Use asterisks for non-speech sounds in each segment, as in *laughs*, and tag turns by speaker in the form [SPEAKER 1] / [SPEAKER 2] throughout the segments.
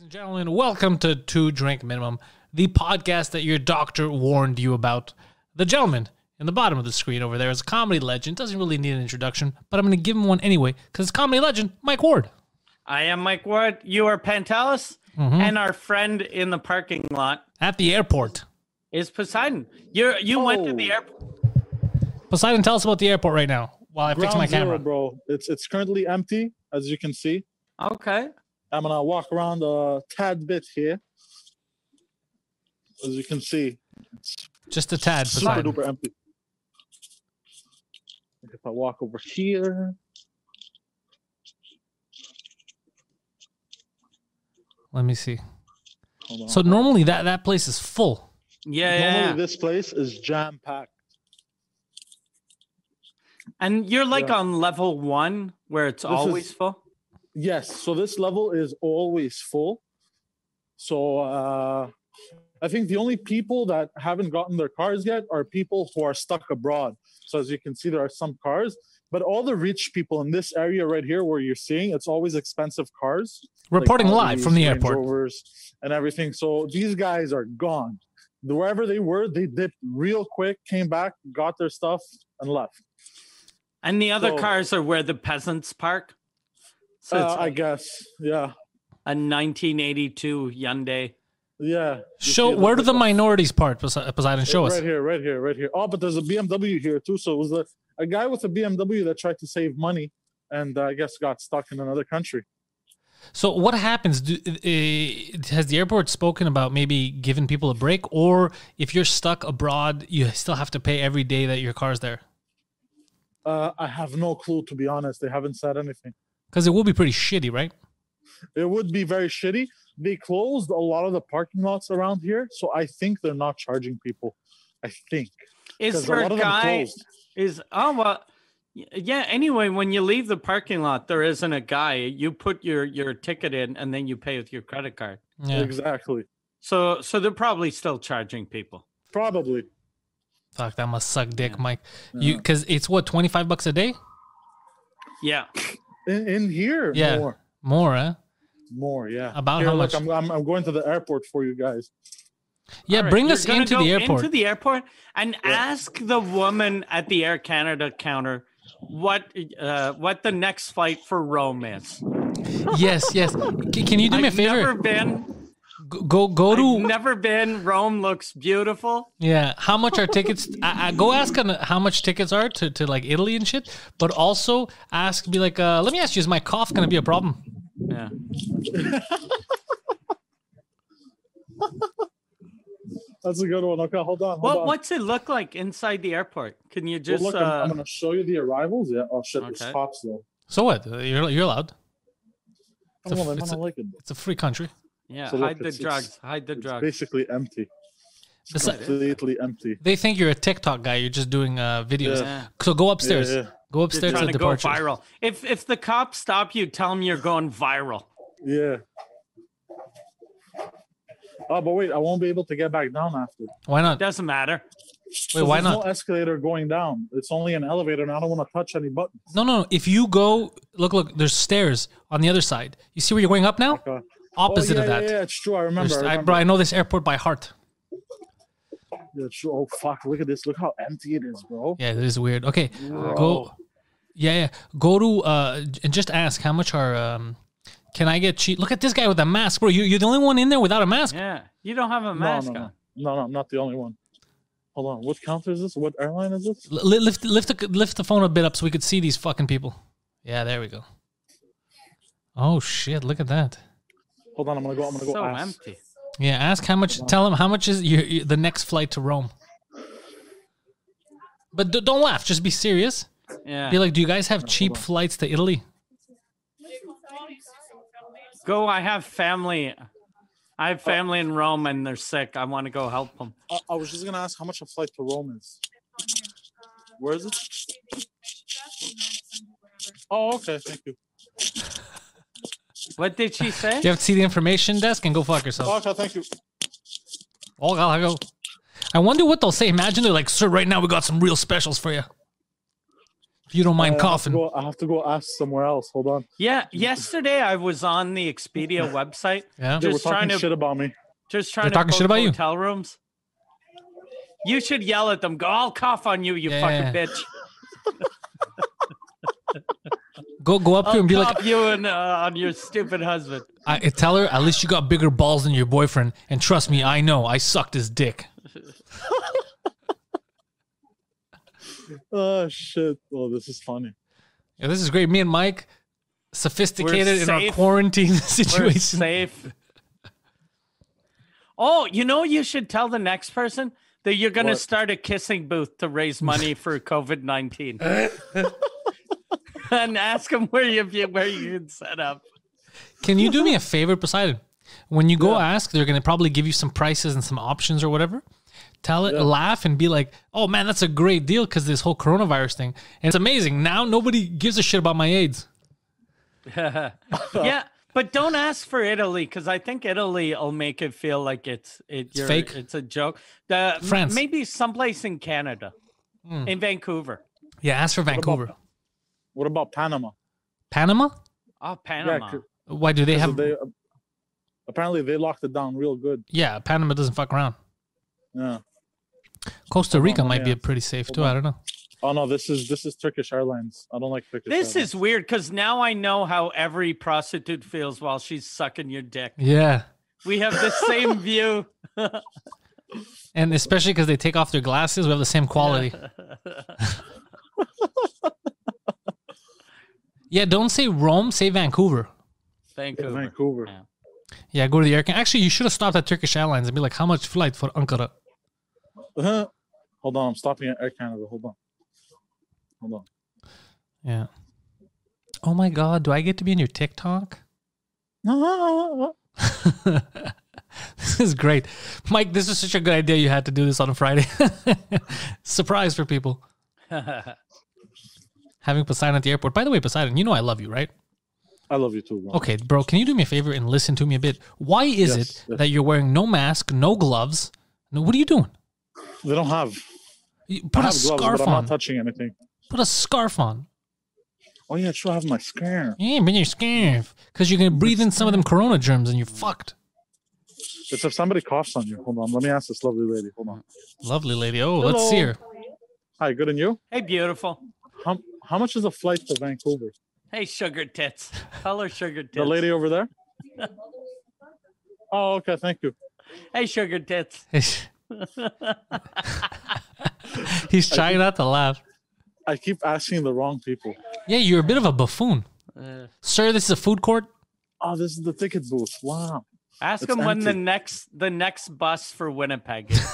[SPEAKER 1] and gentlemen, welcome to Two Drink Minimum, the podcast that your doctor warned you about. The gentleman in the bottom of the screen over there is a comedy legend. Doesn't really need an introduction, but I'm going to give him one anyway because it's comedy legend Mike Ward.
[SPEAKER 2] I am Mike Ward. You are Pantelis, and our friend in the parking lot
[SPEAKER 1] At the airport,
[SPEAKER 2] is Poseidon. You you went to
[SPEAKER 3] Oh.
[SPEAKER 2] the airport.
[SPEAKER 1] Poseidon, tell us about the airport right now while I fix
[SPEAKER 3] Ground
[SPEAKER 1] my
[SPEAKER 3] zero,
[SPEAKER 1] camera.
[SPEAKER 3] bro. It's it's currently empty, as you can see.
[SPEAKER 2] Okay.
[SPEAKER 3] I'm gonna walk around a tad bit here. As you can see,
[SPEAKER 1] Just a tad,
[SPEAKER 3] super
[SPEAKER 1] Poseidon.
[SPEAKER 3] duper empty. If I walk over here,
[SPEAKER 1] Let me see.
[SPEAKER 3] hold on.
[SPEAKER 1] So normally that that place is full.
[SPEAKER 2] Yeah,
[SPEAKER 3] normally
[SPEAKER 2] yeah. yeah.
[SPEAKER 3] this place is jam packed.
[SPEAKER 2] And you're like
[SPEAKER 3] Yeah.
[SPEAKER 2] on level one where it's
[SPEAKER 3] This is-
[SPEAKER 2] always full.
[SPEAKER 3] Yes, so this level is always full. So uh, I think the only people that haven't gotten their cars yet are people who are stuck abroad. So as you can see, there are some cars, but all the rich people in this area right here, where you're seeing, it's always expensive cars. like
[SPEAKER 1] Reporting live from
[SPEAKER 3] Audis,
[SPEAKER 1] the
[SPEAKER 3] Range
[SPEAKER 1] airport.
[SPEAKER 3] Rovers, and everything. So these guys are gone. Wherever they were, they dipped real quick, came back, got their stuff, and left.
[SPEAKER 2] And the other
[SPEAKER 3] So-
[SPEAKER 2] cars are where the peasants park. So it's
[SPEAKER 3] Uh, I guess, yeah,
[SPEAKER 2] a 1982 Hyundai.
[SPEAKER 3] yeah. You see
[SPEAKER 1] Show
[SPEAKER 3] the-
[SPEAKER 1] where do the minorities part, Pose- Poseidon? Show
[SPEAKER 3] right
[SPEAKER 1] us.
[SPEAKER 3] here, right here, right here. Oh, but there's a BMW here too. So it was a, a guy with a BMW that tried to save money and uh, I guess got stuck in another country.
[SPEAKER 1] So what happens? Do, uh, has the airport spoken about maybe giving people a break, or if you're stuck abroad, you still have to pay every day that your car's there?
[SPEAKER 3] Uh, I have no clue, to be honest. They haven't said anything.
[SPEAKER 1] Because it will be pretty shitty, right?
[SPEAKER 3] It would be very shitty. They closed a lot of the parking lots around here. So I think they're not charging people. I think.
[SPEAKER 2] Is
[SPEAKER 3] 'Cause
[SPEAKER 2] there a guy? Is oh well. y- Yeah. Anyway, when you leave the parking lot, there isn't a guy. You put your your ticket in, and then you pay with your credit card.
[SPEAKER 1] Yeah,
[SPEAKER 3] Exactly.
[SPEAKER 2] So so they're probably still charging people.
[SPEAKER 3] Probably.
[SPEAKER 1] fuck, that must suck, dick,
[SPEAKER 2] Yeah.
[SPEAKER 1] Mike. You because it's what twenty five bucks a day
[SPEAKER 2] Yeah.
[SPEAKER 3] In, in here,
[SPEAKER 1] Yeah.
[SPEAKER 3] more.
[SPEAKER 1] more, huh?
[SPEAKER 3] More, yeah.
[SPEAKER 1] About
[SPEAKER 3] Here,
[SPEAKER 1] how
[SPEAKER 3] look,
[SPEAKER 1] much?
[SPEAKER 3] I'm, I'm, I'm going to the airport for you guys.
[SPEAKER 1] Yeah,
[SPEAKER 2] All right,
[SPEAKER 1] bring
[SPEAKER 2] you're
[SPEAKER 1] us
[SPEAKER 2] gonna
[SPEAKER 1] into
[SPEAKER 2] go
[SPEAKER 1] the airport.
[SPEAKER 2] Into the airport and ask the woman at the Air Canada counter what uh, what the next flight for Rome is. *laughs*
[SPEAKER 1] yes, yes. C- can you do me a
[SPEAKER 2] I've
[SPEAKER 1] favor?
[SPEAKER 2] Never been.
[SPEAKER 1] G- go, go to.
[SPEAKER 2] I've never been. Rome looks beautiful.
[SPEAKER 1] Yeah, how much are tickets? I, I go ask on how much tickets are to, to like Italy and shit, but also ask be like, uh, let me ask you, is my cough gonna be a problem?
[SPEAKER 2] Yeah.
[SPEAKER 3] That's a good one. Okay, hold on. Hold
[SPEAKER 2] What
[SPEAKER 3] on.
[SPEAKER 2] what's it look like inside the airport? Can you
[SPEAKER 3] Well,
[SPEAKER 2] just
[SPEAKER 3] look, I'm- I'm,
[SPEAKER 2] uh,
[SPEAKER 3] going to show you the arrivals. Yeah. Oh, shit. This
[SPEAKER 2] Okay.
[SPEAKER 3] stops, though.
[SPEAKER 1] So what? Uh, You're you're allowed.
[SPEAKER 3] Oh,
[SPEAKER 1] It's a-
[SPEAKER 3] well,
[SPEAKER 1] it's
[SPEAKER 3] I
[SPEAKER 1] a-
[SPEAKER 3] like it.
[SPEAKER 1] It's a free country.
[SPEAKER 2] yeah
[SPEAKER 3] so look,
[SPEAKER 2] hide the
[SPEAKER 3] it's- it's-
[SPEAKER 2] drugs? Hide the
[SPEAKER 3] It's
[SPEAKER 2] drugs.
[SPEAKER 3] basically empty. It's
[SPEAKER 1] Besi-
[SPEAKER 3] completely empty.
[SPEAKER 1] They think you're a TikTok guy. You're just doing uh, videos.
[SPEAKER 2] Yeah.
[SPEAKER 1] So go upstairs.
[SPEAKER 3] Yeah, yeah.
[SPEAKER 1] Go
[SPEAKER 2] You're
[SPEAKER 1] upstairs
[SPEAKER 2] trying
[SPEAKER 1] to
[SPEAKER 2] to go
[SPEAKER 1] departure.
[SPEAKER 2] viral. If if the cops stop you, tell them you're going viral.
[SPEAKER 3] Yeah. Oh, but wait, I won't be able to get back down after.
[SPEAKER 1] Why not?
[SPEAKER 2] Doesn't matter.
[SPEAKER 1] Wait,
[SPEAKER 3] 'Cause
[SPEAKER 1] why
[SPEAKER 3] there's
[SPEAKER 1] not?
[SPEAKER 3] No escalator going down. It's only an elevator, and I don't want to touch any buttons. Oh,
[SPEAKER 1] No, no, no. If you go, look, look. There's stairs on the other side. You see where you're going up now?
[SPEAKER 3] Uh,
[SPEAKER 1] Opposite
[SPEAKER 3] oh, yeah,
[SPEAKER 1] of that.
[SPEAKER 3] Yeah, yeah, it's true. I
[SPEAKER 1] There's-
[SPEAKER 3] remember. I
[SPEAKER 1] I,
[SPEAKER 3] remember.
[SPEAKER 1] bro, I know this airport by heart.
[SPEAKER 3] Yeah, it's true. Oh fuck! Look at this. Look how empty it is, bro.
[SPEAKER 1] Yeah, this is weird. Okay, go.
[SPEAKER 3] Bro.
[SPEAKER 1] Yeah, yeah. Go to uh, j- and just ask how much are. Um, can I get cheap? Look at this guy with a mask, bro. You, you're the only one in there without a mask.
[SPEAKER 2] Yeah. You don't have a
[SPEAKER 3] No,
[SPEAKER 2] mask
[SPEAKER 3] no,
[SPEAKER 2] on.
[SPEAKER 3] no, no, no. I'm not the only one. Hold on. What counter is this? What airline is this?
[SPEAKER 1] Li- lift, lift, the, lift the phone a bit up so we could see these fucking people. Yeah, there we go. Oh shit! Look at that.
[SPEAKER 3] Hold on. I'm gonna go. I'm gonna go.
[SPEAKER 2] so
[SPEAKER 3] ask.
[SPEAKER 2] empty.
[SPEAKER 1] Yeah, ask how much. Tell him how much is your, your, the next flight to Rome. But d- don't laugh. Just be serious.
[SPEAKER 2] Yeah.
[SPEAKER 1] Be like, do you guys have cheap flights to Italy?
[SPEAKER 2] Go. I have family. I have family in Rome and they're sick. I want to go help them.
[SPEAKER 3] I, I was just gonna ask how much a flight to Rome is. Where is it? Oh, okay. Thank you.
[SPEAKER 2] What did she say?
[SPEAKER 1] You have to see the information desk and go fuck yourself.
[SPEAKER 3] Okay, thank you.
[SPEAKER 1] Oh, God, I go. I wonder what they'll say. Imagine they're like, sir, right now we got some real specials for you. If you don't mind
[SPEAKER 3] I have, to
[SPEAKER 1] coughing.
[SPEAKER 3] Uh, go, I have to go ask somewhere else. Hold on.
[SPEAKER 2] Yeah, yesterday I was on the Expedia website
[SPEAKER 1] Yeah.
[SPEAKER 3] They were
[SPEAKER 2] Just trying
[SPEAKER 3] talking
[SPEAKER 2] to-
[SPEAKER 3] shit about me.
[SPEAKER 2] just trying
[SPEAKER 1] talking
[SPEAKER 2] to book
[SPEAKER 1] shit about you.
[SPEAKER 2] hotel rooms. You should yell at them. Go, I'll cough on you, you
[SPEAKER 1] Yeah.
[SPEAKER 2] fucking bitch.
[SPEAKER 1] Go go up to
[SPEAKER 2] I'll
[SPEAKER 1] her and be
[SPEAKER 2] cough
[SPEAKER 1] like,
[SPEAKER 2] you and uh, on your stupid husband.
[SPEAKER 1] I, eh, tell her at least you got bigger balls than your boyfriend. And trust me, I know. I sucked his dick.
[SPEAKER 3] Oh shit! Oh, this is funny.
[SPEAKER 1] Yeah, this is great. Me and Mike, sophisticated in our
[SPEAKER 2] safe.
[SPEAKER 1] quarantine *laughs*
[SPEAKER 2] We're
[SPEAKER 1] situation.
[SPEAKER 2] safe. Oh, you know, you should tell the next person that you're going to
[SPEAKER 3] What?
[SPEAKER 2] start a kissing booth to
[SPEAKER 1] *laughs*
[SPEAKER 2] raise money for COVID 19 and ask them where you where you can
[SPEAKER 1] *laughs*
[SPEAKER 2] set up.
[SPEAKER 1] Can you do me a favor, Poseidon? When you go ask, they're gonna probably give you some prices and some options or whatever. Tell it, laugh, and be like, "Oh man, that's a great deal because this whole coronavirus thing, and it's amazing." Now nobody gives a shit about my AIDS.
[SPEAKER 2] yeah, but don't ask for Italy because I think Italy will make it feel like it's it, you're,
[SPEAKER 1] fake.
[SPEAKER 2] It's a joke. The, m-
[SPEAKER 1] France. Hmm.
[SPEAKER 2] maybe someplace in Canada, in Vancouver.
[SPEAKER 1] Yeah, ask for Vancouver,
[SPEAKER 3] What about Panama?
[SPEAKER 1] Panama.
[SPEAKER 2] Oh, Panama.
[SPEAKER 3] 'cause-
[SPEAKER 1] Why do they
[SPEAKER 3] So
[SPEAKER 1] have?
[SPEAKER 3] they apparently they locked it down real good.
[SPEAKER 1] yeah, Panama doesn't fuck around.
[SPEAKER 3] Yeah.
[SPEAKER 1] Costa Rica
[SPEAKER 3] on,
[SPEAKER 1] might be
[SPEAKER 3] yeah.
[SPEAKER 1] pretty safe too. I don't know.
[SPEAKER 3] Oh no, this is this is Turkish Airlines. I don't like Turkish.
[SPEAKER 2] This
[SPEAKER 3] Airlines.
[SPEAKER 2] is weird because now I know how every prostitute feels while she's sucking your dick.
[SPEAKER 1] Yeah,
[SPEAKER 2] We have the same
[SPEAKER 3] *laughs*
[SPEAKER 2] view.
[SPEAKER 1] and especially because they take off their glasses, we have the same quality. yeah, don't say Rome, say Vancouver.
[SPEAKER 2] Vancouver.
[SPEAKER 3] Vancouver.
[SPEAKER 2] Yeah.
[SPEAKER 1] Yeah, go to the air. Can- Actually, you should have stopped at Turkish Airlines and be like, "How much flight for Ankara?"
[SPEAKER 3] Uh-huh. Hold on, I'm stopping at Air Canada. Hold on. Hold on.
[SPEAKER 1] Yeah. Oh my God, do I get to be in your TikTok? *laughs*
[SPEAKER 3] *laughs* No,
[SPEAKER 1] This is great, Mike. This is such a good idea. You had to do this on a Friday. *laughs* Surprise for people. Having Poseidon at the airport. By the way, Poseidon, you know I love you, right?
[SPEAKER 3] I love you too. Ron.
[SPEAKER 1] Okay, bro, can you do me a favor and listen to me a bit? Why is
[SPEAKER 3] Yes,
[SPEAKER 1] it
[SPEAKER 3] yes.
[SPEAKER 1] that you're wearing no mask, no gloves? No, what are you doing?
[SPEAKER 3] They don't have.
[SPEAKER 1] You
[SPEAKER 3] I
[SPEAKER 1] put a
[SPEAKER 3] have gloves,
[SPEAKER 1] scarf
[SPEAKER 3] but I'm
[SPEAKER 1] on.
[SPEAKER 3] not touching anything.
[SPEAKER 1] put a scarf on.
[SPEAKER 3] Oh yeah, sure. I have my scarf.
[SPEAKER 1] Yeah, but your scarf. Because you're going to breathe in some of them corona germs and you're fucked.
[SPEAKER 3] It's if somebody coughs on you. Hold on. Let me ask this lovely lady. Hold on.
[SPEAKER 1] Lovely lady. Oh, let's see
[SPEAKER 3] Hello.
[SPEAKER 1] her.
[SPEAKER 3] Hi, good and you?
[SPEAKER 2] *laughs* Hey, beautiful.
[SPEAKER 3] How, how much is a flight to Vancouver?
[SPEAKER 2] Hey, sugar tits. Color sugar tits.
[SPEAKER 3] The lady over there? oh, okay. Thank you.
[SPEAKER 2] Hey, sugar tits.
[SPEAKER 3] *laughs*
[SPEAKER 1] He's trying not to laugh.
[SPEAKER 3] I keep asking the wrong people.
[SPEAKER 1] Yeah, you're a bit of a buffoon.
[SPEAKER 2] Uh,
[SPEAKER 1] Sir, this is a food court.
[SPEAKER 3] Oh, this is the ticket booth. Wow.
[SPEAKER 2] ask
[SPEAKER 3] It's
[SPEAKER 2] them when the
[SPEAKER 3] empty.
[SPEAKER 2] next the next bus for Winnipeg is.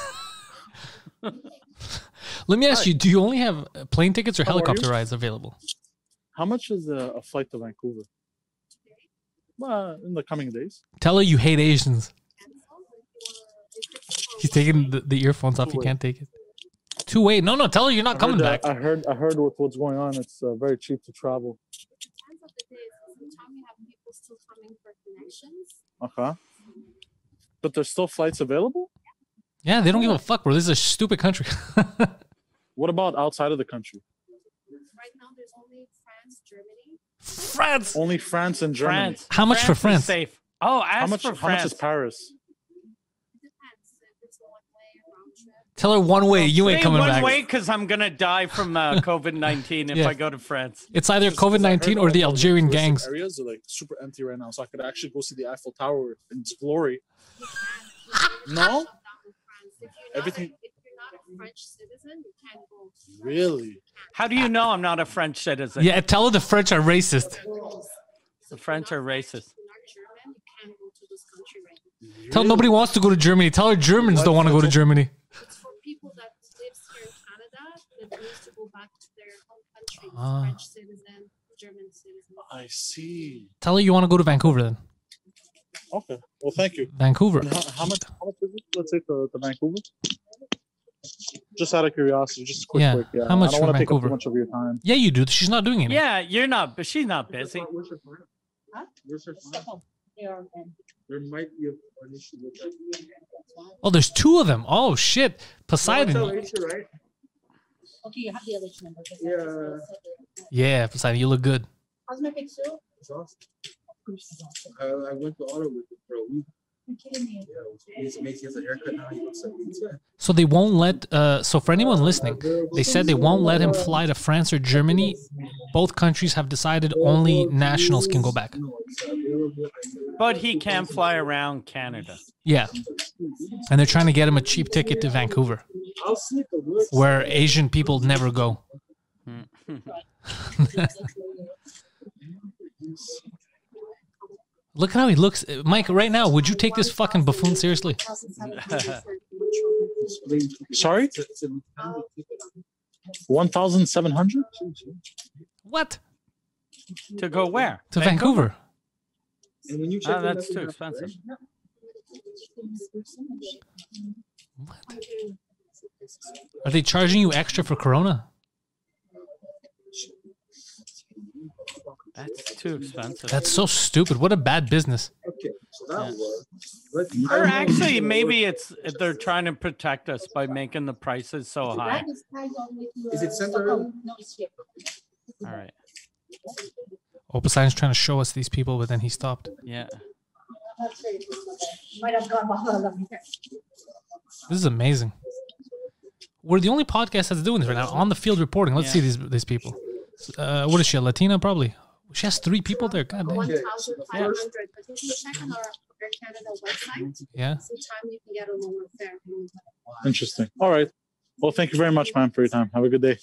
[SPEAKER 1] Let me ask you do you only have uh, plane tickets or
[SPEAKER 3] How are you?
[SPEAKER 1] helicopter rides available?
[SPEAKER 3] How much is a, a flight to Vancouver? Uh, in the coming days.
[SPEAKER 1] Tell her you hate Asians. He's taking the, the earphones off. You can't take it. Two way. No, no. Tell her you're not coming
[SPEAKER 3] Heard
[SPEAKER 1] back.
[SPEAKER 3] that- I heard. I heard with what's going on, it's uh, very cheap to travel.
[SPEAKER 4] end of the day, it's the time you have people still coming for connections.
[SPEAKER 3] Okay. But there's still flights available.
[SPEAKER 1] Yeah, they don't give a fuck, bro. This is a stupid country. *laughs*
[SPEAKER 3] What about outside of the country?
[SPEAKER 4] Right now, there's only France, Germany.
[SPEAKER 1] France.
[SPEAKER 3] Only France and *laughs* Germany.
[SPEAKER 2] France.
[SPEAKER 1] How much for
[SPEAKER 2] is
[SPEAKER 1] France?
[SPEAKER 2] Safe. Oh, ask
[SPEAKER 3] How much?
[SPEAKER 2] for
[SPEAKER 3] How much is
[SPEAKER 2] France.
[SPEAKER 3] Paris?
[SPEAKER 4] It depends if it's a one way round trip.
[SPEAKER 1] Tell her one way. You ain't
[SPEAKER 2] Hey,
[SPEAKER 1] coming
[SPEAKER 2] one
[SPEAKER 1] back.
[SPEAKER 2] way because I'm gonna die
[SPEAKER 1] *laughs*
[SPEAKER 2] from uh, COVID nineteen if
[SPEAKER 1] Yeah.
[SPEAKER 2] I go to France.
[SPEAKER 1] It's either COVID 19 or the Algerian gangs.
[SPEAKER 3] Areas are like super empty right now, so I could actually go see the Eiffel Tower in its glory. No,
[SPEAKER 4] Shut down in France. If you're
[SPEAKER 3] Everything-
[SPEAKER 4] Not a, if you're not a French citizen, you can't go.
[SPEAKER 3] really.
[SPEAKER 2] How do you know I'm not a French citizen?
[SPEAKER 1] Yeah, tell her the French are racist.
[SPEAKER 2] The French are racist.
[SPEAKER 4] If you're not German, you can't go to this country right now.
[SPEAKER 1] Tell nobody wants to go to Germany. Tell her Germans don't want to go to Germany.
[SPEAKER 4] It's for people that lives here in Canada that needs to go back to their home country.
[SPEAKER 1] Ah.
[SPEAKER 4] French citizen, German citizen.
[SPEAKER 3] I see.
[SPEAKER 1] Tell her you want to go to Vancouver then.
[SPEAKER 3] Okay. Well, thank you.
[SPEAKER 1] Vancouver.
[SPEAKER 3] And how, how much? How much is it? Let's say to, to Vancouver. Just out of curiosity, just a quick,
[SPEAKER 1] Yeah.
[SPEAKER 3] quick. Yeah.
[SPEAKER 1] How much
[SPEAKER 3] I don't
[SPEAKER 1] for
[SPEAKER 3] wanna take up
[SPEAKER 1] Vancouver?
[SPEAKER 3] too much of your time.
[SPEAKER 1] Yeah, you do. She's not doing it.
[SPEAKER 2] Yeah, you're not. But she's not busy.
[SPEAKER 3] Where's your partner?
[SPEAKER 4] Huh?
[SPEAKER 3] Where's your partner?
[SPEAKER 5] um,
[SPEAKER 3] There might be a, an issue with that.
[SPEAKER 1] Oh, there's two of them. Oh, shit. Poseidon.
[SPEAKER 5] Okay, you have the other two numbers. Yeah.
[SPEAKER 1] Yeah, Poseidon, you look good.
[SPEAKER 4] How's my picture?
[SPEAKER 5] It's awesome. I, I went to Ottawa with him for a week.
[SPEAKER 4] You're kidding me.
[SPEAKER 5] Yeah, it was amazing. He has a haircut now. He looks like he's uh,
[SPEAKER 1] So they won't let. Uh, so for anyone listening, they said they won't let him fly to France or Germany. Both countries have decided only nationals can go back.
[SPEAKER 5] no, it's, uh, available. I know.
[SPEAKER 2] But he can fly around Canada.
[SPEAKER 1] Yeah, and they're trying to get him a cheap ticket to Vancouver,
[SPEAKER 5] I'll sneak a look.
[SPEAKER 1] where Asian people never go. Look at how he looks, Uh, Mike. Right now, *laughs* would you take this fucking buffoon
[SPEAKER 4] *laughs*
[SPEAKER 1] seriously?
[SPEAKER 3] Sorry,
[SPEAKER 5] It's in-
[SPEAKER 3] one thousand seven hundred.
[SPEAKER 1] What
[SPEAKER 2] to go where?
[SPEAKER 1] to Vancouver?
[SPEAKER 5] And when you check
[SPEAKER 2] Ah,
[SPEAKER 5] it,
[SPEAKER 2] that's too
[SPEAKER 5] nothing
[SPEAKER 2] expensive.
[SPEAKER 1] What are they charging you extra for Corona?
[SPEAKER 2] That's too expensive.
[SPEAKER 1] That's so stupid. What a bad business.
[SPEAKER 5] Okay, so that
[SPEAKER 2] Yeah.
[SPEAKER 5] was. But
[SPEAKER 2] or actually, maybe it's they're trying to protect us by making the prices so high.
[SPEAKER 5] Is it center?
[SPEAKER 4] No, it's here.
[SPEAKER 2] All right.
[SPEAKER 1] Oh, Poseidon's trying to show us these people, but then he stopped.
[SPEAKER 2] Yeah.
[SPEAKER 4] Might have gone behind them.
[SPEAKER 1] This is amazing. We're the only podcast that's doing this right now on the field reporting. Let's
[SPEAKER 2] Yeah.
[SPEAKER 1] see these these people. Uh, what is she? A Latina, probably. She has three people there. God damn.
[SPEAKER 4] 1,500, but if you check on our Air Canada website,
[SPEAKER 1] Yeah.
[SPEAKER 4] sometime you can get a lower fare.
[SPEAKER 3] Interesting. All right. Well, thank you very much, man, for your time. Have a good day.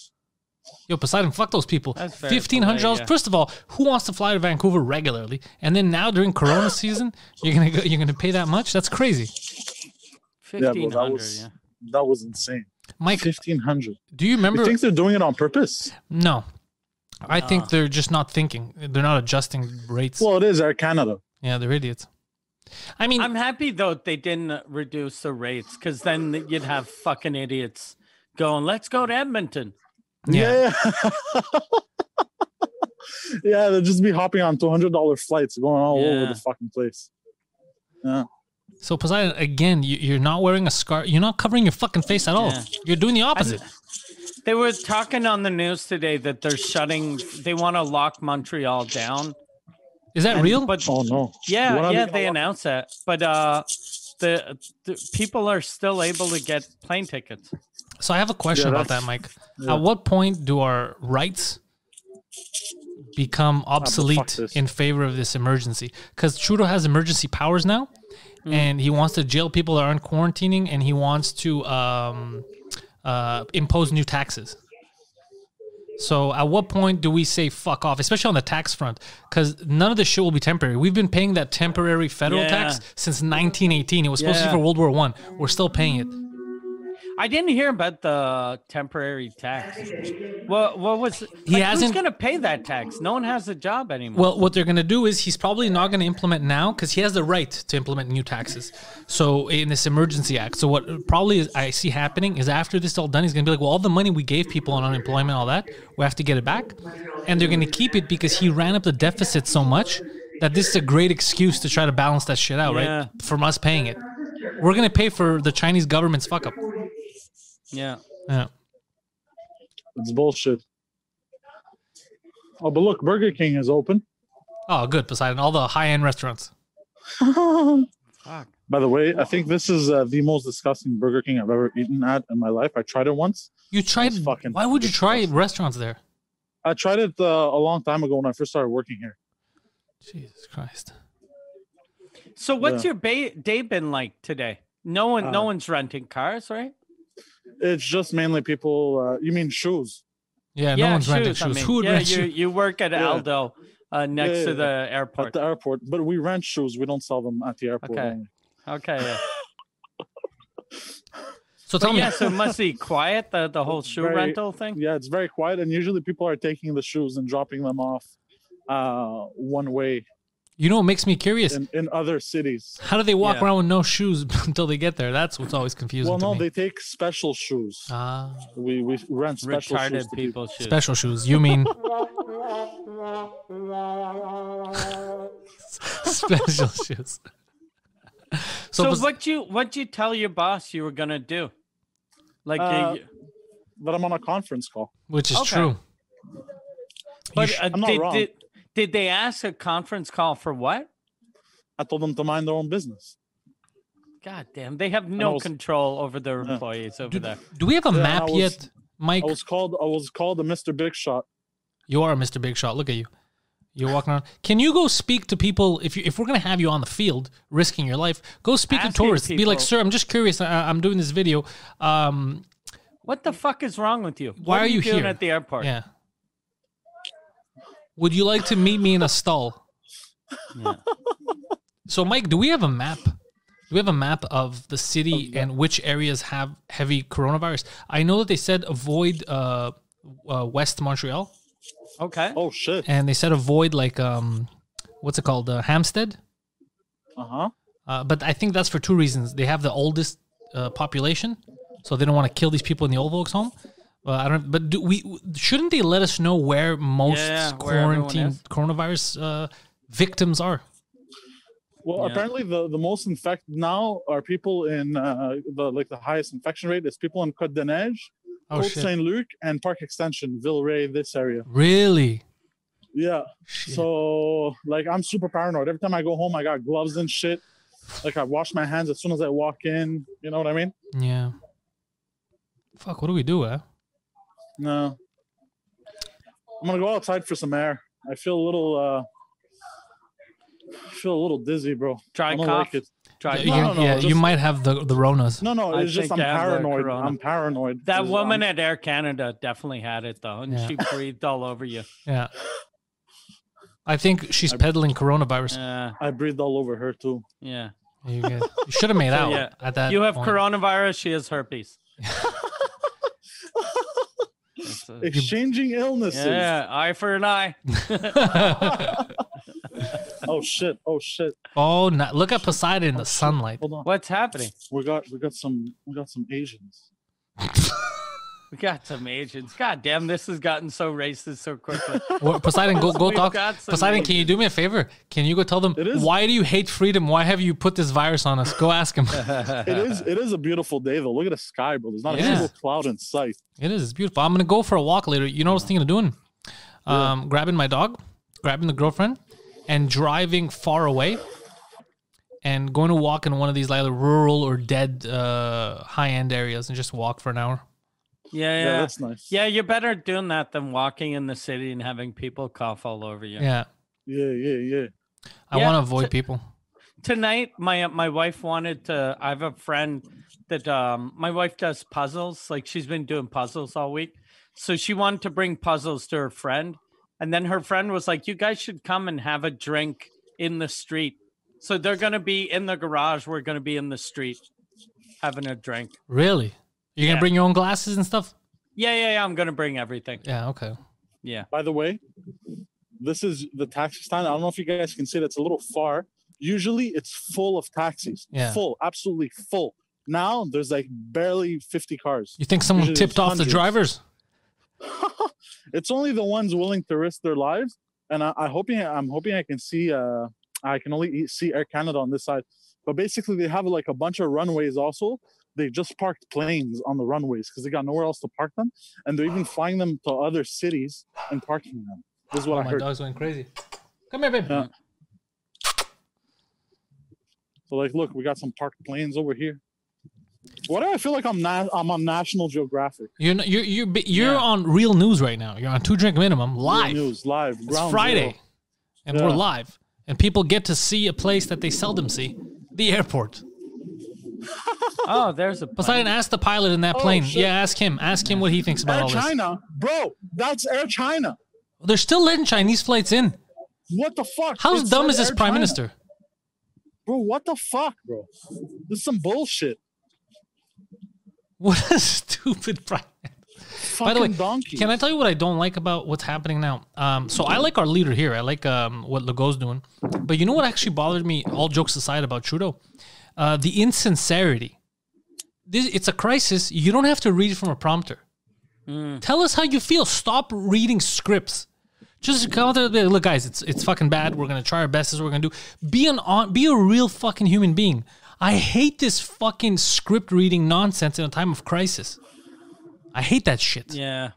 [SPEAKER 1] Yo, Poseidon, fuck those people.
[SPEAKER 2] That's fair.
[SPEAKER 1] Fifteen hundred dollars.
[SPEAKER 2] Yeah.
[SPEAKER 1] First of all, who wants to fly to Vancouver regularly? And then now during
[SPEAKER 2] *laughs*
[SPEAKER 1] Corona season, you're gonna go, you're gonna pay that much? That's crazy.
[SPEAKER 3] Yeah,
[SPEAKER 2] Fifteen
[SPEAKER 3] well, that
[SPEAKER 2] hundred.
[SPEAKER 3] was
[SPEAKER 2] Yeah.
[SPEAKER 3] that was insane.
[SPEAKER 1] Mike,
[SPEAKER 3] Fifteen hundred.
[SPEAKER 1] do you remember?
[SPEAKER 3] You think they're doing it on purpose?
[SPEAKER 1] no, I think they're just not thinking. They're not adjusting rates.
[SPEAKER 3] Well, it is Air Canada.
[SPEAKER 1] yeah, they're idiots. I mean,
[SPEAKER 2] I'm happy though they didn't reduce the rates because then you'd have fucking idiots going, "Let's go to Edmonton."
[SPEAKER 1] yeah.
[SPEAKER 3] Yeah. Yeah, *laughs* they'll just be hopping on two hundred dollar flights going all over
[SPEAKER 2] Yeah.
[SPEAKER 3] the fucking place.
[SPEAKER 1] So Poseidon, again, you, you're not wearing a scarf. You're not covering your fucking face at all.
[SPEAKER 2] Yeah.
[SPEAKER 1] You're doing the opposite.
[SPEAKER 2] They were talking on the news today that they're shutting. They want to lock Montreal down.
[SPEAKER 1] Is that
[SPEAKER 2] And-
[SPEAKER 1] real?
[SPEAKER 2] But
[SPEAKER 3] Oh no. What
[SPEAKER 2] yeah,
[SPEAKER 3] are
[SPEAKER 2] yeah,
[SPEAKER 3] they-
[SPEAKER 2] they announced that. But uh, the, the people are still able to get plane tickets.
[SPEAKER 1] so I have a question
[SPEAKER 3] Yeah,
[SPEAKER 1] about that,
[SPEAKER 3] that's-
[SPEAKER 1] Mike.
[SPEAKER 3] yeah.
[SPEAKER 1] At what point do our rights become obsolete
[SPEAKER 3] Ah, this.
[SPEAKER 1] in favor of this emergency? Because Trudeau has emergency powers now,
[SPEAKER 3] Mm.
[SPEAKER 1] and he wants to jail people that aren't quarantining, and he wants to um, uh, impose new taxes. So at what point do we say fuck off, especially on the tax front? Because none of this shit will be temporary. We've been paying that temporary federal
[SPEAKER 2] Yeah.
[SPEAKER 1] tax since 1918. It was supposed to
[SPEAKER 2] Yeah.
[SPEAKER 1] be for World War One. We're still paying it.
[SPEAKER 2] I didn't hear about the temporary tax. What what was?
[SPEAKER 1] He
[SPEAKER 2] like, Who's
[SPEAKER 1] hasn't-
[SPEAKER 2] going to pay that tax? No one has a job anymore.
[SPEAKER 1] Well, what they're going to do is he's probably not going to implement now because he has the right to implement new taxes. So in this emergency act, so what probably is, I see happening is after this is all done, he's going to be like, well, all the money we gave people on unemployment, all that, we have to get it back, and they're going to keep it because he ran up the deficit so much that this is a great excuse to try to balance that shit out,
[SPEAKER 2] Yeah.
[SPEAKER 1] right? From us paying it, we're going to pay for the Chinese government's fuck up.
[SPEAKER 2] yeah.
[SPEAKER 1] Yeah.
[SPEAKER 3] It's bullshit. Oh, but look, Burger King is open. *laughs*
[SPEAKER 1] Oh, good, Poseidon. All the high end restaurants.
[SPEAKER 2] Fuck.
[SPEAKER 3] By the way, I think this is uh, the most disgusting Burger King I've ever eaten at in my life. I tried it once.
[SPEAKER 1] You tried?
[SPEAKER 3] That's fucking
[SPEAKER 1] Why would you try restaurants there?
[SPEAKER 3] I tried it uh, a long time ago when I first started working here.
[SPEAKER 1] Jesus Christ.
[SPEAKER 2] So what's
[SPEAKER 3] Yeah.
[SPEAKER 2] your ba- day been like today? No one, no
[SPEAKER 3] Uh,
[SPEAKER 2] one's renting cars, right?
[SPEAKER 3] It's just mainly people. Uh, you mean shoes?
[SPEAKER 1] Yeah, no one's renting shoes.
[SPEAKER 2] I mean.
[SPEAKER 1] Who would
[SPEAKER 2] yeah,
[SPEAKER 1] rent
[SPEAKER 2] you,
[SPEAKER 1] shoes?
[SPEAKER 2] you work at
[SPEAKER 3] Yeah.
[SPEAKER 2] Aldo uh, next
[SPEAKER 3] Yeah,
[SPEAKER 2] to
[SPEAKER 3] yeah, uh,
[SPEAKER 2] the
[SPEAKER 3] At
[SPEAKER 2] airport.
[SPEAKER 3] the airport, but we rent shoes. We don't sell them at the airport.
[SPEAKER 2] Okay.
[SPEAKER 3] only.
[SPEAKER 2] Okay. Yeah.
[SPEAKER 1] So tell
[SPEAKER 2] But
[SPEAKER 1] me,
[SPEAKER 2] yeah, so it must be quiet the, the whole shoe
[SPEAKER 3] Very-
[SPEAKER 2] rental thing.
[SPEAKER 3] Yeah, it's very quiet, and usually people are taking the shoes and dropping them off uh, one way
[SPEAKER 1] you know what makes me curious?
[SPEAKER 3] in, in other cities.
[SPEAKER 1] How do they walk
[SPEAKER 2] Yeah.
[SPEAKER 1] around with no shoes *laughs* until they get there? That's what's always confusing
[SPEAKER 3] Well,
[SPEAKER 1] to
[SPEAKER 3] no,
[SPEAKER 1] me.
[SPEAKER 3] they take special shoes.
[SPEAKER 1] Ah,
[SPEAKER 3] We we rent special
[SPEAKER 2] Uh, Retarded
[SPEAKER 3] shoes. to
[SPEAKER 2] people shoes.
[SPEAKER 1] special shoes. You
[SPEAKER 3] *laughs*
[SPEAKER 1] mean *laughs* special shoes? So,
[SPEAKER 2] So,
[SPEAKER 1] was-
[SPEAKER 2] what you what you tell your boss you were gonna do? Like,
[SPEAKER 3] Uh,
[SPEAKER 2] uh,
[SPEAKER 3] But I'm on a conference call.
[SPEAKER 1] which is
[SPEAKER 2] okay.
[SPEAKER 1] true.
[SPEAKER 2] But
[SPEAKER 1] sh-
[SPEAKER 2] uh,
[SPEAKER 3] I'm not
[SPEAKER 2] did,
[SPEAKER 3] wrong.
[SPEAKER 2] did did they ask a conference call for what?
[SPEAKER 3] I told them to mind their own business.
[SPEAKER 2] God damn, they have no
[SPEAKER 3] was-
[SPEAKER 2] control over their
[SPEAKER 3] Oh, Yeah.
[SPEAKER 2] employees over
[SPEAKER 1] do,
[SPEAKER 2] there.
[SPEAKER 1] do we have a
[SPEAKER 3] Yeah,
[SPEAKER 1] map
[SPEAKER 3] I was-
[SPEAKER 1] yet, Mike?
[SPEAKER 3] I was called. I was called a Mr. Big Shot.
[SPEAKER 1] You are a Mr. Big Shot. Look at you. You're walking around. Can you go speak to people if you, if we're gonna have you on the field, risking your life? Go speak to
[SPEAKER 2] Asking
[SPEAKER 1] tourists. Be like,
[SPEAKER 2] people-
[SPEAKER 1] sir, I'm just curious. I, I'm doing this video. Um,
[SPEAKER 2] What the fuck is wrong with you? Why
[SPEAKER 1] are you
[SPEAKER 2] doing
[SPEAKER 1] here?
[SPEAKER 2] at the airport?
[SPEAKER 1] yeah. Would you like to meet me in a stall?
[SPEAKER 2] Yeah.
[SPEAKER 1] So, Mike, do we have a map? Do we have a map of the city and which areas have heavy coronavirus? I know that they said avoid uh, uh, West Montreal,
[SPEAKER 2] Okay.
[SPEAKER 3] Oh shit.
[SPEAKER 1] and they said avoid like um, what's it called, uh, Hampstead.
[SPEAKER 3] Uh huh.
[SPEAKER 1] Uh, but I think that's for two reasons. They have the oldest uh, population, so they don't want to kill these people in the old folks' home. Uh, I don't. But do we shouldn't they let us know where most
[SPEAKER 2] Yeah, yeah, where everyone
[SPEAKER 1] quarantine
[SPEAKER 2] is.
[SPEAKER 1] coronavirus uh, victims are?
[SPEAKER 3] Well,
[SPEAKER 2] Yeah.
[SPEAKER 3] apparently the, the most infect now are people in uh, the like the highest infection rate is people in Côte des Neiges,
[SPEAKER 1] Oh
[SPEAKER 3] Côte
[SPEAKER 1] shit!
[SPEAKER 3] Saint Luc, and Park Extension, Villeray, this area.
[SPEAKER 1] Really?
[SPEAKER 3] Yeah.
[SPEAKER 1] Shit.
[SPEAKER 3] So like I'm super paranoid. Every time I go home, I got gloves and shit. Like I wash my hands as soon as I walk in. You know what I mean?
[SPEAKER 1] yeah. Fuck! What do we do, eh?
[SPEAKER 3] No. I'm gonna go outside for some air. I feel a little uh I feel a little dizzy, bro.
[SPEAKER 2] Dry
[SPEAKER 3] I don't
[SPEAKER 2] cough.
[SPEAKER 3] like it.
[SPEAKER 2] Dry
[SPEAKER 1] You-
[SPEAKER 2] cough.
[SPEAKER 3] no, no,
[SPEAKER 1] yeah, you
[SPEAKER 3] just-
[SPEAKER 1] might have the the Ronas.
[SPEAKER 3] No, no,
[SPEAKER 2] I
[SPEAKER 3] it's just
[SPEAKER 2] think
[SPEAKER 3] I'm
[SPEAKER 2] I have the
[SPEAKER 3] paranoid.
[SPEAKER 2] corona.
[SPEAKER 3] I'm paranoid.
[SPEAKER 2] That
[SPEAKER 3] It's-
[SPEAKER 2] woman
[SPEAKER 3] I'm-
[SPEAKER 2] at Air Canada definitely had it though, and
[SPEAKER 1] Yeah.
[SPEAKER 2] she breathed all over
[SPEAKER 1] *laughs*
[SPEAKER 2] you.
[SPEAKER 1] Yeah. I think she's
[SPEAKER 3] I-
[SPEAKER 1] peddling coronavirus.
[SPEAKER 2] Uh,
[SPEAKER 3] I breathed all over her too.
[SPEAKER 2] yeah.
[SPEAKER 1] You, guys- you should have made
[SPEAKER 2] *laughs* So,
[SPEAKER 1] out
[SPEAKER 2] yeah.
[SPEAKER 1] at that.
[SPEAKER 2] You have
[SPEAKER 1] point.
[SPEAKER 2] coronavirus. She has
[SPEAKER 1] *laughs*
[SPEAKER 2] herpes. That's a-
[SPEAKER 3] Exchanging illnesses.
[SPEAKER 2] yeah, eye for an eye.
[SPEAKER 3] Oh shit. Oh shit.
[SPEAKER 1] *laughs* oh, no, look at Poseidon in the sunlight.
[SPEAKER 3] Hold on.
[SPEAKER 2] What's happening?
[SPEAKER 3] We got we got some we got some Asians.
[SPEAKER 2] We got some agents. God damn, this has gotten so racist so quickly.
[SPEAKER 1] Well, Poseidon, go go
[SPEAKER 2] *laughs* We've
[SPEAKER 1] talk.
[SPEAKER 2] got some
[SPEAKER 1] Poseidon, can you do me a favor? Can you go tell them
[SPEAKER 3] It is-
[SPEAKER 1] why do you hate freedom? Why have you put this virus on us? Go ask
[SPEAKER 3] *laughs*
[SPEAKER 1] him.
[SPEAKER 3] It is it is a beautiful day though. Look at the sky, bro. There's not
[SPEAKER 1] Yeah.
[SPEAKER 3] a single cloud in sight.
[SPEAKER 1] It is. It's beautiful. I'm gonna go for a walk later. You know what I was thinking of doing? Um, Grabbing my dog, grabbing the girlfriend, and driving far away, and going to walk in one of these like rural or dead uh, high-end areas, and just walk for an hour.
[SPEAKER 2] Yeah,
[SPEAKER 3] Yeah,
[SPEAKER 2] yeah.
[SPEAKER 3] that's nice.
[SPEAKER 2] Yeah, you're better at doing that than walking in the city and having people cough all over you.
[SPEAKER 1] Yeah,
[SPEAKER 3] Yeah, yeah, yeah.
[SPEAKER 1] I
[SPEAKER 2] Yeah,
[SPEAKER 1] want to
[SPEAKER 2] it's
[SPEAKER 1] avoid
[SPEAKER 2] a-
[SPEAKER 1] people.
[SPEAKER 2] Tonight, my my wife wanted to. I have a friend that um, my wife does puzzles. Like she's been doing puzzles all week, so she wanted to bring puzzles to her friend, and then her friend was like, "You guys should come and have a drink in the street." So they're gonna be in the garage. We're gonna be in the street having a drink.
[SPEAKER 1] Really? You're gonna
[SPEAKER 2] Yeah.
[SPEAKER 1] bring your own glasses and stuff?
[SPEAKER 2] Yeah, yeah, yeah. I'm gonna bring everything.
[SPEAKER 1] Yeah. Okay.
[SPEAKER 2] Yeah.
[SPEAKER 3] By the way, this is the taxi stand. I don't know if you guys can see it. It's a little far. Usually it's full of taxis.
[SPEAKER 1] Yeah.
[SPEAKER 3] Full, absolutely full. Now there's like barely 50 cars.
[SPEAKER 1] You think someone
[SPEAKER 3] Usually
[SPEAKER 1] tipped
[SPEAKER 3] there's
[SPEAKER 1] off the
[SPEAKER 3] hundreds.
[SPEAKER 1] drivers?
[SPEAKER 3] *laughs* it's only the ones willing to risk their lives. And I, I hoping I'm hoping I can see. Uh, I can only eat, see Air Canada on this side, but basically they have like a bunch of runways. Also, they just parked planes on the runways because they got nowhere else to park them, and they're even flying them to other cities and parking them. This is what
[SPEAKER 1] Oh,
[SPEAKER 3] I
[SPEAKER 1] my
[SPEAKER 3] heard.
[SPEAKER 1] dog's going crazy. Come here, babe.
[SPEAKER 3] Yeah. So like, look, we got some parked planes over here. Why do I feel like I'm na- I'm on National Geographic?
[SPEAKER 1] You're not, you're you're bi- you're
[SPEAKER 2] Yeah.
[SPEAKER 1] on real news right now. You're on two drink minimum
[SPEAKER 3] Real
[SPEAKER 1] live.
[SPEAKER 3] news live.
[SPEAKER 1] It's
[SPEAKER 3] ground
[SPEAKER 1] Friday,
[SPEAKER 3] zero.
[SPEAKER 1] and we're
[SPEAKER 3] Yeah.
[SPEAKER 1] live, and people get to see a place that they seldom see, the airport.
[SPEAKER 2] Oh, there's a.
[SPEAKER 1] Poseidon, ask the pilot in that plane.
[SPEAKER 3] Oh, shit.
[SPEAKER 1] Yeah, ask him. Ask him what he thinks about
[SPEAKER 3] Air
[SPEAKER 1] all this.
[SPEAKER 3] China, bro. That's Air China.
[SPEAKER 1] They're still letting Chinese flights in.
[SPEAKER 3] What the fuck?
[SPEAKER 1] How
[SPEAKER 3] It
[SPEAKER 1] dumb
[SPEAKER 3] said
[SPEAKER 1] is this
[SPEAKER 3] Air
[SPEAKER 1] prime
[SPEAKER 3] China.
[SPEAKER 1] minister? *laughs*
[SPEAKER 3] Bro, what the fuck, bro? This is some bullshit.
[SPEAKER 1] What a stupid prime.
[SPEAKER 3] Fucking
[SPEAKER 1] By the way,
[SPEAKER 3] donkey.
[SPEAKER 1] can I tell you what I don't like about what's happening now? Um, so I like our leader here. I like um, what Legault's doing. But you know what actually bothered me, all jokes aside, about Trudeau? Uh, the insincerity. This, it's a crisis. You don't have to read from a prompter. Tell us how you feel. Stop reading scripts. Just come out there, and be like, look, guys, it's it's fucking bad. We're gonna try our best. This is what we're gonna do. Be an on, be a real fucking human being. I hate this fucking script reading nonsense in a time of crisis. I hate that shit.
[SPEAKER 2] Yeah.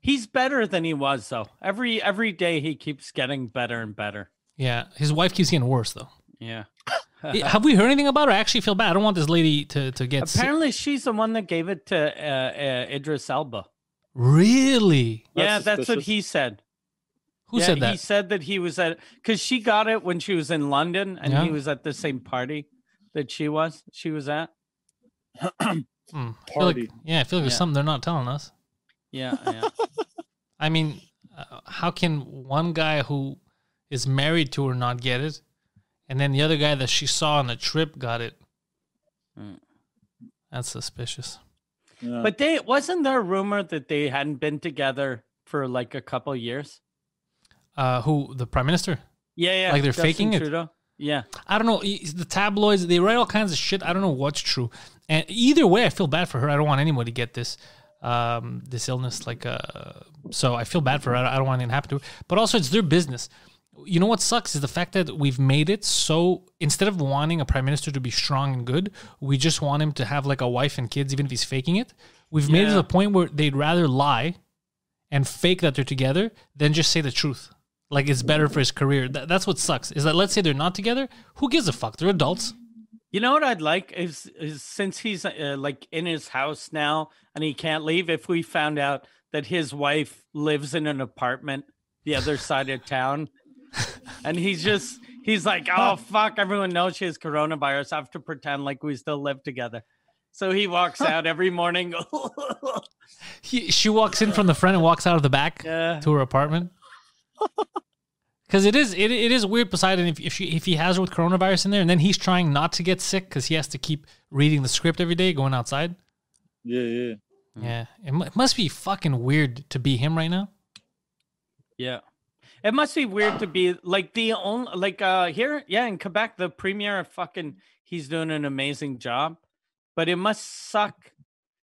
[SPEAKER 2] He's better than he was though. Every every day he keeps getting better and better.
[SPEAKER 1] Yeah, his wife keeps getting worse
[SPEAKER 2] *laughs*
[SPEAKER 1] though.
[SPEAKER 2] Yeah.
[SPEAKER 1] Eh, Have we heard anything about her? I actually feel bad. I don't want this lady to to get sick.
[SPEAKER 2] Apparently she's the one that gave it to uh, uh, Idris Elba.
[SPEAKER 1] Really?
[SPEAKER 2] yeah, that's what
[SPEAKER 3] suspicious.
[SPEAKER 2] he said.
[SPEAKER 1] Who
[SPEAKER 2] Yeah,
[SPEAKER 1] said
[SPEAKER 2] He
[SPEAKER 1] that?
[SPEAKER 2] said that he was at because she got it when she was in London and
[SPEAKER 1] Yeah.
[SPEAKER 2] he was at the same party that she was. She was at.
[SPEAKER 1] Hmm. I feel like-
[SPEAKER 3] Party.
[SPEAKER 1] yeah, I feel like there's
[SPEAKER 2] Yeah.
[SPEAKER 1] something they're not telling us. *laughs*
[SPEAKER 2] Yeah, yeah.
[SPEAKER 1] I mean, uh, how can one guy who is married to her not get it, and then the other guy that she saw on a trip got it?
[SPEAKER 2] Hmm.
[SPEAKER 1] That's suspicious.
[SPEAKER 3] Yeah.
[SPEAKER 2] but they wasn't there a rumor that they hadn't been together for like a couple years.
[SPEAKER 1] Uh, who the prime minister?
[SPEAKER 2] Yeah, yeah.
[SPEAKER 1] Like they're
[SPEAKER 2] Justin
[SPEAKER 1] faking it?
[SPEAKER 2] Trudeau. Yeah.
[SPEAKER 1] I don't know. e- The tabloids they write all kinds of shit. I don't know what's true. And either way, I feel bad for her. I don't want anyone to get this um this illness like uh so i feel bad for her i don't- I don't want anything to happen to her but also it's their business you know what sucks is the fact that we've made it so instead of wanting a prime minister to be strong and good we just want him to have like a wife and kids even if he's faking it we've made it to
[SPEAKER 2] Yeah.
[SPEAKER 1] the point where they'd rather lie and fake that they're together than just say the truth like it's better for his career Th- that's what sucks is that let's say they're not together who gives a fuck they're adults
[SPEAKER 2] You know what I'd like is, is since he's uh, like in his house now and he can't leave, if we found out that his wife lives in an apartment the other side of town and he's just, he's like, oh, fuck, everyone knows she has coronavirus. I have to pretend like we still live together. So he walks out every morning. *laughs*
[SPEAKER 1] he, she walks in from the front and walks out of the back
[SPEAKER 2] yeah.
[SPEAKER 1] to her
[SPEAKER 2] *laughs*
[SPEAKER 1] apartment because it is it, it is weird poseidon if, if she if he has her with coronavirus in there and then he's trying not to get sick because he has to keep reading the script every day going outside
[SPEAKER 3] yeah, yeah.
[SPEAKER 2] Mm-hmm.
[SPEAKER 1] yeah it, mu- it must be fucking weird to be him right now
[SPEAKER 2] Yeah. It must be weird to be like the only like uh here, yeah, in Quebec, the premier fucking he's doing an amazing job. But it must suck.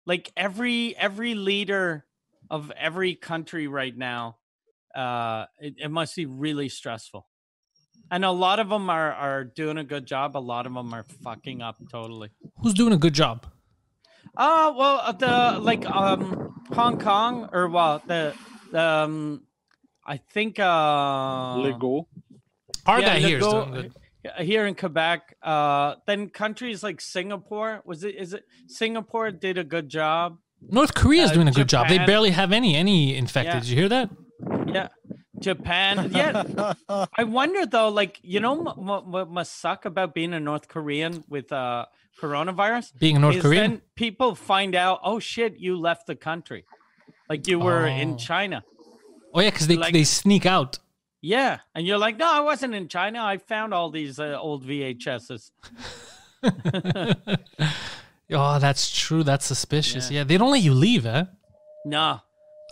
[SPEAKER 2] Like every every leader of every country right now, uh it, it must be really stressful. And a lot of them are are doing a good job, a lot of them are fucking up totally.
[SPEAKER 1] who's doing a good job
[SPEAKER 2] Uh well uh, the like um Hong Kong or well the the, um I think uh
[SPEAKER 3] Let go.
[SPEAKER 1] our
[SPEAKER 2] Yeah,
[SPEAKER 1] guy here is
[SPEAKER 2] Legault-
[SPEAKER 1] doing good
[SPEAKER 2] uh, here in Quebec. Uh, then countries like Singapore was it? Is it Singapore did a good job?
[SPEAKER 1] north korea is
[SPEAKER 2] uh,
[SPEAKER 1] doing a good job they
[SPEAKER 2] Japan-
[SPEAKER 1] barely have any any infected
[SPEAKER 2] Yeah.
[SPEAKER 1] did you hear that
[SPEAKER 2] Yeah, Japan. Yeah, I wonder though. Like you know, m- m- what must suck about being a North Korean with uh coronavirus
[SPEAKER 1] being a north
[SPEAKER 2] is
[SPEAKER 1] korean
[SPEAKER 2] then people find out. Oh shit, you left the country, like you were
[SPEAKER 1] Oh.
[SPEAKER 2] in China.
[SPEAKER 1] oh yeah because they,
[SPEAKER 2] like-
[SPEAKER 1] they sneak out
[SPEAKER 2] Yeah, and you're like, no, I wasn't in China. I found all these uh, old VHSs.
[SPEAKER 1] oh that's true that's suspicious yeah, they don't let you leave eh
[SPEAKER 2] No,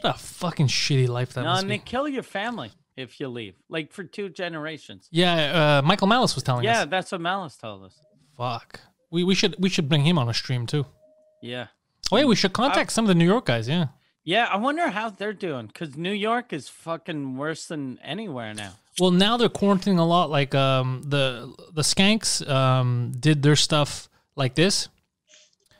[SPEAKER 1] what a fucking shitty life that
[SPEAKER 2] no,
[SPEAKER 1] must
[SPEAKER 2] and they
[SPEAKER 1] be
[SPEAKER 2] kill your family if you leave, like for two generations.
[SPEAKER 1] yeah uh, michael malice was telling us
[SPEAKER 2] Yeah, that's what Malice told us.
[SPEAKER 1] Fuck. We we should we should bring him on a stream too.
[SPEAKER 2] Yeah.
[SPEAKER 1] Oh yeah, we should contact some of the New York guys. Yeah.
[SPEAKER 2] Yeah, I wonder how they're doing because New York is fucking worse than anywhere now.
[SPEAKER 1] Well, now they're quarantining a lot. Like um the the Skanks um did their stuff like this.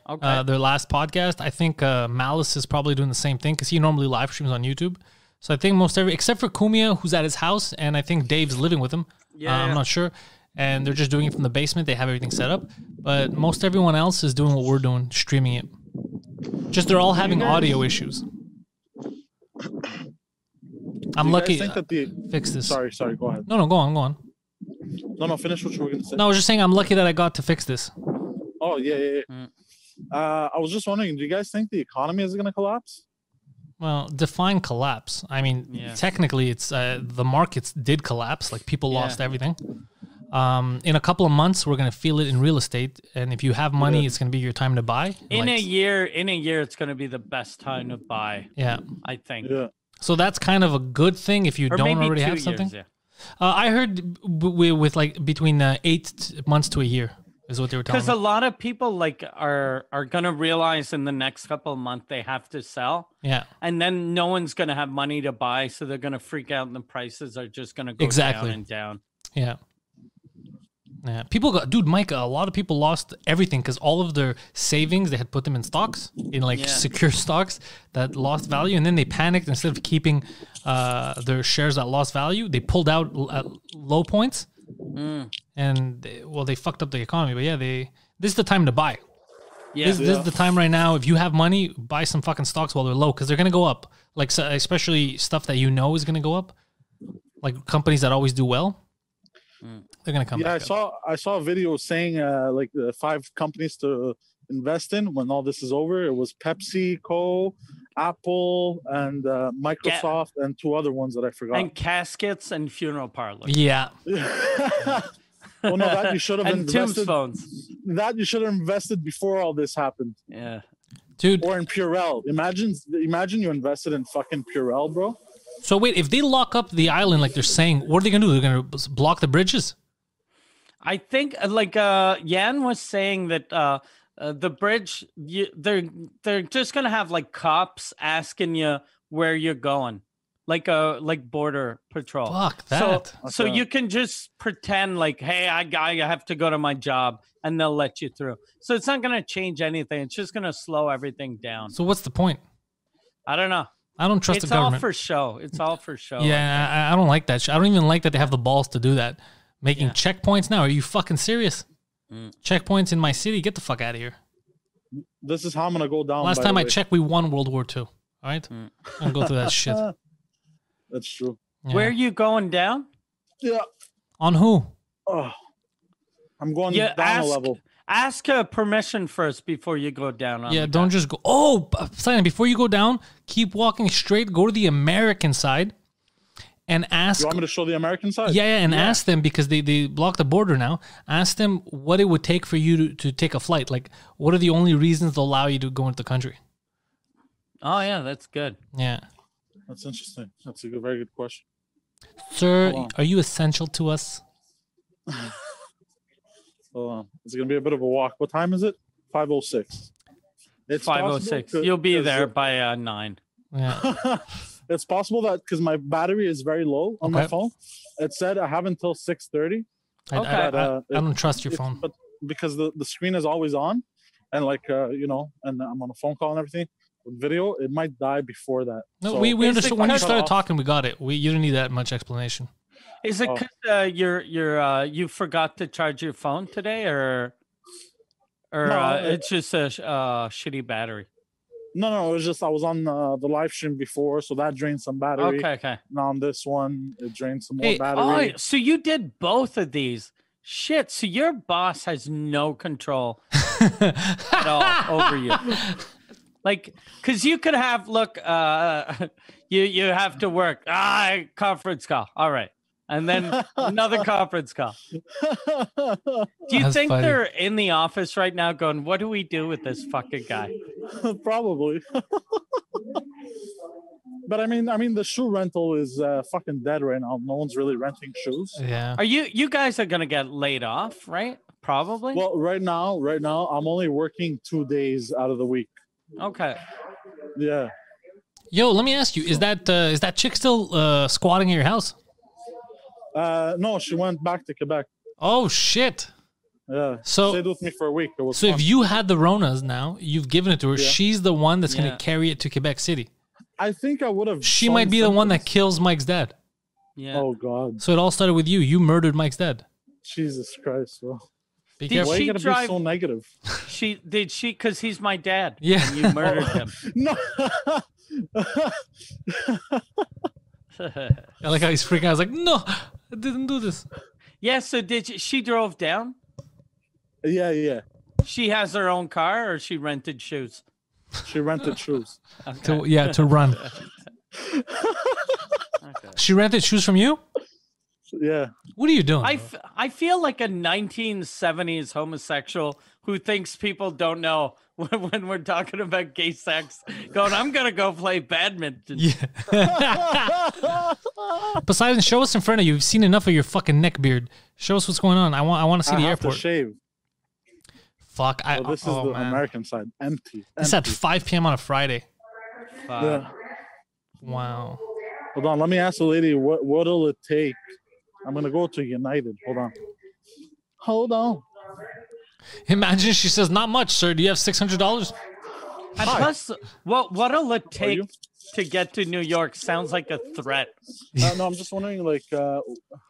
[SPEAKER 2] Okay.
[SPEAKER 1] Uh, their last podcast. I think uh, Malice is probably doing the same thing because he normally live streams on YouTube. So I think most every except for Kumia, who's at his house, and I think Dave's living with him.
[SPEAKER 2] Yeah,
[SPEAKER 1] Uh, I'm
[SPEAKER 2] yeah.
[SPEAKER 1] not sure. And they're just doing it from the basement. They have everything set up, but most everyone else is doing what we're doing, streaming it. Just they're all having audio issues. I'm
[SPEAKER 3] Do you guys
[SPEAKER 1] lucky.
[SPEAKER 3] think that the-
[SPEAKER 1] fix this.
[SPEAKER 3] sorry, sorry. Go ahead.
[SPEAKER 1] No, no, go on, go on.
[SPEAKER 3] No, no. Finish what you were gonna say.
[SPEAKER 1] No, I was just saying I'm lucky that I got to fix this.
[SPEAKER 3] Oh yeah, yeah. yeah.
[SPEAKER 1] Mm.
[SPEAKER 3] Uh, I was just wondering, do you guys think the economy is gonna collapse?
[SPEAKER 1] Well, define collapse. I mean,
[SPEAKER 2] Yeah.
[SPEAKER 1] technically, it's uh, the markets did collapse. Like people
[SPEAKER 2] Yeah.
[SPEAKER 1] lost everything. Um, in a couple of months, we're gonna feel it in real estate, and if you have money, it's gonna be your time to buy.
[SPEAKER 2] in
[SPEAKER 1] Like,
[SPEAKER 2] a year, in a year, it's going to be the best time to buy,
[SPEAKER 1] yeah.
[SPEAKER 2] I think.
[SPEAKER 3] Yeah.
[SPEAKER 1] So that's kind of a good thing if you
[SPEAKER 2] Or
[SPEAKER 1] don't
[SPEAKER 2] maybe
[SPEAKER 1] already
[SPEAKER 2] two
[SPEAKER 1] have something.
[SPEAKER 2] years. Yeah.
[SPEAKER 1] uh, I heard b- w- with like between uh, eight t- months to a year is what they were telling
[SPEAKER 2] Because a
[SPEAKER 1] me.
[SPEAKER 2] lot of people like are are gonna realize in the next couple of months they have to sell,
[SPEAKER 1] Yeah,
[SPEAKER 2] and then no one's gonna have money to buy, so they're gonna freak out, and the prices are just gonna go
[SPEAKER 1] Exactly.
[SPEAKER 2] down and down.
[SPEAKER 1] yeah. Yeah, people got dude, Micah. A lot of people lost everything because all of their savings they had put them in stocks, in like
[SPEAKER 2] Yeah.
[SPEAKER 1] secure stocks that lost value, and then they panicked. Instead of keeping uh, their shares that lost value, they pulled out l- at low points,
[SPEAKER 2] Mm,
[SPEAKER 1] and they, well, they fucked up the economy. But yeah, they this is the time to buy.
[SPEAKER 2] Yeah.
[SPEAKER 1] This, this is the time right now. If you have money, buy some fucking stocks while they're low because they're gonna go up. Like so, especially stuff that you know is gonna go up, like companies that always do well.
[SPEAKER 2] Mm.
[SPEAKER 1] They're gonna come.
[SPEAKER 3] yeah,
[SPEAKER 1] back
[SPEAKER 3] I
[SPEAKER 1] up.
[SPEAKER 3] saw I saw a video saying uh, like the five companies to invest in when all this is over. It was PepsiCo, Apple, and uh, Microsoft, and two other ones that I forgot.
[SPEAKER 2] And caskets and funeral parlors.
[SPEAKER 1] Yeah,
[SPEAKER 3] oh
[SPEAKER 1] *laughs*
[SPEAKER 3] no, that you should have
[SPEAKER 2] and
[SPEAKER 3] invested.
[SPEAKER 2] tombstones.
[SPEAKER 3] That you should have invested before all this happened,
[SPEAKER 2] Yeah.
[SPEAKER 1] dude.
[SPEAKER 3] or in Purell. Imagine, imagine you invested in fucking Purell, bro.
[SPEAKER 1] So wait, if they lock up the island like they're saying, what are they gonna do? They're gonna b- block the bridges.
[SPEAKER 2] I think uh, like uh Yan was saying that uh, uh the bridge you, they're they're just gonna have like cops asking you where you're going. Like a like border
[SPEAKER 3] Oh.
[SPEAKER 2] patrol.
[SPEAKER 1] Fuck
[SPEAKER 2] So,
[SPEAKER 1] that.
[SPEAKER 2] so
[SPEAKER 3] Okay.
[SPEAKER 2] you can just pretend like, hey, I, I have to go to my job, and they'll let you through. So it's not going to change anything. It's just going to slow everything down.
[SPEAKER 1] So, what's the point?
[SPEAKER 2] I don't know.
[SPEAKER 1] I don't trust
[SPEAKER 2] it's
[SPEAKER 1] the
[SPEAKER 2] all
[SPEAKER 1] government.
[SPEAKER 2] for show. It's all for show.
[SPEAKER 1] yeah, I, I don't like that. shit. I don't even like that they have the balls to do that. Making
[SPEAKER 2] Yeah.
[SPEAKER 1] checkpoints now? Are you fucking serious?
[SPEAKER 2] Mm.
[SPEAKER 1] Checkpoints in my city? Get the fuck out of here.
[SPEAKER 3] This is how I'm gonna go down.
[SPEAKER 1] Last
[SPEAKER 3] by
[SPEAKER 1] time
[SPEAKER 3] the
[SPEAKER 1] I
[SPEAKER 3] way.
[SPEAKER 1] checked, we won World War II. All right,
[SPEAKER 2] Mm.
[SPEAKER 1] I don't go through that
[SPEAKER 3] *laughs*
[SPEAKER 1] shit.
[SPEAKER 3] Ah, that's true.
[SPEAKER 1] Yeah.
[SPEAKER 2] Where are you going down?
[SPEAKER 3] Yeah.
[SPEAKER 1] on who?
[SPEAKER 3] Oh, I'm going
[SPEAKER 2] Yeah,
[SPEAKER 3] down
[SPEAKER 2] ask-
[SPEAKER 3] a level.
[SPEAKER 2] Ask her permission first before you go down. On
[SPEAKER 1] Yeah,
[SPEAKER 2] the
[SPEAKER 1] don't just go. Oh, b- Simon, before you go down, keep walking straight. Go to the American side, and ask.
[SPEAKER 3] You want me to show the American side?
[SPEAKER 1] Yeah, yeah, and ask them because they, they block the border now. Ask them what it would take for you to, to take a flight. Like, what are the only reasons they'll allow you to go into the country?
[SPEAKER 2] back. Oh yeah, that's good.
[SPEAKER 1] Yeah.
[SPEAKER 3] That's interesting. That's a good, very good question.
[SPEAKER 1] Sir,
[SPEAKER 3] Hold on.
[SPEAKER 1] are you essential to us?
[SPEAKER 3] Hold on. uh, It's going to be a bit of a walk. What time is it? 5.06. It's
[SPEAKER 2] Five oh
[SPEAKER 3] possible
[SPEAKER 2] six.
[SPEAKER 3] c-
[SPEAKER 2] You'll be
[SPEAKER 3] 'cause
[SPEAKER 2] there by uh, nine.
[SPEAKER 1] Yeah.
[SPEAKER 3] *laughs* it's possible that because my battery is very low on my
[SPEAKER 1] Okay.
[SPEAKER 3] phone, it said I have until 6.30
[SPEAKER 1] I,
[SPEAKER 2] Okay.
[SPEAKER 1] I, I,
[SPEAKER 3] But, uh,
[SPEAKER 1] I don't trust your
[SPEAKER 3] it's-
[SPEAKER 1] phone.
[SPEAKER 3] but because the, the screen is always on and like, uh, you know, and I'm on a phone call and everything. With video, it might die before that.
[SPEAKER 1] No,
[SPEAKER 3] So-
[SPEAKER 1] we, we
[SPEAKER 2] Is
[SPEAKER 1] understood.
[SPEAKER 2] the
[SPEAKER 1] When you
[SPEAKER 2] cut
[SPEAKER 1] started
[SPEAKER 2] off-
[SPEAKER 1] talking, we got it. We You didn't need that much explanation.
[SPEAKER 2] Is it
[SPEAKER 3] Oh.
[SPEAKER 2] 'cause, uh, you're you're uh, you forgot to charge your phone today, or or
[SPEAKER 3] No,
[SPEAKER 2] uh,
[SPEAKER 3] it-
[SPEAKER 2] it's just a sh- uh, shitty battery?
[SPEAKER 3] No, no, it was just I was on uh, the live stream before, so that drained some battery.
[SPEAKER 2] Okay, okay.
[SPEAKER 3] Now on this one, it drained some more
[SPEAKER 1] Hey,
[SPEAKER 3] battery.
[SPEAKER 2] Oh, yeah, so you did both of these. Shit. So your boss has no control at
[SPEAKER 1] *laughs*
[SPEAKER 2] all over you. Like, cause you could have look, uh *laughs* you you have to work. Ah, conference call. All right. And then
[SPEAKER 3] *laughs*
[SPEAKER 2] another conference call. Do you
[SPEAKER 1] That's
[SPEAKER 2] think
[SPEAKER 1] funny.
[SPEAKER 2] they're in the office right now going, what do we do with this fucking guy?
[SPEAKER 3] *laughs* Probably. *laughs* but I mean, I mean, the shoe rental is uh, fucking dead right now. No one's really renting shoes.
[SPEAKER 1] yeah.
[SPEAKER 2] Are you you guys are gonna get laid off, right? Probably.
[SPEAKER 3] Well, right now, right now, I'm only working two days out of the week.
[SPEAKER 2] okay.
[SPEAKER 3] Yeah.
[SPEAKER 1] Yo, let me ask you: Is that uh, is that chick still uh, squatting at your house?
[SPEAKER 3] Uh, no, she went back to Quebec.
[SPEAKER 1] Oh shit!
[SPEAKER 3] Yeah.
[SPEAKER 1] So-
[SPEAKER 3] stayed with me for a week. It was
[SPEAKER 1] So if
[SPEAKER 3] fun.
[SPEAKER 1] you had the Ronas now, you've given it to her.
[SPEAKER 3] Yeah.
[SPEAKER 1] She's the one that's
[SPEAKER 2] Yeah.
[SPEAKER 1] gonna carry it to Quebec City.
[SPEAKER 3] I think I would have.
[SPEAKER 1] She
[SPEAKER 3] shown
[SPEAKER 1] might be the one that
[SPEAKER 3] symptoms.
[SPEAKER 1] kills Mike's dad.
[SPEAKER 2] Yeah.
[SPEAKER 3] Oh God,
[SPEAKER 1] So it all started with you. You murdered Mike's dad.
[SPEAKER 3] Jesus Christ, bro!
[SPEAKER 1] Be
[SPEAKER 2] Did
[SPEAKER 1] careful.
[SPEAKER 3] Why
[SPEAKER 2] she
[SPEAKER 3] you gotta
[SPEAKER 2] drive-
[SPEAKER 3] be so negative? *laughs*
[SPEAKER 2] She did she because he's my dad.
[SPEAKER 1] Yeah.
[SPEAKER 2] And you murdered
[SPEAKER 1] Oh.
[SPEAKER 2] him.
[SPEAKER 3] No.
[SPEAKER 1] *laughs* I like how he's freaking out. I was like, no, I didn't do this.
[SPEAKER 2] yeah, so did you, she drove down?
[SPEAKER 3] yeah, yeah.
[SPEAKER 2] She has her own car or she rented shoes?
[SPEAKER 1] *laughs*
[SPEAKER 3] She rented shoes.
[SPEAKER 1] To, yeah, to run.
[SPEAKER 2] *laughs* Okay.
[SPEAKER 1] She rented shoes from you?
[SPEAKER 3] Yeah.
[SPEAKER 1] What are you doing?
[SPEAKER 2] I, f- I feel like a 1970s homosexual who thinks people don't know *laughs* when, when we're talking about gay sex, going, I'm going to go play badminton.
[SPEAKER 1] yeah. *laughs* Poseidon, show us in front of you. You've seen enough of your fucking neck beard. Show us what's going on. I want I want to see
[SPEAKER 3] I
[SPEAKER 1] the
[SPEAKER 3] have to
[SPEAKER 1] airport.
[SPEAKER 3] shave.
[SPEAKER 1] Fuck. I,
[SPEAKER 3] So this is
[SPEAKER 1] oh,
[SPEAKER 3] the
[SPEAKER 1] man.
[SPEAKER 3] American side. Empty.
[SPEAKER 1] It's at
[SPEAKER 3] empty.
[SPEAKER 1] 5 p.m. on a Friday.
[SPEAKER 2] Fuck.
[SPEAKER 3] Yeah.
[SPEAKER 1] Wow.
[SPEAKER 3] Hold on. Let me ask the lady. What What'll it take? I'm gonna go to United. Hold on. Hold on.
[SPEAKER 1] Imagine she says, "Not much, sir. Do you have six hundred dollars?"
[SPEAKER 2] And plus, what what'll it take
[SPEAKER 3] you?
[SPEAKER 2] to get to New York sounds like a threat.
[SPEAKER 3] Uh, no,
[SPEAKER 1] *laughs*
[SPEAKER 3] I'm just wondering, like, uh,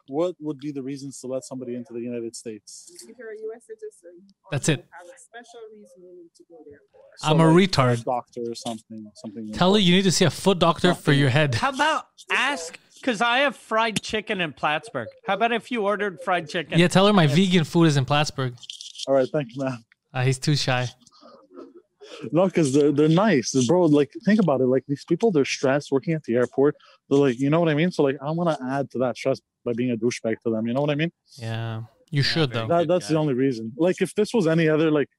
[SPEAKER 3] what would be the reasons to let somebody into the United States?
[SPEAKER 6] If you're a U.S. citizen, or
[SPEAKER 1] That's
[SPEAKER 6] you
[SPEAKER 1] it.
[SPEAKER 6] Have a special reason you need to go there for.
[SPEAKER 1] I'm a
[SPEAKER 3] like,
[SPEAKER 1] retard.
[SPEAKER 3] Doctor or something. Something.
[SPEAKER 1] Tell her you need to see a foot doctor for your head.
[SPEAKER 2] How about ask? Because I have fried chicken in Plattsburgh. How about if you ordered fried chicken?
[SPEAKER 1] Yeah, tell her my vegan food is in Plattsburgh.
[SPEAKER 3] All right, thank you, man.
[SPEAKER 1] Uh, he's too shy.
[SPEAKER 3] No, because they're they're nice, bro. Like, think about it. Like these people, they're stressed working at the airport. They're like, you know what I mean. So like, I'm gonna add to that stress by being a douchebag to them. You know what I mean?
[SPEAKER 1] Yeah, you should though.
[SPEAKER 2] very good.
[SPEAKER 3] That, that's the
[SPEAKER 2] guy.
[SPEAKER 3] only reason. Like, if this was any other, like,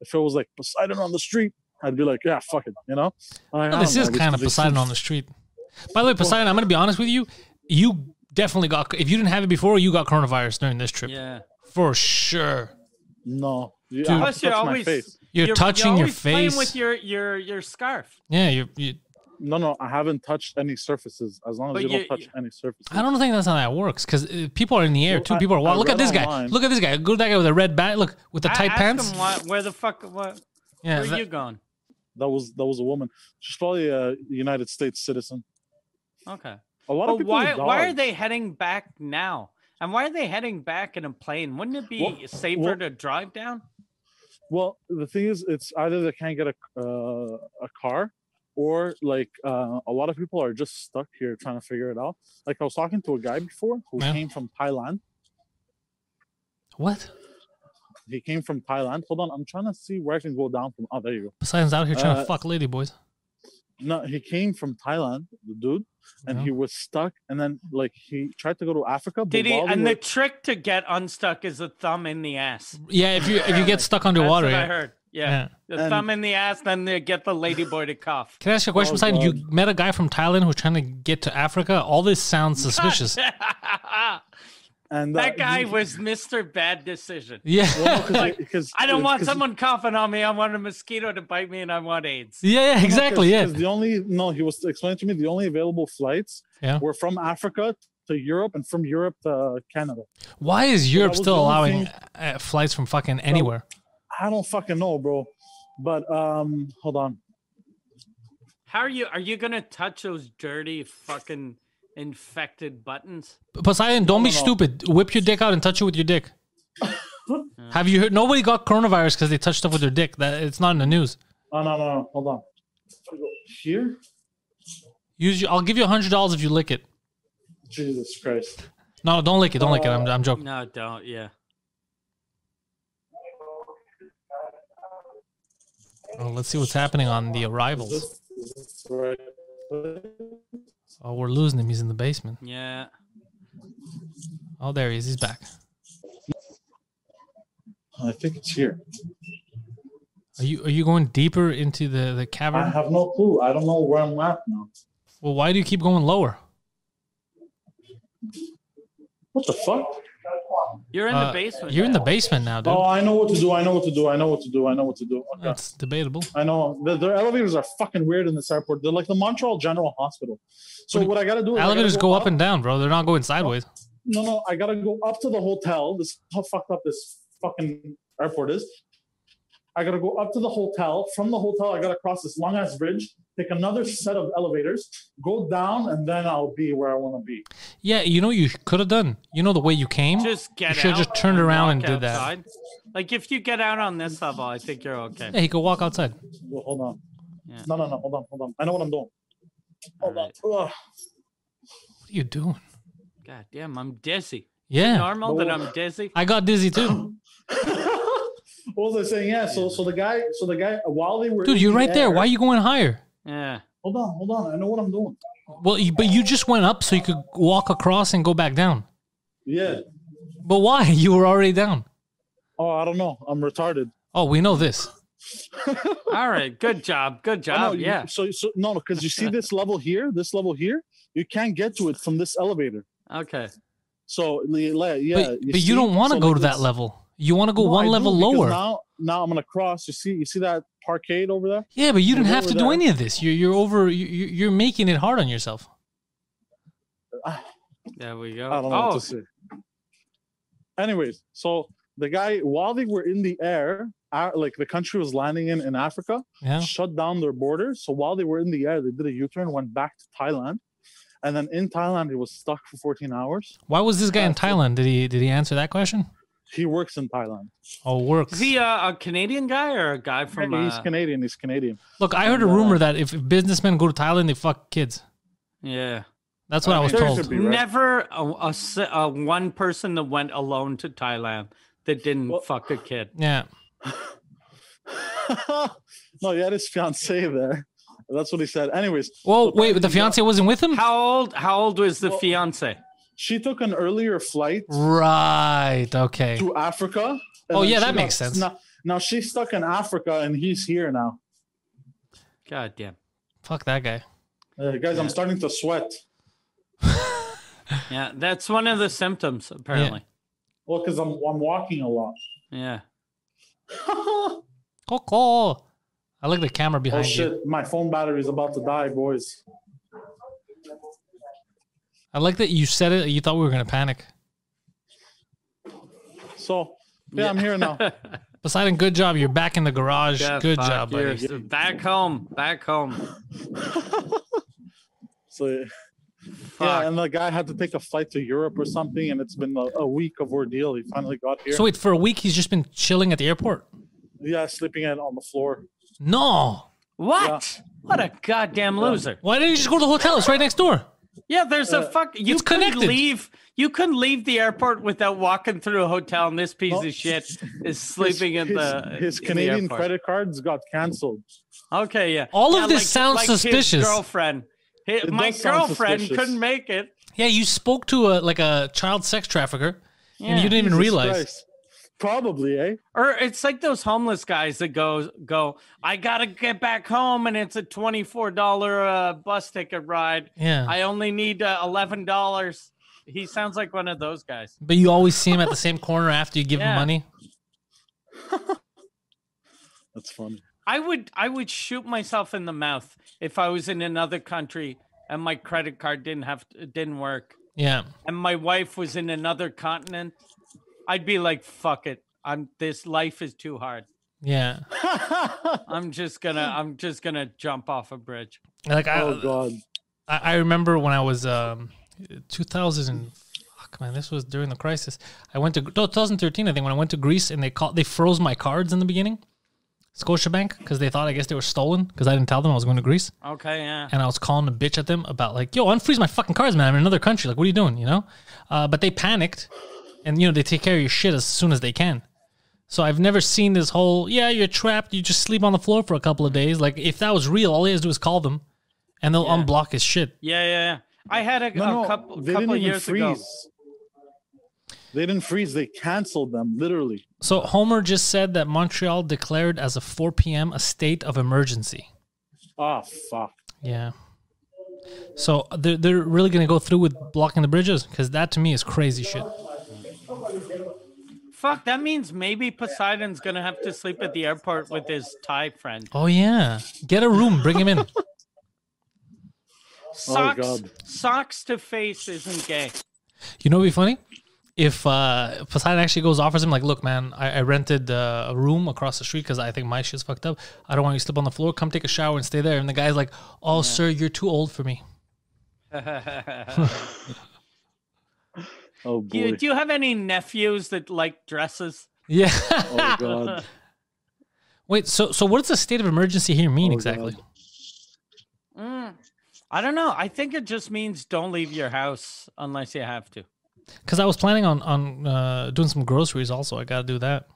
[SPEAKER 3] if it was like Poseidon on the street, I'd be like, yeah, fuck it, you know. I- I
[SPEAKER 1] No, this
[SPEAKER 3] don't
[SPEAKER 1] is
[SPEAKER 3] know, these-
[SPEAKER 1] kind of
[SPEAKER 3] these
[SPEAKER 1] Poseidon
[SPEAKER 3] seem-
[SPEAKER 1] on the street. By the way, Poseidon, I'm gonna be honest with you. You definitely got. If you didn't have it before, you got coronavirus during this trip
[SPEAKER 2] Yeah.
[SPEAKER 1] for sure.
[SPEAKER 3] No, you,
[SPEAKER 1] Dude.
[SPEAKER 3] I have
[SPEAKER 2] Plus,
[SPEAKER 3] to
[SPEAKER 2] you're
[SPEAKER 3] touch my
[SPEAKER 2] always
[SPEAKER 3] face.
[SPEAKER 1] You're, touching your
[SPEAKER 2] always Playing with
[SPEAKER 1] face.
[SPEAKER 2] your your your scarf.
[SPEAKER 1] yeah, you you
[SPEAKER 3] No, no, I haven't touched any surfaces. As long as
[SPEAKER 2] But
[SPEAKER 3] you,
[SPEAKER 2] you-
[SPEAKER 3] don't touch any surfaces.
[SPEAKER 1] I don't think that's how that works because people are in the air
[SPEAKER 3] Well,
[SPEAKER 1] too.
[SPEAKER 3] I-
[SPEAKER 1] People are. Wow,
[SPEAKER 3] I
[SPEAKER 1] look at
[SPEAKER 3] read
[SPEAKER 1] this guy.
[SPEAKER 3] online-
[SPEAKER 1] Look at this guy. Go to that guy with a red bat. Look with the
[SPEAKER 2] I-
[SPEAKER 1] tight
[SPEAKER 2] ask
[SPEAKER 1] pants.
[SPEAKER 2] him why- where the fuck? What,
[SPEAKER 1] yeah,
[SPEAKER 2] where
[SPEAKER 1] that-
[SPEAKER 2] you going?
[SPEAKER 3] That was that was a woman. She's probably a United States citizen.
[SPEAKER 2] Okay.
[SPEAKER 3] A lot of
[SPEAKER 2] But
[SPEAKER 3] people.
[SPEAKER 2] why
[SPEAKER 3] dodge.
[SPEAKER 2] why are they heading back now? And why are they heading back in a plane? Wouldn't it be
[SPEAKER 3] Well,
[SPEAKER 2] safer
[SPEAKER 3] well-
[SPEAKER 2] to drive down?
[SPEAKER 3] Well, the thing is, it's either they can't get a uh, a car, or like uh, a lot of people are just stuck here trying to figure it out. Like I was talking to a guy before who
[SPEAKER 1] Yeah.
[SPEAKER 3] came from Thailand.
[SPEAKER 1] what?
[SPEAKER 3] He came from Thailand. Hold on, I'm trying to see where I can go down from. Oh, there you go.
[SPEAKER 1] Poseidon's out here trying to
[SPEAKER 3] Uh,
[SPEAKER 1] fuck lady boys.
[SPEAKER 3] No, he came from Thailand, the dude, and
[SPEAKER 1] Yeah.
[SPEAKER 3] he was stuck. And then like he tried to go to Africa. But
[SPEAKER 2] Did he?
[SPEAKER 3] while we
[SPEAKER 2] And
[SPEAKER 3] were-
[SPEAKER 2] the trick to get unstuck is a thumb in the ass.
[SPEAKER 1] Yeah, if you if you
[SPEAKER 2] *laughs*
[SPEAKER 1] get stuck underwater.
[SPEAKER 2] That's what I
[SPEAKER 1] Yeah.
[SPEAKER 2] heard. Yeah.
[SPEAKER 1] yeah.
[SPEAKER 2] The
[SPEAKER 3] And-
[SPEAKER 2] thumb in the ass, then they get the ladyboy to
[SPEAKER 1] *laughs*
[SPEAKER 2] cough. *laughs*
[SPEAKER 1] Can I ask you a question,
[SPEAKER 3] Oh,
[SPEAKER 1] Poseidon? You met a guy from Thailand who's trying to get to Africa. All this sounds suspicious.
[SPEAKER 2] that
[SPEAKER 3] and uh,
[SPEAKER 2] guy
[SPEAKER 3] he-
[SPEAKER 2] was Mr.
[SPEAKER 1] *laughs*
[SPEAKER 2] Bad Decision.
[SPEAKER 1] Yeah.
[SPEAKER 3] Well, no, 'cause
[SPEAKER 2] *laughs* Like,
[SPEAKER 3] it- 'cause-
[SPEAKER 2] I don't want
[SPEAKER 3] 'cause-
[SPEAKER 2] someone coughing on me. I want a mosquito to bite me, and I want AIDS.
[SPEAKER 1] yeah, yeah,
[SPEAKER 3] no, 'cause-
[SPEAKER 1] *laughs* exactly. Yeah.
[SPEAKER 3] 'cause The only no, he was explaining to me the only available flights
[SPEAKER 1] Yeah.
[SPEAKER 3] were from Africa to Europe and from Europe to Canada.
[SPEAKER 1] Why is Europe
[SPEAKER 3] was
[SPEAKER 1] still
[SPEAKER 3] the only
[SPEAKER 1] allowing
[SPEAKER 3] thing-
[SPEAKER 1] uh, flights from fucking anywhere?
[SPEAKER 3] I don't fucking know, bro. But um, hold on.
[SPEAKER 2] How are you? Are you gonna touch those dirty fucking infected buttons?
[SPEAKER 1] Poseidon, don't be
[SPEAKER 3] no, no.
[SPEAKER 1] stupid. Whip your dick out and touch it with your *laughs* dick. Have you heard? Nobody got coronavirus because they touched stuff with their dick. That it's not in the news.
[SPEAKER 3] Oh no, no, no. Hold on. Here,
[SPEAKER 1] Use. your- I'll give you a hundred dollars if you lick it.
[SPEAKER 3] Jesus Christ.
[SPEAKER 1] No, don't lick it. Don't lick it. I'm, I'm joking.
[SPEAKER 2] No, don't. Yeah.
[SPEAKER 1] Oh, let's see what's happening on the arrivals.
[SPEAKER 3] Right.
[SPEAKER 1] Oh, we're losing him. He's in the basement.
[SPEAKER 2] Yeah.
[SPEAKER 1] Oh, there he is. He's back.
[SPEAKER 3] I think it's here.
[SPEAKER 1] Are you are you going deeper into the the
[SPEAKER 3] I
[SPEAKER 1] cavern?
[SPEAKER 3] have no clue. I don't know where I'm at now.
[SPEAKER 1] Well, why do you keep going lower?
[SPEAKER 3] What the fuck?
[SPEAKER 2] You're in
[SPEAKER 1] Uh,
[SPEAKER 2] the basement.
[SPEAKER 1] You're in the basement now, dude.
[SPEAKER 3] Oh, I know what to do. I know what to do. I know what to do. I know what to do. Okay.
[SPEAKER 1] That's debatable.
[SPEAKER 3] I know the, their elevators are fucking weird in this airport. They're like the Montreal General Hospital. So what I gotta do? Is I gotta
[SPEAKER 1] Elevators go up and down, bro. They're not going sideways.
[SPEAKER 3] no, no. I gotta go up to the hotel. This is how fucked up this fucking airport is. I gotta go up to the hotel. From the hotel, I gotta cross this long ass bridge, take another set of elevators, go down, and then I'll be where I want to be.
[SPEAKER 1] Yeah, you know what you could have done. You know the way you came.
[SPEAKER 2] Just get
[SPEAKER 1] should
[SPEAKER 2] out
[SPEAKER 1] just turned around and
[SPEAKER 2] walk
[SPEAKER 1] did that.
[SPEAKER 2] outside. Like if you get out on this level, I think you're okay.
[SPEAKER 1] Yeah, he could walk outside.
[SPEAKER 3] Well, hold on.
[SPEAKER 2] Yeah.
[SPEAKER 3] No, no, no. Hold on, hold on. I know what I'm doing. Hold
[SPEAKER 2] Alright.
[SPEAKER 3] on. Ugh.
[SPEAKER 1] What are you doing?
[SPEAKER 2] God damn, I'm dizzy.
[SPEAKER 1] Yeah,
[SPEAKER 2] Normal that I'm dizzy.
[SPEAKER 1] I got dizzy too,
[SPEAKER 3] *laughs* what was I saying? Yeah. So, so the guy, so the guy, while they were
[SPEAKER 1] dude.
[SPEAKER 3] in
[SPEAKER 1] You're
[SPEAKER 3] the
[SPEAKER 1] right there.
[SPEAKER 3] air-
[SPEAKER 1] Why are you going higher?
[SPEAKER 2] Yeah.
[SPEAKER 3] Hold on, hold on. I know what I'm doing.
[SPEAKER 1] Well, you, but you just went up so you could walk across and go back down.
[SPEAKER 3] Yeah.
[SPEAKER 1] But why? *laughs* You were already down.
[SPEAKER 3] Oh, I don't know. I'm retarded.
[SPEAKER 1] Oh, we know this.
[SPEAKER 2] All right. Good job. Good
[SPEAKER 3] Oh, no,
[SPEAKER 2] job.
[SPEAKER 3] you-
[SPEAKER 2] yeah.
[SPEAKER 3] So, so no, because you
[SPEAKER 1] *laughs*
[SPEAKER 3] see this level here, this level here, you can't get to it from this elevator.
[SPEAKER 2] Okay.
[SPEAKER 3] So, li- li- yeah.
[SPEAKER 1] but but you
[SPEAKER 3] see?
[SPEAKER 1] don't want to
[SPEAKER 3] So,
[SPEAKER 1] go
[SPEAKER 3] like,
[SPEAKER 1] to that
[SPEAKER 3] this-
[SPEAKER 1] level. You want to go
[SPEAKER 3] No,
[SPEAKER 1] one
[SPEAKER 3] I do,
[SPEAKER 1] level
[SPEAKER 3] because
[SPEAKER 1] lower.
[SPEAKER 3] Now, now I'm gonna cross. You see, you see that parkade over there?
[SPEAKER 1] yeah, but you
[SPEAKER 3] We'll
[SPEAKER 1] didn't
[SPEAKER 3] go
[SPEAKER 1] have to
[SPEAKER 3] with
[SPEAKER 1] do
[SPEAKER 3] that.
[SPEAKER 1] any of this. You're you're over. you- you- You're making it hard on yourself.
[SPEAKER 2] There we go.
[SPEAKER 3] I don't know what
[SPEAKER 2] oh,
[SPEAKER 3] to say. Anyways, so The guy, while they were in the air, uh, like the country was landing in in Africa,
[SPEAKER 1] Yeah.
[SPEAKER 3] shut down their borders. So while they were in the air, they did a U turn, went back to Thailand, and then in Thailand, he was stuck for 14 hours.
[SPEAKER 1] Why was this guy in Thailand? Did he did he answer that question?
[SPEAKER 3] He works in Thailand.
[SPEAKER 1] Oh, works.
[SPEAKER 2] Is he uh, a Canadian guy or a guy from?
[SPEAKER 3] Yeah, he's
[SPEAKER 2] uh,
[SPEAKER 3] Canadian. He's Canadian. *laughs*
[SPEAKER 1] Look, I heard a rumor that if businessmen go to Thailand, they fuck kids.
[SPEAKER 2] yeah.
[SPEAKER 1] That's what I,
[SPEAKER 3] I
[SPEAKER 1] was
[SPEAKER 3] mean, there
[SPEAKER 1] told.
[SPEAKER 3] should be- right?
[SPEAKER 2] Never a, a s- a one person that went alone to Thailand that didn't
[SPEAKER 3] Well-
[SPEAKER 2] fuck a kid.
[SPEAKER 1] Yeah.
[SPEAKER 3] no, he had his fiancee there. That's what he said. Anyways,
[SPEAKER 1] Well, wait, but the fiance wasn't with him.
[SPEAKER 2] How old? How old was the fiance?
[SPEAKER 3] she took an earlier flight
[SPEAKER 1] right. Okay.
[SPEAKER 3] to Africa. and
[SPEAKER 1] Oh,
[SPEAKER 3] then
[SPEAKER 1] yeah,
[SPEAKER 3] she
[SPEAKER 1] that makes sense.
[SPEAKER 3] Now, now she's stuck in Africa and he's here now.
[SPEAKER 2] God damn.
[SPEAKER 1] Fuck that guy.
[SPEAKER 3] Uh, guys, I'm starting to sweat.
[SPEAKER 2] Yeah, that's one of the symptoms apparently.
[SPEAKER 3] Well, because I'm I'm walking a lot. *laughs*
[SPEAKER 2] Yeah.
[SPEAKER 1] Coco. I like the camera
[SPEAKER 3] Oh
[SPEAKER 1] behind you.
[SPEAKER 3] shit, my phone battery is about to die, boys.
[SPEAKER 1] I like that you said it. You thought we were gonna panic.
[SPEAKER 3] So yeah, I'm
[SPEAKER 2] *laughs*
[SPEAKER 3] here now.
[SPEAKER 1] Poseidon, good job. You're back in the garage.
[SPEAKER 2] Yeah,
[SPEAKER 1] good
[SPEAKER 2] fuck,
[SPEAKER 1] job, buddy.
[SPEAKER 2] you're Back home. Back home.
[SPEAKER 3] So
[SPEAKER 2] Fuck.
[SPEAKER 3] yeah, and the guy had to take a flight to Europe or something, and it's been a, a week of ordeal. He finally got here.
[SPEAKER 1] So wait, for a week he's just been chilling at the airport.
[SPEAKER 3] yeah, sleeping in on the floor.
[SPEAKER 1] No.
[SPEAKER 2] What? What a goddamn loser.
[SPEAKER 1] Why didn't you just go to the hotel? It's right next door.
[SPEAKER 2] Yeah, there's
[SPEAKER 3] Uh,
[SPEAKER 2] a fuck. You
[SPEAKER 1] it's
[SPEAKER 2] couldn't
[SPEAKER 1] connected.
[SPEAKER 2] leave. You couldn't leave the airport without walking through a hotel, and this piece
[SPEAKER 3] Well,
[SPEAKER 2] of
[SPEAKER 3] *laughs*
[SPEAKER 2] shit is sleeping in
[SPEAKER 3] his,
[SPEAKER 2] the
[SPEAKER 3] his
[SPEAKER 2] in the
[SPEAKER 3] Canadian
[SPEAKER 2] airport.
[SPEAKER 3] credit cards got canceled.
[SPEAKER 2] Okay, yeah.
[SPEAKER 1] All of
[SPEAKER 2] Yeah,
[SPEAKER 1] this sounds
[SPEAKER 2] his
[SPEAKER 1] suspicious.
[SPEAKER 2] girlfriend. Hi-
[SPEAKER 3] It
[SPEAKER 2] my
[SPEAKER 3] does sound
[SPEAKER 2] girlfriend
[SPEAKER 3] suspicious.
[SPEAKER 2] couldn't make it.
[SPEAKER 1] Yeah, you spoke to a like a child sex trafficker, and
[SPEAKER 2] Yeah.
[SPEAKER 1] you didn't even
[SPEAKER 3] Jesus
[SPEAKER 1] realize.
[SPEAKER 3] Christ. Probably, eh?
[SPEAKER 2] Or it's like those homeless guys that go go. I gotta get back home, and it's a twenty four dollar uh, bus ticket ride.
[SPEAKER 1] Yeah,
[SPEAKER 2] I only need uh, eleven dollars. He sounds like one of those guys.
[SPEAKER 1] but you always see him at the same corner after you give him
[SPEAKER 2] Yeah.
[SPEAKER 1] money.
[SPEAKER 3] That's funny.
[SPEAKER 2] I would I would shoot myself in the mouth if I was in another country and my credit card didn't have to, didn't work
[SPEAKER 1] Yeah,
[SPEAKER 2] and my wife was in another continent. I'd be like, fuck it. I'm this life is too
[SPEAKER 3] *laughs*
[SPEAKER 2] hard.
[SPEAKER 1] yeah.
[SPEAKER 2] I'm just gonna I'm just gonna jump off a bridge.
[SPEAKER 1] Like
[SPEAKER 2] Uh,
[SPEAKER 1] I,
[SPEAKER 3] Oh god.
[SPEAKER 1] I, I remember when I was um, 2000 and fuck man, this was during the crisis. I went to no, 2013, I think, when I went to Greece and they called they froze my cards in the beginning, Scotiabank, because they thought I guess they were stolen because I didn't tell them I was going to Greece
[SPEAKER 2] Okay, yeah.
[SPEAKER 1] and I was calling a bitch at them about like, yo, unfreeze my fucking cards, man. I'm in another country. Like, what are you doing? You know? Uh, but they panicked, and you know they take care of your shit as soon as they can. So I've never seen this whole yeah, you're trapped. You just sleep on the floor for a couple of days. Like if that was real, all he has to do is call them, and they'll unblock his shit.
[SPEAKER 2] Yeah, yeah, yeah. I had a, a
[SPEAKER 3] No, no,
[SPEAKER 2] couple
[SPEAKER 3] they
[SPEAKER 2] couple
[SPEAKER 3] didn't even
[SPEAKER 2] years
[SPEAKER 3] freeze.
[SPEAKER 2] ago.
[SPEAKER 3] They didn't freeze. They canceled them literally.
[SPEAKER 1] So Homer just said that Montreal declared as a 4 p.m. a state of emergency.
[SPEAKER 3] Ah, fuck.
[SPEAKER 1] Yeah. So they're, they're really going to go through with blocking the bridges because that to me is crazy shit.
[SPEAKER 2] Fuck, that means maybe Poseidon's gonna have to sleep at the airport with his Thai friend.
[SPEAKER 1] Oh yeah, get a room, bring him in.
[SPEAKER 2] Socks
[SPEAKER 3] Oh, God.
[SPEAKER 2] socks to face isn't
[SPEAKER 3] *laughs*
[SPEAKER 2] gay.
[SPEAKER 1] You know, what'd be funny if uh, Poseidon actually goes offers him like, look, man, I, I rented uh, a room across the street because I think my shit's fucked up. I don't want you to slip on the floor. Come take a shower and stay there. And the guy's like, oh, sir, you're too old for me. *laughs*
[SPEAKER 3] Oh boy.
[SPEAKER 2] Do you, do you have any nephews that like dresses?
[SPEAKER 1] Yeah.
[SPEAKER 2] *laughs*
[SPEAKER 3] oh god.
[SPEAKER 1] Wait. So so what does the state of emergency here mean
[SPEAKER 3] Oh,
[SPEAKER 1] exactly?
[SPEAKER 3] God.
[SPEAKER 2] I don't know. I think it just means don't leave your house unless you have to.
[SPEAKER 1] Because I was planning on on uh, doing some groceries. Also, I got to do that.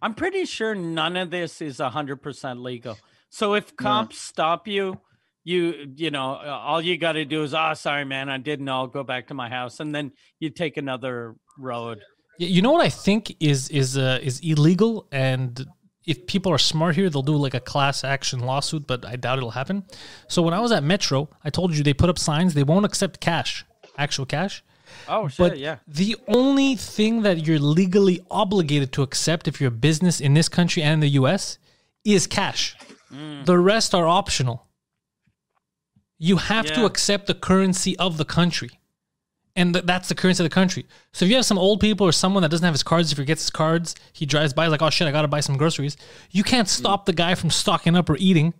[SPEAKER 2] I'm pretty sure none of this is 100% legal. So if cops stop you, you you know uh, all you got to do is oh sorry man I didn't know I'll go back to my house and then you take another road.
[SPEAKER 1] Y- You know what I think is is uh, is illegal, and if people are smart here, they'll do like a class action lawsuit. But I doubt it'll happen. So when I was at Metro, I told you they put up signs they won't accept cash, actual cash.
[SPEAKER 2] Oh shit,
[SPEAKER 1] But
[SPEAKER 2] yeah.
[SPEAKER 1] the only thing that you're legally obligated to accept if you're a business in this country and in the U.S. is cash.
[SPEAKER 2] Mm.
[SPEAKER 1] The rest are optional. You have to
[SPEAKER 2] Yeah.
[SPEAKER 1] accept the currency of the country. and th- that's the currency of the country. So if you have some old people or someone that doesn't have his cards, if he forgets his cards, he drives by he's like, oh shit, I gotta buy some groceries. You
[SPEAKER 2] Mm.
[SPEAKER 1] can't stop the guy from stocking up or eating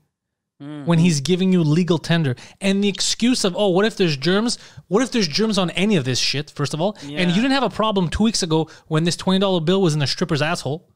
[SPEAKER 1] when he's giving you legal tender. And the excuse of, oh, what if there's germs? What if there's germs on any of this shit? First of all, and you
[SPEAKER 2] Yeah.
[SPEAKER 1] didn't have a problem two weeks ago when this twenty dollar bill was in a stripper's asshole.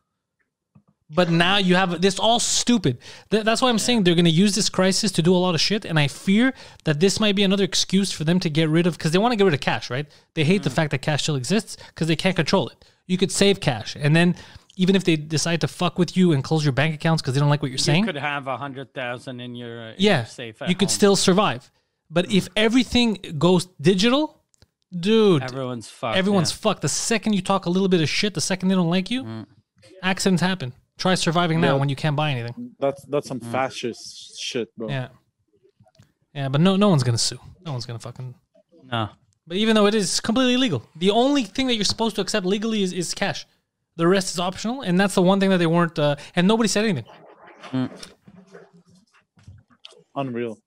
[SPEAKER 1] But now you have this all stupid. Th- that's why I'm saying they're going to use this crisis to do a lot of shit, and I fear that this might be another excuse for them to get rid of because they want to get rid of cash, right? They hate
[SPEAKER 2] Mm.
[SPEAKER 1] the fact that cash still exists because they can't control it. You could save cash, and then even if they decide to fuck with you and close your bank accounts because they don't like what you're
[SPEAKER 2] You
[SPEAKER 1] saying,
[SPEAKER 2] could have a hundred thousand in your uh, in your
[SPEAKER 1] yeah,
[SPEAKER 2] safe. at
[SPEAKER 1] you could
[SPEAKER 2] home. Mm.
[SPEAKER 1] still survive. But if everything goes digital, dude,
[SPEAKER 2] Everyone's fucked.
[SPEAKER 1] everyone's
[SPEAKER 2] yeah. Mm.
[SPEAKER 1] fucked. The second you talk a little bit of shit, the second they don't like you, accidents happen. Try surviving now
[SPEAKER 3] Yeah.
[SPEAKER 1] when you can't buy anything.
[SPEAKER 3] That's that's some fascist shit, bro.
[SPEAKER 1] Yeah. Yeah, but no no one's gonna sue. No one's gonna fucking
[SPEAKER 2] no.
[SPEAKER 1] but even though it is completely legal. The only thing that you're supposed to accept legally is, is cash. The rest is optional, and that's the one thing that they weren't uh, and nobody said anything.
[SPEAKER 3] Unreal. Unreal.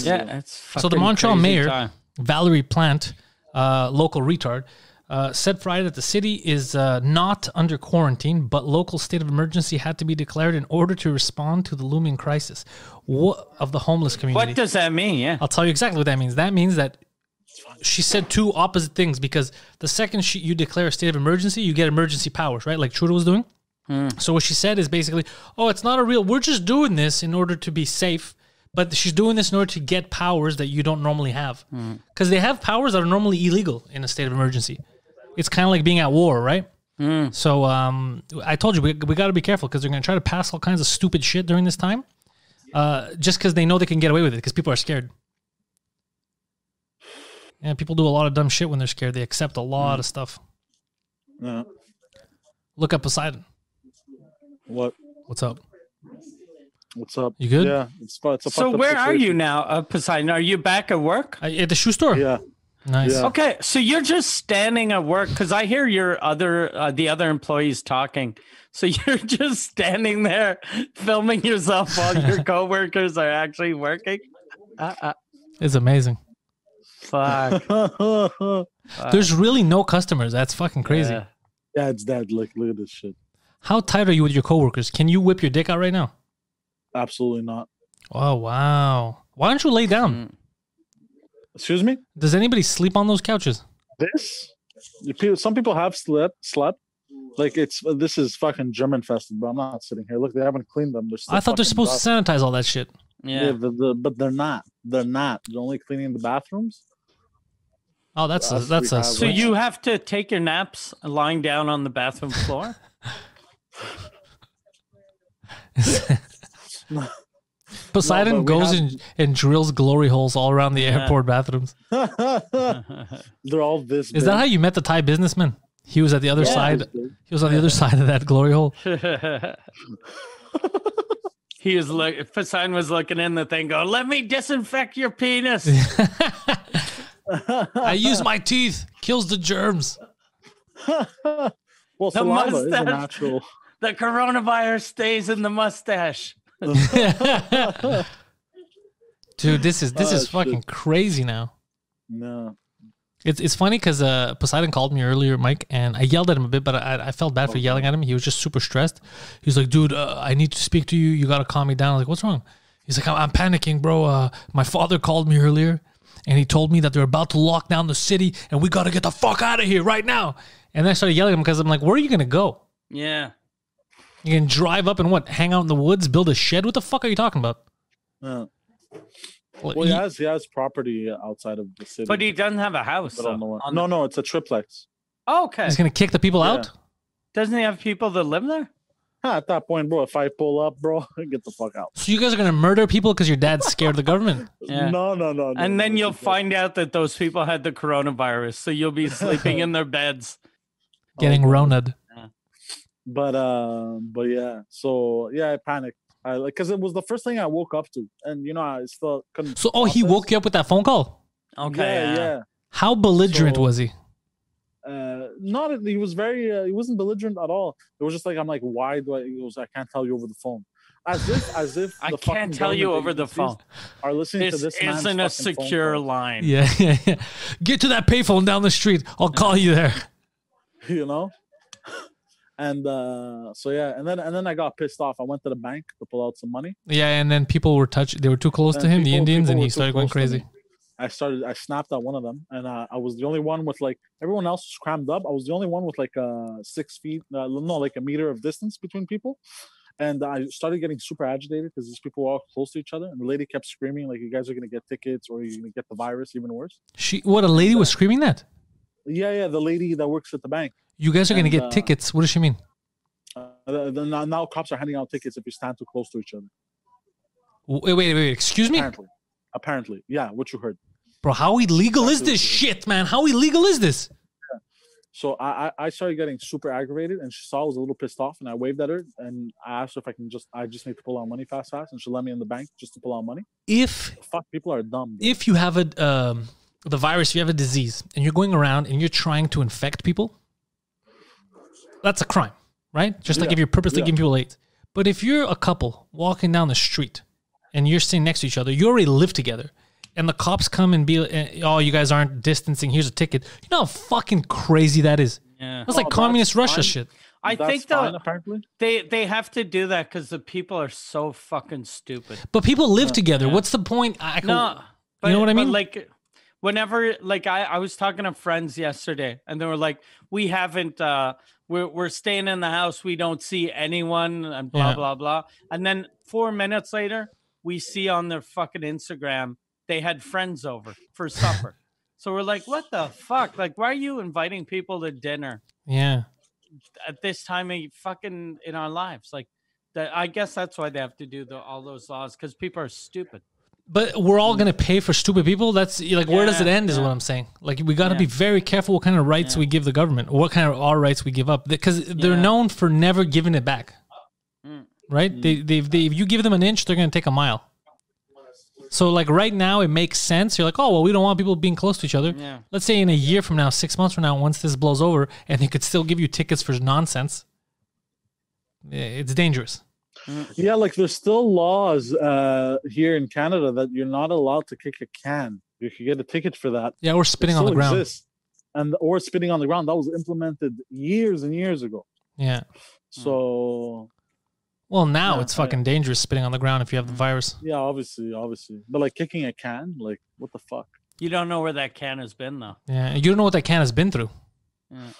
[SPEAKER 2] Yeah, it's
[SPEAKER 1] So the
[SPEAKER 2] fucking
[SPEAKER 1] Montreal
[SPEAKER 2] crazy
[SPEAKER 1] mayor,
[SPEAKER 2] time.
[SPEAKER 1] Valerie Plant, uh, local retard, uh, said Friday that the city is uh, not under quarantine, but local state of emergency had to be declared in order to respond to the looming crisis Wha- of the homeless community.
[SPEAKER 2] What does that mean? Yeah.
[SPEAKER 1] I'll tell you exactly what that means. That means that she said two opposite things because the second she, you declare a state of emergency, you get emergency powers, right? Like Trudeau was doing. So what she said is basically, oh, it's not a real. We're just doing this in order to be safe, but she's doing this in order to get powers that you don't normally have because they have powers that are normally illegal in a state of emergency. It's kind of like being at war, right? So um, I told you we, we got to be careful because they're going to try to pass all kinds of stupid shit during this time, uh, just because they know they can get away with it because people are scared. Yeah, people do a lot of dumb shit when they're scared. They accept a
[SPEAKER 2] Mm.
[SPEAKER 1] lot of stuff.
[SPEAKER 3] Yeah.
[SPEAKER 1] Look up Poseidon.
[SPEAKER 3] What?
[SPEAKER 1] What's up?
[SPEAKER 3] What's up?
[SPEAKER 1] You good?
[SPEAKER 3] Yeah. It's, fu- it's a
[SPEAKER 2] So
[SPEAKER 3] fucked up
[SPEAKER 2] where are you
[SPEAKER 3] situation.
[SPEAKER 2] now, uh, Poseidon? Are you back at work?
[SPEAKER 1] Uh, at the shoe store.
[SPEAKER 3] Yeah.
[SPEAKER 1] Nice.
[SPEAKER 3] Yeah.
[SPEAKER 2] Okay, so you're just standing at work because I hear your other uh, the other employees talking. So *laughs* you're just standing there filming yourself while your coworkers are actually working. Uh, uh,
[SPEAKER 1] It's amazing.
[SPEAKER 3] *laughs*
[SPEAKER 2] fuck.
[SPEAKER 1] There's really no customers. That's fucking crazy.
[SPEAKER 2] Uh, Yeah.
[SPEAKER 3] yeah, it's dead. Like, look at this shit.
[SPEAKER 1] How tight are you with your coworkers? Can you whip your dick out right now?
[SPEAKER 3] Absolutely not.
[SPEAKER 1] Oh wow. Why don't you lay down?
[SPEAKER 2] Mm.
[SPEAKER 3] Excuse me.
[SPEAKER 1] Does anybody sleep on those couches?
[SPEAKER 3] This. the pe- Some people have slept. Slept. Like it's this is fucking germ infested, but I'm not sitting here. Look, they haven't cleaned them. They're still
[SPEAKER 1] I thought they're supposed to sanitize all that shit.
[SPEAKER 3] Yeah,
[SPEAKER 2] yeah.
[SPEAKER 3] the, the, but they're not. They're not. They're only cleaning the bathrooms. *laughs*
[SPEAKER 1] Oh, that's a,
[SPEAKER 3] Us, we
[SPEAKER 1] that's a.
[SPEAKER 3] have
[SPEAKER 2] So
[SPEAKER 3] Right.
[SPEAKER 2] you have to take your naps lying down on the bathroom floor. *laughs*
[SPEAKER 1] Poseidon
[SPEAKER 3] No, but we
[SPEAKER 1] goes
[SPEAKER 3] have-
[SPEAKER 1] and, and drills glory holes all around the
[SPEAKER 2] Yeah.
[SPEAKER 1] airport bathrooms.
[SPEAKER 3] they're all this.
[SPEAKER 1] Is that how you met the Thai businessman? He was at the other side. He was on the other side of that glory hole.
[SPEAKER 2] he was look. Poseidon was looking in the thing, going, "Let me disinfect
[SPEAKER 1] *laughs*
[SPEAKER 2] your penis."
[SPEAKER 1] I use my teeth. Kills the germs. *laughs*
[SPEAKER 3] well,
[SPEAKER 2] The
[SPEAKER 3] saliva is a
[SPEAKER 2] mustache.
[SPEAKER 3] natural.
[SPEAKER 2] The coronavirus stays in the mustache.
[SPEAKER 1] Dude, this is this
[SPEAKER 3] Oh,
[SPEAKER 1] is
[SPEAKER 3] shit.
[SPEAKER 1] fucking crazy now.
[SPEAKER 3] No,
[SPEAKER 1] It's it's funny because uh, Poseidon called me earlier, Mike, and I yelled at him a bit, but I, I felt bad for yelling at him. He was just super stressed. He was like, "Dude, uh, I need to speak to you. You gotta calm me down." I was like, "What's wrong?" He's like, "I'm, I'm panicking, bro. Uh, my father called me earlier, and he told me that they're about to lock down the city, and we gotta get the fuck out of here right now." And I started yelling at him because I'm like, "Where are you gonna go?
[SPEAKER 2] Yeah.
[SPEAKER 1] You can drive up and what? Hang out in the woods, build a shed? What the fuck are you talking about?"
[SPEAKER 3] no.
[SPEAKER 1] Well,
[SPEAKER 3] Well,
[SPEAKER 1] he-
[SPEAKER 3] he has he has property outside of the city.
[SPEAKER 2] But he doesn't have a house.
[SPEAKER 3] I don't know
[SPEAKER 2] though,
[SPEAKER 3] what-
[SPEAKER 2] on
[SPEAKER 3] no, no, it's a triplex.
[SPEAKER 2] Oh, okay.
[SPEAKER 1] he's gonna kick the people
[SPEAKER 3] Yeah.
[SPEAKER 1] out.
[SPEAKER 2] Doesn't he have people that live there?
[SPEAKER 3] Huh, at that point, bro, if I pull up, bro, *laughs* get the fuck out.
[SPEAKER 1] So you guys are gonna murder people because your dad's scared of the
[SPEAKER 3] *laughs*
[SPEAKER 1] government.
[SPEAKER 2] Yeah.
[SPEAKER 3] No, no, no. no,
[SPEAKER 2] And
[SPEAKER 3] no,
[SPEAKER 2] then
[SPEAKER 3] it's
[SPEAKER 2] you'll
[SPEAKER 3] a joke.
[SPEAKER 2] find out that those people had the coronavirus. So you'll be sleeping
[SPEAKER 3] *laughs*
[SPEAKER 2] in their beds.
[SPEAKER 1] Getting
[SPEAKER 3] Oh,
[SPEAKER 1] roned.
[SPEAKER 3] But uh, but yeah. So yeah, I panicked. I like because it was the first thing I woke up to, and you know I still couldn't.
[SPEAKER 1] So oh, he
[SPEAKER 3] process.
[SPEAKER 1] woke you up with that phone call.
[SPEAKER 2] Okay.
[SPEAKER 3] yeah. yeah.
[SPEAKER 1] How belligerent
[SPEAKER 3] So-
[SPEAKER 1] was he?
[SPEAKER 3] uh not he was very uh, he wasn't belligerent at all it was just like i'm like why do i he goes i can't tell you over the phone As if, as if
[SPEAKER 2] I
[SPEAKER 3] the fucking
[SPEAKER 2] can't tell you
[SPEAKER 3] government
[SPEAKER 2] over the
[SPEAKER 3] agencies
[SPEAKER 2] phone.
[SPEAKER 3] Are listening
[SPEAKER 2] This
[SPEAKER 3] to this man's
[SPEAKER 2] isn't a
[SPEAKER 3] fucking phone
[SPEAKER 2] secure
[SPEAKER 3] call,
[SPEAKER 2] line.
[SPEAKER 1] Yeah, *laughs* yeah, yeah. Get to that payphone down the street. I'll call you there.
[SPEAKER 3] *laughs* you know. And uh, so yeah, and then and then I got pissed off. I went to the bank to pull out some money.
[SPEAKER 1] Yeah, and then people were touch. They were too close to
[SPEAKER 3] And
[SPEAKER 1] him, the
[SPEAKER 3] people-
[SPEAKER 1] Indians,
[SPEAKER 3] people
[SPEAKER 1] and
[SPEAKER 3] were
[SPEAKER 1] he
[SPEAKER 3] too
[SPEAKER 1] started going
[SPEAKER 3] close to
[SPEAKER 1] crazy.
[SPEAKER 3] me. I started. I snapped at one of them, and uh, I was the only one with like everyone else was crammed up. I was the only one with like uh, six feet, uh, no, like a meter of distance between people. And I started getting super agitated because these people were all close to each other, and the lady kept screaming like, "You guys are gonna get tickets, or you're gonna get the virus, even worse."
[SPEAKER 1] She, what a lady was screaming that.
[SPEAKER 3] Yeah, yeah, the lady that works at the bank.
[SPEAKER 1] You guys are gonna
[SPEAKER 3] And,
[SPEAKER 1] get
[SPEAKER 3] uh,
[SPEAKER 1] tickets. What does she mean?
[SPEAKER 3] Uh, the, the, now, now cops are handing out tickets if you stand too close to each other.
[SPEAKER 1] Wait, wait, wait. wait, Excuse me,
[SPEAKER 3] Apparently, apparently, yeah, what you heard.
[SPEAKER 1] bro. How illegal is
[SPEAKER 3] Absolutely.
[SPEAKER 1] this shit, man? How illegal is this?
[SPEAKER 3] So I, I I started getting super aggravated, and she saw I was a little pissed off, and I waved at her, and I asked her if I can just I just need to pull out money fast, fast, and she let me in the bank just to pull out money.
[SPEAKER 1] If
[SPEAKER 3] Fuck, people are dumb. dude.
[SPEAKER 1] if you have a um, the virus, if you have a disease, and you're going around and you're trying to infect people, that's a crime, right? Just like
[SPEAKER 3] Yeah,
[SPEAKER 1] if you're purposely
[SPEAKER 3] yeah.
[SPEAKER 1] giving people AIDS. But if you're a couple walking down the street and you're sitting next to each other, you already live together, and the cops come and be, eh, oh, you guys aren't distancing. Here's a ticket. You know how fucking crazy that is.
[SPEAKER 2] Yeah.
[SPEAKER 1] That's
[SPEAKER 3] Oh,
[SPEAKER 1] like
[SPEAKER 3] that's
[SPEAKER 1] communist Russia
[SPEAKER 3] fine.
[SPEAKER 1] shit.
[SPEAKER 2] I
[SPEAKER 3] That's
[SPEAKER 2] think
[SPEAKER 3] fine,
[SPEAKER 2] the,
[SPEAKER 3] apparently.
[SPEAKER 2] they they have to do that because the people are so fucking stupid.
[SPEAKER 1] But people live together. What's the point? I, I can-
[SPEAKER 2] No, but,
[SPEAKER 1] know what I
[SPEAKER 2] but,
[SPEAKER 1] mean?
[SPEAKER 2] Like, whenever, like, I, I was talking to friends yesterday, and they were like, "We haven't, uh, we're we're staying in the house. We don't see anyone, and blah
[SPEAKER 1] Yeah.
[SPEAKER 2] blah blah." And then four minutes later, we see on their fucking Instagram they had friends over
[SPEAKER 1] *laughs*
[SPEAKER 2] for supper. so we're like, "What the fuck? Like, why are you inviting people to dinner
[SPEAKER 1] Yeah.
[SPEAKER 2] at this time of fucking in our lives?" Like. That, I guess that's why they have to do the, all those laws because people are stupid.
[SPEAKER 1] But we're all gonna pay for stupid people. That's like, where does it
[SPEAKER 2] Mm. Yeah,
[SPEAKER 1] end? Is
[SPEAKER 2] yeah.
[SPEAKER 1] what I'm saying. Like, we gotta
[SPEAKER 2] Yeah.
[SPEAKER 1] be very careful what kind of rights
[SPEAKER 2] Yeah.
[SPEAKER 1] we give the government, or what kind of our rights we give up, because they're
[SPEAKER 2] Yeah.
[SPEAKER 1] known for never giving it back.
[SPEAKER 2] Mm.
[SPEAKER 1] Right? They, they, they, if you give them an inch, they're gonna take a mile. So, like right now, it makes sense. You're like, oh well, we don't want people being close to each other.
[SPEAKER 2] Mm. Yeah.
[SPEAKER 1] Let's say in a year from now, six months from now, once this blows over, and they could still give you tickets for nonsense. eh, It's dangerous.
[SPEAKER 3] Yeah, like there's still laws uh, here in Canada that you're not allowed to kick a can. You could get a ticket for that.
[SPEAKER 1] Yeah, we're
[SPEAKER 3] It
[SPEAKER 1] spitting on the
[SPEAKER 3] still
[SPEAKER 1] ground.
[SPEAKER 3] exists. And or spitting on the ground that was implemented years and years ago.
[SPEAKER 1] Yeah. Hmm.
[SPEAKER 3] So
[SPEAKER 1] Well, now
[SPEAKER 3] Yeah,
[SPEAKER 1] it's
[SPEAKER 3] oh, yeah.
[SPEAKER 1] fucking dangerous spitting on the ground if you have the virus.
[SPEAKER 3] yeah, obviously, obviously, but like kicking a can, like what the fuck? *laughs*
[SPEAKER 2] You don't know where that can has been though.
[SPEAKER 1] Yeah, you don't know what that can has been through.
[SPEAKER 2] Yeah.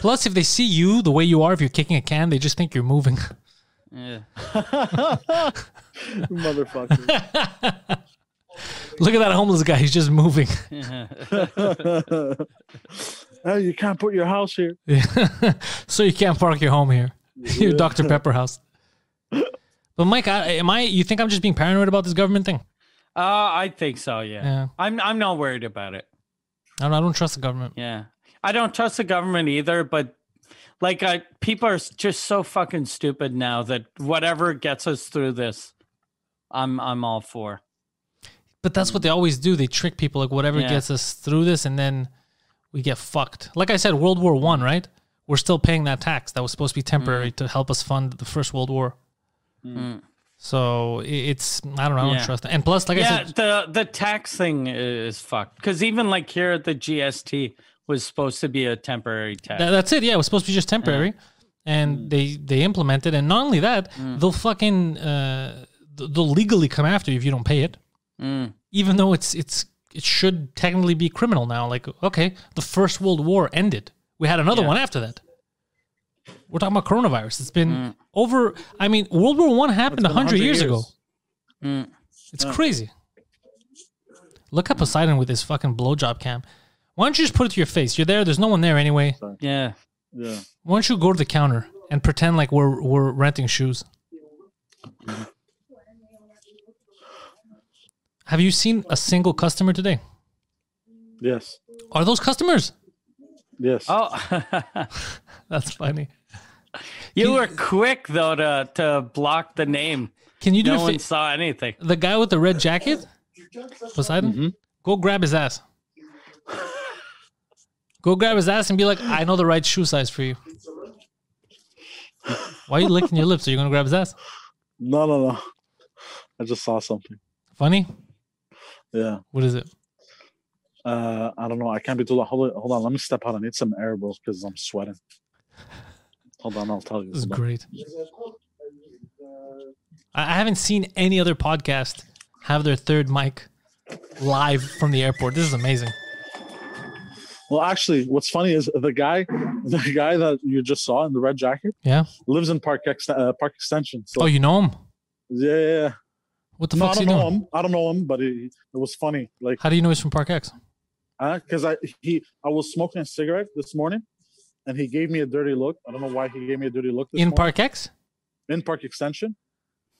[SPEAKER 1] Plus, if they see you the way you are, if you're kicking a can, they just think you're moving.
[SPEAKER 2] Yeah. *laughs*
[SPEAKER 3] Motherfucker.
[SPEAKER 1] Look at that homeless guy; he's just moving. *laughs*
[SPEAKER 2] Uh,
[SPEAKER 3] *laughs* Oh, you can't put your house here.
[SPEAKER 1] Yeah. so you can't park your home here, *laughs* your
[SPEAKER 3] Yeah.
[SPEAKER 1] Dr Pepper house. But Mike, I, am I? You think I'm just being paranoid about this government thing?
[SPEAKER 2] Uh, I think so. Yeah.
[SPEAKER 1] Yeah,
[SPEAKER 2] I'm. I'm not worried about it.
[SPEAKER 1] I don't, I don't trust the government.
[SPEAKER 2] Yeah. I don't trust the government either, but like, I people are s- just so fucking stupid now that whatever gets us through this, I'm. I'm all for.
[SPEAKER 1] But that's what they always do. They trick people like whatever
[SPEAKER 2] Yeah.
[SPEAKER 1] gets us through this and then we get fucked. Like I said, World War One, right? We're still paying that tax that was supposed to be temporary to help us fund the first World War.
[SPEAKER 2] Mm.
[SPEAKER 1] So i- it's I don't know, I don't
[SPEAKER 2] Yeah.
[SPEAKER 1] trust it. And plus, like I
[SPEAKER 2] yeah.
[SPEAKER 1] said,
[SPEAKER 2] The the tax thing is fucked because even like here the GST was supposed to be a temporary tax.
[SPEAKER 1] tha- that's it. Yeah, it was supposed to be just temporary, and
[SPEAKER 2] Mm.
[SPEAKER 1] they they implemented. And not only that, they'll fucking uh, th- they'll legally come after you if you don't pay it.
[SPEAKER 2] Mm.
[SPEAKER 1] even though it's it's it should technically be criminal now. Like, okay, the first World War ended. We had another
[SPEAKER 2] Yeah.
[SPEAKER 1] one after that. We're talking about coronavirus. It's been over. I mean, World War One happened
[SPEAKER 3] It's been
[SPEAKER 1] hundred years, ago.
[SPEAKER 2] Mm.
[SPEAKER 1] It's crazy. Look at Poseidon with his fucking blowjob cam. Why don't you just put it to your face? You're there. There's no one there anyway.
[SPEAKER 2] Yeah.
[SPEAKER 3] Yeah.
[SPEAKER 1] Why don't you go to the counter and pretend like we're we're renting shoes? Have you seen a single customer today?
[SPEAKER 3] Yes.
[SPEAKER 1] Are those customers?
[SPEAKER 3] Yes.
[SPEAKER 2] Oh. *laughs*
[SPEAKER 1] That's funny.
[SPEAKER 2] You
[SPEAKER 1] Can-
[SPEAKER 2] were quick though to to block the name.
[SPEAKER 1] Can you do
[SPEAKER 2] No
[SPEAKER 1] a
[SPEAKER 2] one
[SPEAKER 1] fa-
[SPEAKER 2] saw anything.
[SPEAKER 1] the guy with the red jacket? Poseidon?
[SPEAKER 3] Mm-hmm.
[SPEAKER 1] Go grab his ass. Go grab his ass and be like, I know the right shoe size for you. Why are you licking your lips? Are you gonna grab his ass?
[SPEAKER 3] No, no, no. I just saw something.
[SPEAKER 1] Funny?
[SPEAKER 3] Yeah.
[SPEAKER 1] What is it?
[SPEAKER 3] Uh, I don't know. I can't be too long. Hold on. Hold on. Let me step out. I need some air, bro, because I'm sweating. Hold on. I'll tell you.
[SPEAKER 1] This is
[SPEAKER 3] Hold on.
[SPEAKER 1] great.
[SPEAKER 5] uh,
[SPEAKER 1] I I haven't seen any other podcast have their third mic live from the airport. This is amazing.
[SPEAKER 3] Well, actually, what's funny is the guy, the guy that you just saw in the red jacket,
[SPEAKER 1] Yeah.
[SPEAKER 3] lives in Park Ex- uh, Park Extension. So
[SPEAKER 1] Oh, you know him?
[SPEAKER 3] yeah, yeah, yeah.
[SPEAKER 1] What the
[SPEAKER 3] No, I
[SPEAKER 1] fuck's he
[SPEAKER 3] don't know
[SPEAKER 1] doing?
[SPEAKER 3] him. I don't know him, but he, it was funny. Like,
[SPEAKER 1] How do you know he's from Park X?
[SPEAKER 3] because Uh, I he I was smoking a cigarette this morning, and he gave me a dirty look. I don't know why he gave me a dirty look. This
[SPEAKER 1] In
[SPEAKER 3] morning.
[SPEAKER 1] Park X?
[SPEAKER 3] in Park Extension,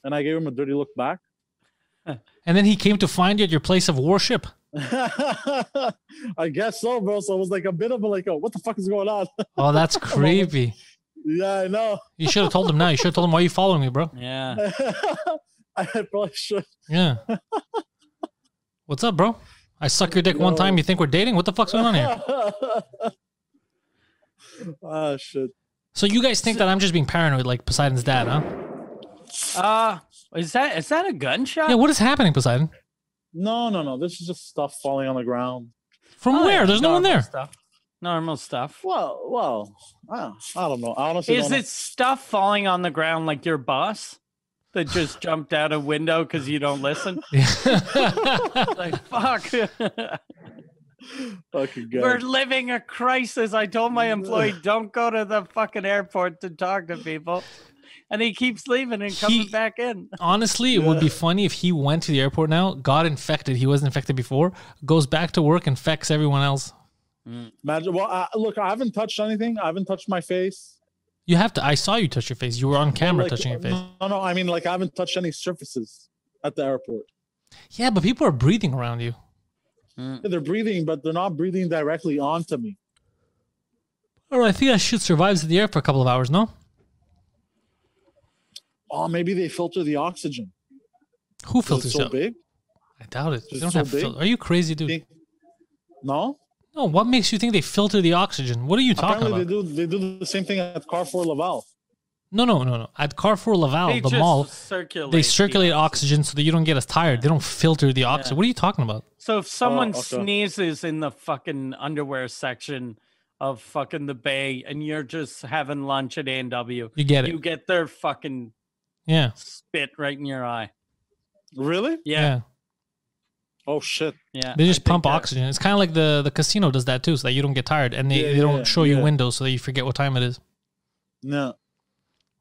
[SPEAKER 3] and I gave him a dirty look back. *laughs*
[SPEAKER 1] And then he came to find you at your place of worship.
[SPEAKER 3] I guess so, bro. So it was like a bit of a like, a, what the fuck is going on? *laughs*
[SPEAKER 1] Oh, that's creepy.
[SPEAKER 3] yeah, I know. *laughs*
[SPEAKER 1] You should have told him now. You should have told him, why are you following me, bro?
[SPEAKER 2] Yeah.
[SPEAKER 3] I probably should.
[SPEAKER 1] Yeah. What's up, bro? I suck your dick one time. You think we're dating? What the fuck's going on here?
[SPEAKER 3] *laughs* Ah, shit.
[SPEAKER 1] So you guys think that I'm just being paranoid, like Poseidon's dad, huh?
[SPEAKER 2] Uh is that is that a gunshot?
[SPEAKER 1] Yeah. What is happening, Poseidon?
[SPEAKER 3] No, no, no. This is just stuff falling on the ground.
[SPEAKER 1] From
[SPEAKER 2] Oh,
[SPEAKER 1] where?
[SPEAKER 2] yeah,
[SPEAKER 1] There's no one
[SPEAKER 2] normal
[SPEAKER 1] there.
[SPEAKER 2] Stuff. Normal stuff.
[SPEAKER 3] Well, well, I, I don't know. I honestly
[SPEAKER 2] Is
[SPEAKER 3] don't know.
[SPEAKER 2] it stuff falling on the ground like your boss that
[SPEAKER 1] *laughs*
[SPEAKER 2] just jumped out a window because you don't listen? Like fuck.
[SPEAKER 3] fucking good?
[SPEAKER 2] We're living a crisis. I told my employee, don't go to the fucking airport to talk to people. And he keeps leaving and coming
[SPEAKER 1] He-
[SPEAKER 2] back in.
[SPEAKER 1] *laughs* Honestly, it would be funny if he went to the airport now, got infected. He wasn't infected before, goes back to work, infects everyone else.
[SPEAKER 3] Imagine. Well, I, look, I haven't touched anything. I haven't touched my face.
[SPEAKER 1] You have to. I saw you touch your face. You were on camera
[SPEAKER 3] Like,
[SPEAKER 1] touching your face.
[SPEAKER 3] No, no. I mean, like, I haven't touched any surfaces at the airport.
[SPEAKER 1] Yeah, but people are breathing around you. Mm.
[SPEAKER 3] Yeah, they're breathing, but they're not breathing directly onto me.
[SPEAKER 1] Or I think that shit survives in the air for a couple of hours. No,
[SPEAKER 3] Oh, maybe they filter the oxygen.
[SPEAKER 1] who
[SPEAKER 3] 'cause
[SPEAKER 1] filters
[SPEAKER 3] It's so
[SPEAKER 1] out?
[SPEAKER 3] big.
[SPEAKER 1] I doubt it. They
[SPEAKER 3] It's
[SPEAKER 1] don't
[SPEAKER 3] so
[SPEAKER 1] have
[SPEAKER 3] big.
[SPEAKER 1] fil- Are you crazy, dude?
[SPEAKER 3] Think- No,
[SPEAKER 1] No. What makes you think they filter the oxygen? What are you talking
[SPEAKER 3] apparently
[SPEAKER 1] about?
[SPEAKER 3] they do. They do the same thing at Carrefour Laval.
[SPEAKER 1] No, no, no, no. At Carrefour Laval,
[SPEAKER 2] They
[SPEAKER 1] Oh, the
[SPEAKER 2] just
[SPEAKER 1] mall,
[SPEAKER 2] circulate.
[SPEAKER 1] they
[SPEAKER 2] the
[SPEAKER 1] circulate oxygen so that you don't get as tired. They don't filter the oxygen.
[SPEAKER 2] Yeah.
[SPEAKER 1] What are you talking about?
[SPEAKER 2] So if someone
[SPEAKER 3] okay.
[SPEAKER 2] sneezes in the fucking underwear section of fucking the bay and you're just having lunch at A and W,
[SPEAKER 1] You get it.
[SPEAKER 2] you get their fucking
[SPEAKER 1] yeah.
[SPEAKER 2] spit right in your eye.
[SPEAKER 3] Really?
[SPEAKER 1] yeah.
[SPEAKER 2] Yeah.
[SPEAKER 3] Oh shit!
[SPEAKER 2] Yeah.
[SPEAKER 1] They
[SPEAKER 2] I
[SPEAKER 1] just
[SPEAKER 2] think
[SPEAKER 1] pump
[SPEAKER 2] that-
[SPEAKER 1] oxygen. It's kind of like the the casino does that too, so that you don't get tired, and they,
[SPEAKER 3] Yeah,
[SPEAKER 1] they don't
[SPEAKER 3] yeah,
[SPEAKER 1] show you
[SPEAKER 3] yeah.
[SPEAKER 1] windows so that you forget what time it is.
[SPEAKER 3] No.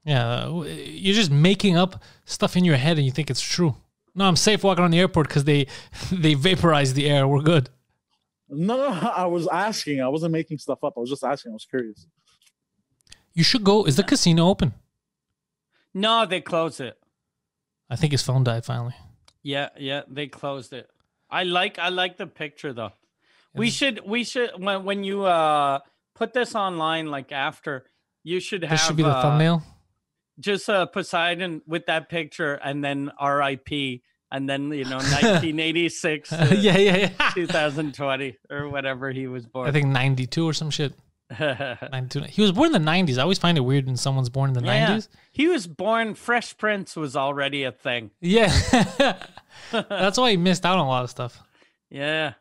[SPEAKER 1] Yeah, uh, you're just making up stuff in your head, and you think it's true. No, I'm safe walking on the airport because they *laughs* they vaporize the air. We're good.
[SPEAKER 3] No, *laughs* no, I was asking. I wasn't making stuff up. I was just asking. I was curious.
[SPEAKER 1] You should go. Is the casino open?
[SPEAKER 2] No, they close it.
[SPEAKER 1] I think his phone died finally.
[SPEAKER 2] Yeah, yeah, they closed it. I like I like the picture though. We
[SPEAKER 1] Yeah.
[SPEAKER 2] should we should when when you uh put this online like after you should have
[SPEAKER 1] This should be the
[SPEAKER 2] uh, *laughs*
[SPEAKER 1] thumbnail. *laughs*
[SPEAKER 2] Just uh Poseidon with that picture and then R.I.P. and then
[SPEAKER 1] *laughs*
[SPEAKER 2] you know 1986 to
[SPEAKER 1] yeah, yeah,
[SPEAKER 2] *laughs*
[SPEAKER 1] yeah.
[SPEAKER 2] 2020 or whatever he was born.
[SPEAKER 1] I think 92 or some shit.
[SPEAKER 2] think
[SPEAKER 1] 92. He was born in the 90s. I always find it weird when someone's born in the
[SPEAKER 2] Yeah.
[SPEAKER 1] 90s.
[SPEAKER 2] *laughs* he was born. Fresh Prince was already a thing.
[SPEAKER 1] Yeah. *laughs* That's why he missed out on a lot of stuff.
[SPEAKER 2] Yeah.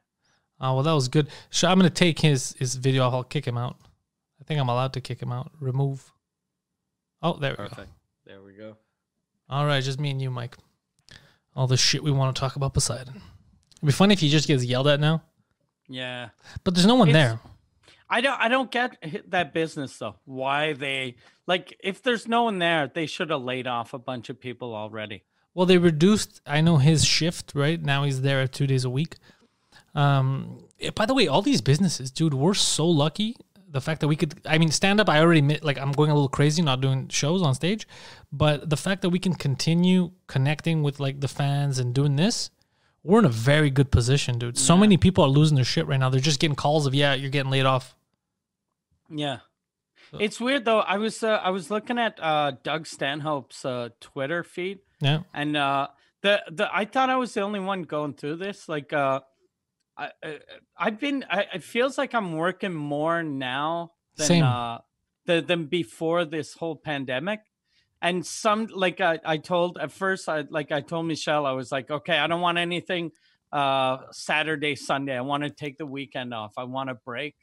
[SPEAKER 1] Oh well, that was good. So I'm gonna take his his video. I'll kick him out. I think I'm allowed to kick him out. Remove. Oh, there we go.
[SPEAKER 2] There we go.
[SPEAKER 1] All right, just me and you, Mike. All the shit we want to talk about Poseidon. It'd be funny if he just gets yelled at now,
[SPEAKER 2] Yeah.
[SPEAKER 1] but there's no one
[SPEAKER 2] It's-
[SPEAKER 1] there.
[SPEAKER 2] I don't I don't get h- that business though. Why they like if there's no one there, they should have laid off a bunch of people already.
[SPEAKER 1] Well, they reduced. I know his shift. Right now, he's there at two days a week. Um. eh, By the way, all these businesses, dude, we're so lucky. The fact that we could, I mean, stand up. I already admit, like I'm going a little crazy, not doing shows on stage, but the fact that we can continue connecting with like the fans and doing this, we're in a very good position, dude. So many people are losing their shit right now. They're just getting calls of, yeah, you're getting laid off.
[SPEAKER 2] Yeah. It's weird though. I was uh, I was looking at uh Doug Stanhope's uh Twitter feed
[SPEAKER 1] Yeah,
[SPEAKER 2] and uh the the I thought I was the only one going through this like uh I, I I've been I, it feels like I'm working more now than
[SPEAKER 1] Same.
[SPEAKER 2] uh the, than before this whole pandemic and some like I, I told at first I like I told Michelle I was like okay I don't want anything uh Saturday Sunday I want to take the weekend off I want a break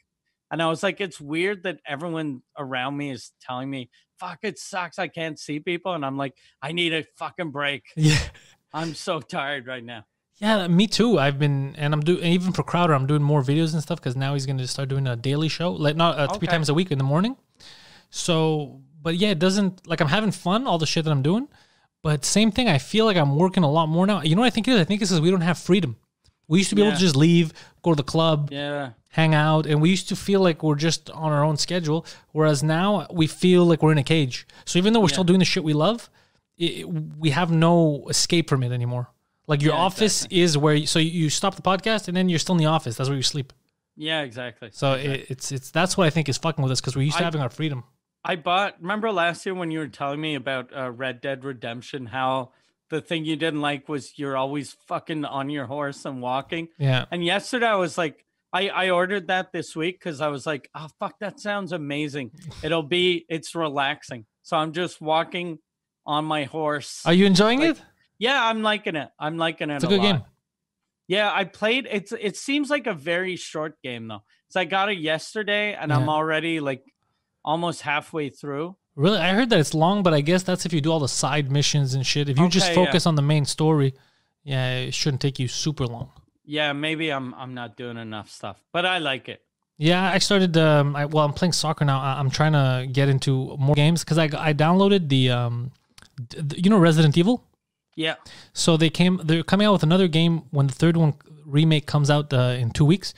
[SPEAKER 2] and I was like it's weird that everyone around me is telling me fuck it sucks I can't see people and I'm like I need a fucking break
[SPEAKER 1] Yeah.
[SPEAKER 2] I'm so tired right now
[SPEAKER 1] Yeah, me too. I've been, and I'm doing even for Crowder. I'm doing more videos and stuff because now he's going to start doing a daily show, like not uh, three
[SPEAKER 2] Okay.
[SPEAKER 1] times a week in the morning. So, but yeah, it doesn't like I'm having fun all the shit that I'm doing, but same thing. I feel like I'm working a lot more now. You know what I think it is? I think this is we don't have freedom. We used to be able
[SPEAKER 2] Yeah.
[SPEAKER 1] to just leave, go to the club,
[SPEAKER 2] yeah
[SPEAKER 1] hang out and we used to feel like we're just on our own schedule whereas now we feel like we're in a cage so even though we're still doing the shit we love it, we have no escape from it anymore like your
[SPEAKER 2] Yeah,
[SPEAKER 1] office is where you, so you- you stop the podcast and then you're still in the office that's where you sleep
[SPEAKER 2] yeah exactly
[SPEAKER 1] so it, it's it's that's what i think is fucking with us because we're used to
[SPEAKER 2] I-
[SPEAKER 1] having our freedom
[SPEAKER 2] I bought. Remember last year when you were telling me about uh, Red Dead Redemption? How the thing you didn't like was you're always fucking on your horse and walking.
[SPEAKER 1] yeah
[SPEAKER 2] And yesterday I was like, I I ordered that this week because I was like, oh fuck, that sounds amazing. It'll be it's relaxing. So I'm just walking on my horse.
[SPEAKER 1] are you enjoying
[SPEAKER 2] Like,
[SPEAKER 1] it
[SPEAKER 2] yeah, I'm liking it. I'm liking it.
[SPEAKER 1] it's a good
[SPEAKER 2] lot.
[SPEAKER 1] game
[SPEAKER 2] Yeah, I played. It's it seems like a very short game though. So I got it yesterday, and I'm
[SPEAKER 1] Yeah.
[SPEAKER 2] already like almost halfway through.
[SPEAKER 1] really i heard that it's long but i guess that's if you do all the side missions and shit if you just
[SPEAKER 2] Okay, yeah.
[SPEAKER 1] focus on the main story yeah it shouldn't take you super long
[SPEAKER 2] Yeah, maybe I'm I'm not doing enough stuff, but I like it.
[SPEAKER 1] Yeah, I started. Um, I, well, I'm playing soccer now. I, I'm trying to get into more games because I, I downloaded the, um, d- d- you know, Resident Evil.
[SPEAKER 2] Yeah,
[SPEAKER 1] So they came. They're coming out with another game when the third one remake comes out uh, in two weeks,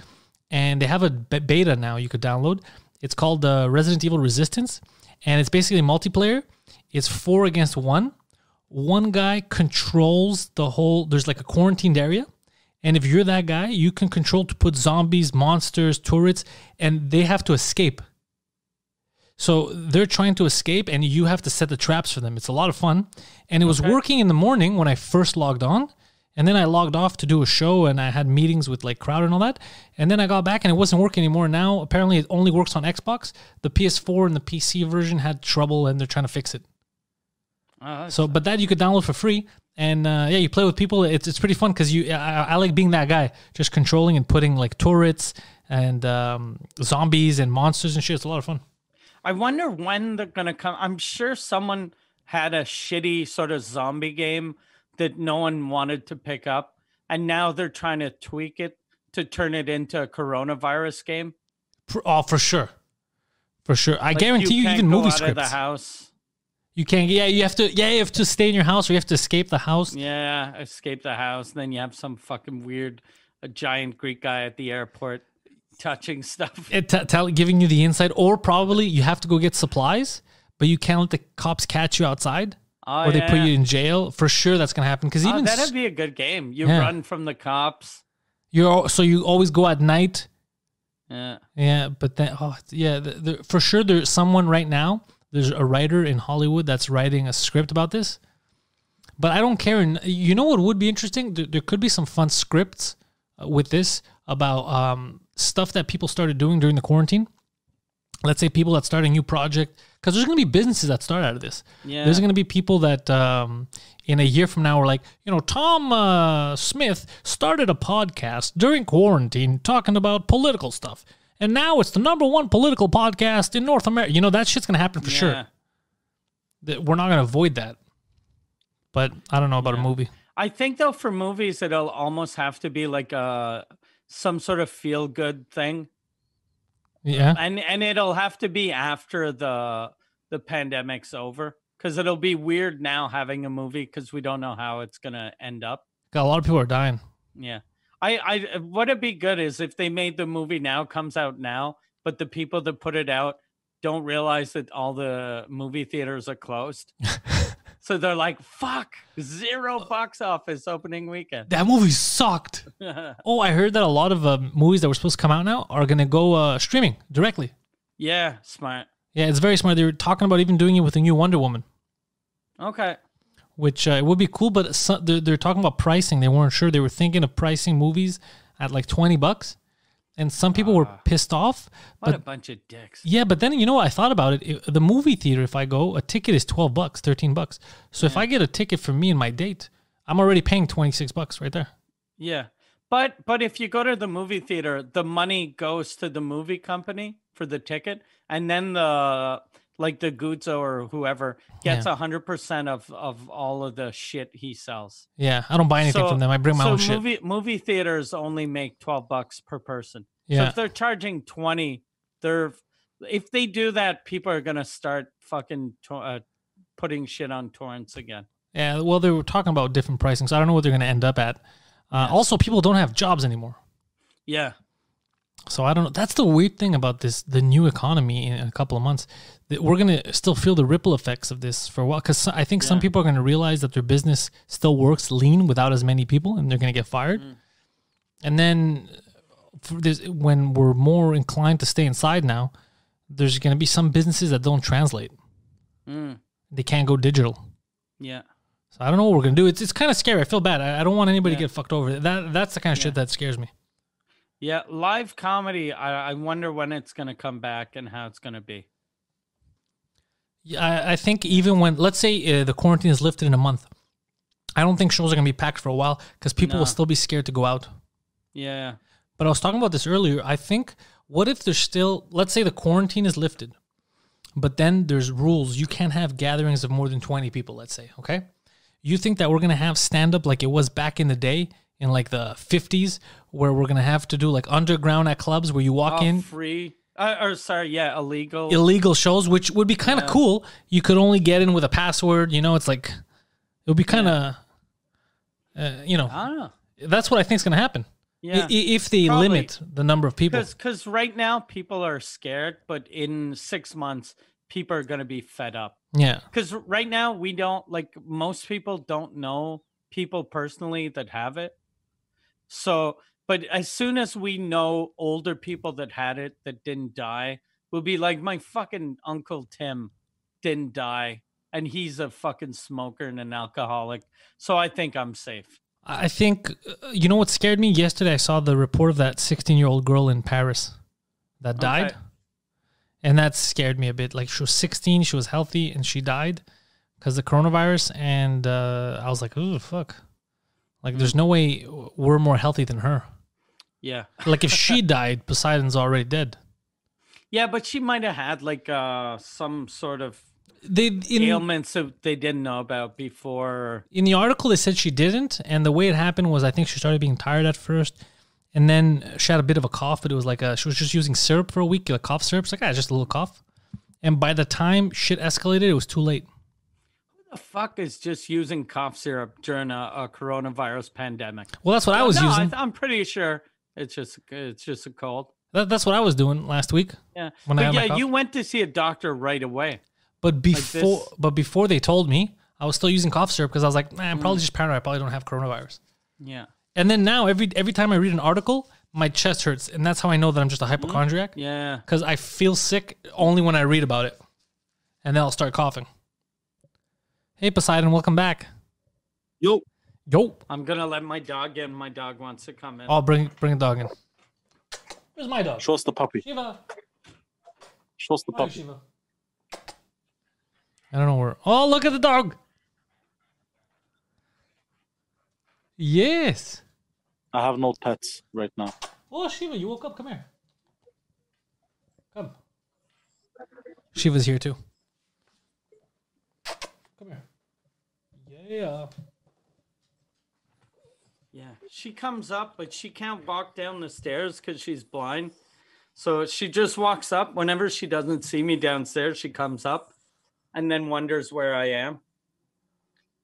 [SPEAKER 1] and they have a be- beta now you could download. It's called uh, Resident Evil Resistance, and it's basically multiplayer. It's four against one. One guy controls the whole. There's like a quarantined area, and if you're that guy, you can control to put zombies, monsters, turrets, and they have to escape. So they're trying to escape, and you have to set the traps for them. It's a lot of fun, and it was working in the morning when I first logged on, and then I logged off to do a show, and I had meetings with like Crowder and all that, and then I got back, and it wasn't working anymore. Now apparently it only works on Xbox. The PS4 and the PC version had trouble, and they're trying to fix it.
[SPEAKER 2] uh,
[SPEAKER 1] So, but that you could download for free, and uh, yeah, you play with people. It's it's pretty fun because you I, I- I like being that guy, just controlling and putting like turrets and um, zombies and monsters and shit. It's a lot of fun.
[SPEAKER 2] I wonder when they're gonna come. I'm sure someone had a shitty sort of zombie game that no one wanted to pick up, and now they're trying to tweak it to turn it into a coronavirus game.
[SPEAKER 1] For, oh, for sure, for sure. I
[SPEAKER 2] Like,
[SPEAKER 1] guarantee you,
[SPEAKER 2] can't
[SPEAKER 1] even
[SPEAKER 2] go
[SPEAKER 1] movie
[SPEAKER 2] out of the
[SPEAKER 1] scripts.
[SPEAKER 2] house.
[SPEAKER 1] You can't. Yeah, you have to. Yeah, you have to stay in your house, or you have to escape the house.
[SPEAKER 2] Yeah, escape the house, and then you have some fucking weird, a giant Greek guy at the airport touching stuff.
[SPEAKER 1] It t- tell, giving you the insight, or probably you have to go get supplies, but you can't let the cops catch you outside,
[SPEAKER 2] Oh,
[SPEAKER 1] or they put
[SPEAKER 2] yeah.
[SPEAKER 1] you in jail. For sure, that's gonna happen. Because
[SPEAKER 2] Oh,
[SPEAKER 1] even s-
[SPEAKER 2] that'd be a good game. You
[SPEAKER 1] Yeah.
[SPEAKER 2] run from the cops.
[SPEAKER 1] you're al- so you always go at night.
[SPEAKER 2] Yeah.
[SPEAKER 1] Yeah, but then oh it's- yeah, the, the, for sure there's someone right now. There's a writer in Hollywood that's writing a script about this, but I don't care. And uh, you know what would be interesting? There, there could be some fun scripts uh, with this about um, stuff that people started doing during the quarantine. Let's say people that start a new project, because there's going to be businesses that start out of this. There's
[SPEAKER 2] Yeah.
[SPEAKER 1] going to be people that um, in a year from now are like, you know, Tom uh, Smith started a podcast during quarantine talking about political stuff. And now it's the number one political podcast in North America. You know, that shit's going to happen for
[SPEAKER 2] Yeah.
[SPEAKER 1] sure. That- We're not going to avoid that. But I don't know about a movie.
[SPEAKER 2] I think though for movies it'll almost have to be like a some sort of feel good thing.
[SPEAKER 1] Yeah.
[SPEAKER 2] And and it'll have to be after the the pandemic's over cuz it'll be weird now having a movie cuz we don't know how it's going to end up.
[SPEAKER 1] God, a lot of people are dying.
[SPEAKER 2] Yeah. I I what'd be good is if they made the movie now comes out now, but the people that put it out don't realize that all the movie theaters are closed. so they're like, "Fuck, zero box office opening weekend." *laughs*
[SPEAKER 1] That movie sucked. oh, I heard that a lot of uh, movies that were supposed to come out now are going to go uh, streaming directly.
[SPEAKER 2] Yeah, smart.
[SPEAKER 1] Yeah, it's very smart. They were talking about even doing it with a new Wonder Woman.
[SPEAKER 2] Okay.
[SPEAKER 1] which uh, it would be cool. But so, they're, they're talking about pricing. They weren't sure. They were thinking of pricing movies at like twenty bucks, and some people were
[SPEAKER 2] Ah.
[SPEAKER 1] pissed off.
[SPEAKER 2] What a
[SPEAKER 1] But-
[SPEAKER 2] bunch of dicks.
[SPEAKER 1] Yeah, but then you know what I thought about it. If- the movie theater, if I go, a ticket is twelve bucks, thirteen bucks. So if I get a ticket for me and my date, I'm already paying twenty six bucks right there.
[SPEAKER 2] Yeah. But but if you go to the movie theater, the money goes to the movie company for the ticket and then the like the Guzzo or whoever gets a 100% of of all of the shit he sells.
[SPEAKER 1] Yeah, I don't buy anything
[SPEAKER 2] So-
[SPEAKER 1] from them. I bring my
[SPEAKER 2] so
[SPEAKER 1] own shit.
[SPEAKER 2] movie movie theaters only make 12 bucks per person. So
[SPEAKER 1] Yeah,
[SPEAKER 2] if they're charging 20, they're if they do that, people are going to start fucking to, uh, putting shit on torrents again.
[SPEAKER 1] yeah. Well, they were talking about different pricing, so I don't know what they're going to end up at. Uh, Also, people don't have jobs anymore,
[SPEAKER 2] Yeah.
[SPEAKER 1] so I don't know. That's the weird thing about this, the new economy in a couple of months. That we're going to still feel the ripple effects of this for a while, because I think some
[SPEAKER 2] Yeah.
[SPEAKER 1] people are going to realize that their business still works lean without as many people, and they're going to get fired.
[SPEAKER 2] Mm.
[SPEAKER 1] And then, for this, when we're more inclined to stay inside now, there's going to be some businesses that don't translate.
[SPEAKER 2] Mm.
[SPEAKER 1] They can't go digital.
[SPEAKER 2] Yeah.
[SPEAKER 1] So I don't know what we're gonna do. It's it's kind of scary. I feel bad. I, I don't want anybody
[SPEAKER 2] Yeah.
[SPEAKER 1] to get fucked over. That that's the kind of
[SPEAKER 2] Yeah.
[SPEAKER 1] shit that scares me.
[SPEAKER 2] Yeah, live comedy. I, I wonder when it's going to come back and how it's going to be.
[SPEAKER 1] Yeah, I, I think even when let's say uh, the quarantine is lifted in a month, I don't think shows are gonna be packed for a while because people
[SPEAKER 2] No.
[SPEAKER 1] will still be scared to go out.
[SPEAKER 2] Yeah,
[SPEAKER 1] But I was talking about this earlier. I think what if there's still let's say the quarantine is lifted, but then there's rules. You can't have gatherings of more than twenty people. Let's say okay. You think that we're gonna have stand up like it was back in the day in like the fifties, where we're gonna have to do like underground at clubs where you walk
[SPEAKER 2] Oh,
[SPEAKER 1] in,
[SPEAKER 2] free. Uh, or sorry, yeah, illegal.
[SPEAKER 1] illegal shows, which would be kind of
[SPEAKER 2] Yeah.
[SPEAKER 1] cool. You could only get in with a password. You know, it's like it would be kind of, uh, you know,
[SPEAKER 2] I don't know.
[SPEAKER 1] that's what I think is going to happen. I-
[SPEAKER 2] Ah, Yeah,
[SPEAKER 1] i- if they
[SPEAKER 2] probably.
[SPEAKER 1] limit the number of people,
[SPEAKER 2] because because right now people are scared, but in six months people are going to be fed up.
[SPEAKER 1] yeah,
[SPEAKER 2] Because right now we don't like most people don't know people personally that have it. So, but as soon as we know older people that had it that didn't die, we'll be like, my fucking uncle Tim didn't die, and he's a fucking smoker and an alcoholic. So I think I'm safe.
[SPEAKER 1] I I think uh, you know what scared me yesterday. I saw the report of that 16 year old girl in Paris that died,
[SPEAKER 2] Okay.
[SPEAKER 1] and that scared me a bit. Like she was 16, she was healthy, and she died because the coronavirus. And uh, I was like, ooh, fuck. Like, there's no way w- we're more healthy than her.
[SPEAKER 2] Yeah,
[SPEAKER 1] Like if she died, Poseidon's already dead.
[SPEAKER 2] yeah, but she might have had like uh some sort of
[SPEAKER 1] They in,
[SPEAKER 2] ailments that they didn't know about before.
[SPEAKER 1] in the article they said she didn't, and the way it happened was I think she started being tired at first, and then she had a bit of a cough, but it was like a, she was just using syrup for a week, like cough syrup. It's like ah, just a little cough, and by the time shit escalated, it was too late.
[SPEAKER 2] the fuck is just using cough syrup during a, a coronavirus pandemic?
[SPEAKER 1] Well, that's what I
[SPEAKER 2] Well,
[SPEAKER 1] was
[SPEAKER 2] no,
[SPEAKER 1] using.
[SPEAKER 2] I, am pretty sure it's just it's just a cold.
[SPEAKER 1] that, that's what I was doing last week.
[SPEAKER 2] Yeah,
[SPEAKER 1] When I
[SPEAKER 2] but
[SPEAKER 1] had my
[SPEAKER 2] yeah,
[SPEAKER 1] cough.
[SPEAKER 2] you went to see a doctor right away.
[SPEAKER 1] But before,
[SPEAKER 2] this?
[SPEAKER 1] but before they told me, I was still using cough syrup because I was like, nah, I'm
[SPEAKER 2] Mm.
[SPEAKER 1] probably just paranoid. I probably don't have coronavirus.
[SPEAKER 2] Yeah,
[SPEAKER 1] And then now, every every time I read an article, my chest hurts, and that's how I know that I'm just a
[SPEAKER 2] Mm-hmm.
[SPEAKER 1] hypochondriac.
[SPEAKER 2] yeah,
[SPEAKER 1] because I feel sick only when I read about it, and then I'll start coughing. Hey Poseidon, welcome back.
[SPEAKER 3] Yo,
[SPEAKER 1] Yo,
[SPEAKER 2] I'm gonna let my dog in. My dog wants to come in.
[SPEAKER 1] I'll bring bring a dog in. Where's my dog?
[SPEAKER 3] show us the puppy.
[SPEAKER 1] Shiva,
[SPEAKER 3] Show us the
[SPEAKER 1] where are you,
[SPEAKER 3] puppy.
[SPEAKER 1] Shiva? I don't know where. Oh, look at the dog. Yes.
[SPEAKER 3] I have no pets right now.
[SPEAKER 1] Oh, Shiva, you woke up. Come here. Come. Shiva's here too. Come here. Yeah.
[SPEAKER 2] Yeah, she comes up, but she can't walk down the stairs because she's blind. So she just walks up. Whenever she doesn't see me downstairs, she comes up, and then wonders where I am.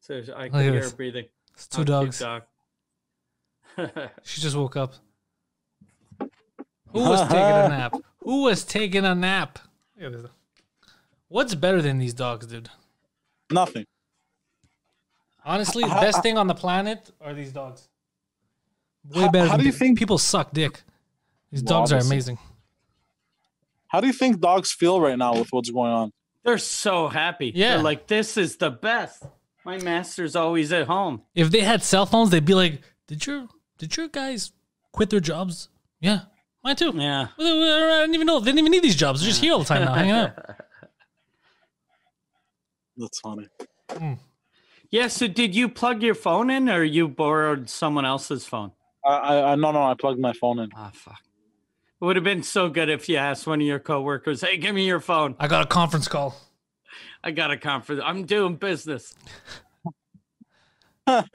[SPEAKER 2] So I can
[SPEAKER 1] at
[SPEAKER 2] hear her
[SPEAKER 1] this.
[SPEAKER 2] breathing.
[SPEAKER 1] It's two
[SPEAKER 2] Oh, cute
[SPEAKER 1] dogs.
[SPEAKER 2] dog. *laughs*
[SPEAKER 1] She just woke up. Who was taking
[SPEAKER 3] *laughs*
[SPEAKER 1] a nap? Who was taking a nap? Yeah, there's a- What's better than these dogs, dude?
[SPEAKER 3] Nothing.
[SPEAKER 1] Honestly, the best thing on the planet are these dogs. Way
[SPEAKER 3] How-
[SPEAKER 1] better.
[SPEAKER 3] how
[SPEAKER 1] than
[SPEAKER 3] do you
[SPEAKER 1] pe-
[SPEAKER 3] think-
[SPEAKER 1] people suck dick? These
[SPEAKER 3] Well,
[SPEAKER 1] dogs are
[SPEAKER 3] obviously.
[SPEAKER 1] amazing.
[SPEAKER 3] How do you think dogs feel right now with what's going on?
[SPEAKER 2] They're so happy. They're
[SPEAKER 1] Yeah.
[SPEAKER 2] like, this is the best. My master's always at home.
[SPEAKER 1] If they had cell phones, they'd be like, "Did your did your guys quit their jobs? Yeah, Mine too.
[SPEAKER 2] Yeah.
[SPEAKER 1] I didn't even know. They didn't even need these jobs. They're just here all the time now, hanging *laughs* out.
[SPEAKER 3] That's funny.
[SPEAKER 2] Yeah. So did you plug your phone in or you borrowed someone else's phone?
[SPEAKER 3] I, I, I no, no, I plugged my phone in.
[SPEAKER 2] Ah, fuck. It would have been so good if you asked one of your coworkers, hey, give me your phone.
[SPEAKER 1] I got a conference call.
[SPEAKER 2] I got a conference. I'm doing business. *laughs*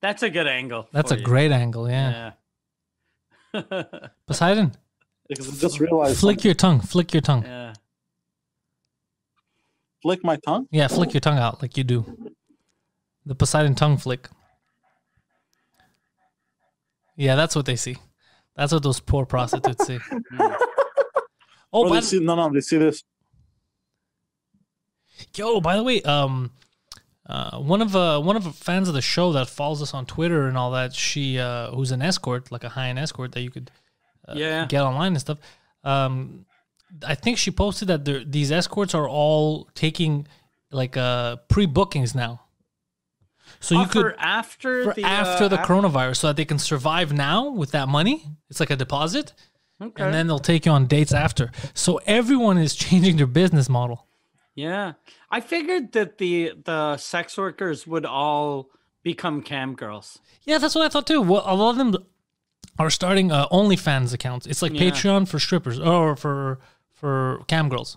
[SPEAKER 2] That's a good angle.
[SPEAKER 1] That's
[SPEAKER 2] for
[SPEAKER 1] a
[SPEAKER 2] you.
[SPEAKER 1] great angle. Oh, Yeah.
[SPEAKER 2] Yeah.
[SPEAKER 1] Poseidon,
[SPEAKER 3] Because I just realized.
[SPEAKER 1] flick your tongue. Flick your tongue.
[SPEAKER 2] *laughs* yeah.
[SPEAKER 3] Flick my tongue.
[SPEAKER 1] Yeah, flick your tongue out like you do. The Poseidon tongue flick. Yeah, that's what they see. That's what those poor prostitutes
[SPEAKER 3] *laughs*
[SPEAKER 1] see. Oh,
[SPEAKER 3] Or
[SPEAKER 1] by
[SPEAKER 3] they
[SPEAKER 1] the-
[SPEAKER 3] see, no, no, they see this.
[SPEAKER 1] Yo, by the way, um, uh, one of uh, one of the fans of the show that follows us on Twitter and all that, she uh, who's an escort, like a high end escort that you could
[SPEAKER 2] yeah.
[SPEAKER 1] get online and stuff. Um, I think she posted that there, these escorts are all taking like uh pre bookings now, so you
[SPEAKER 2] Offer
[SPEAKER 1] could
[SPEAKER 2] after
[SPEAKER 1] for
[SPEAKER 2] Oh, the
[SPEAKER 1] after the
[SPEAKER 2] uh,
[SPEAKER 1] coronavirus so that they can survive now with that money. It's like a deposit,
[SPEAKER 2] Okay.
[SPEAKER 1] and then they'll take you on dates after. So everyone is *laughs* changing their business model.
[SPEAKER 2] Yeah. I figured that the the sex workers would all become cam girls.
[SPEAKER 1] Yeah, that's what I thought too. Well, a lot of them are starting uh, OnlyFans accounts. It's like
[SPEAKER 2] Yeah.
[SPEAKER 1] Patreon for strippers oh, or for for cam girls.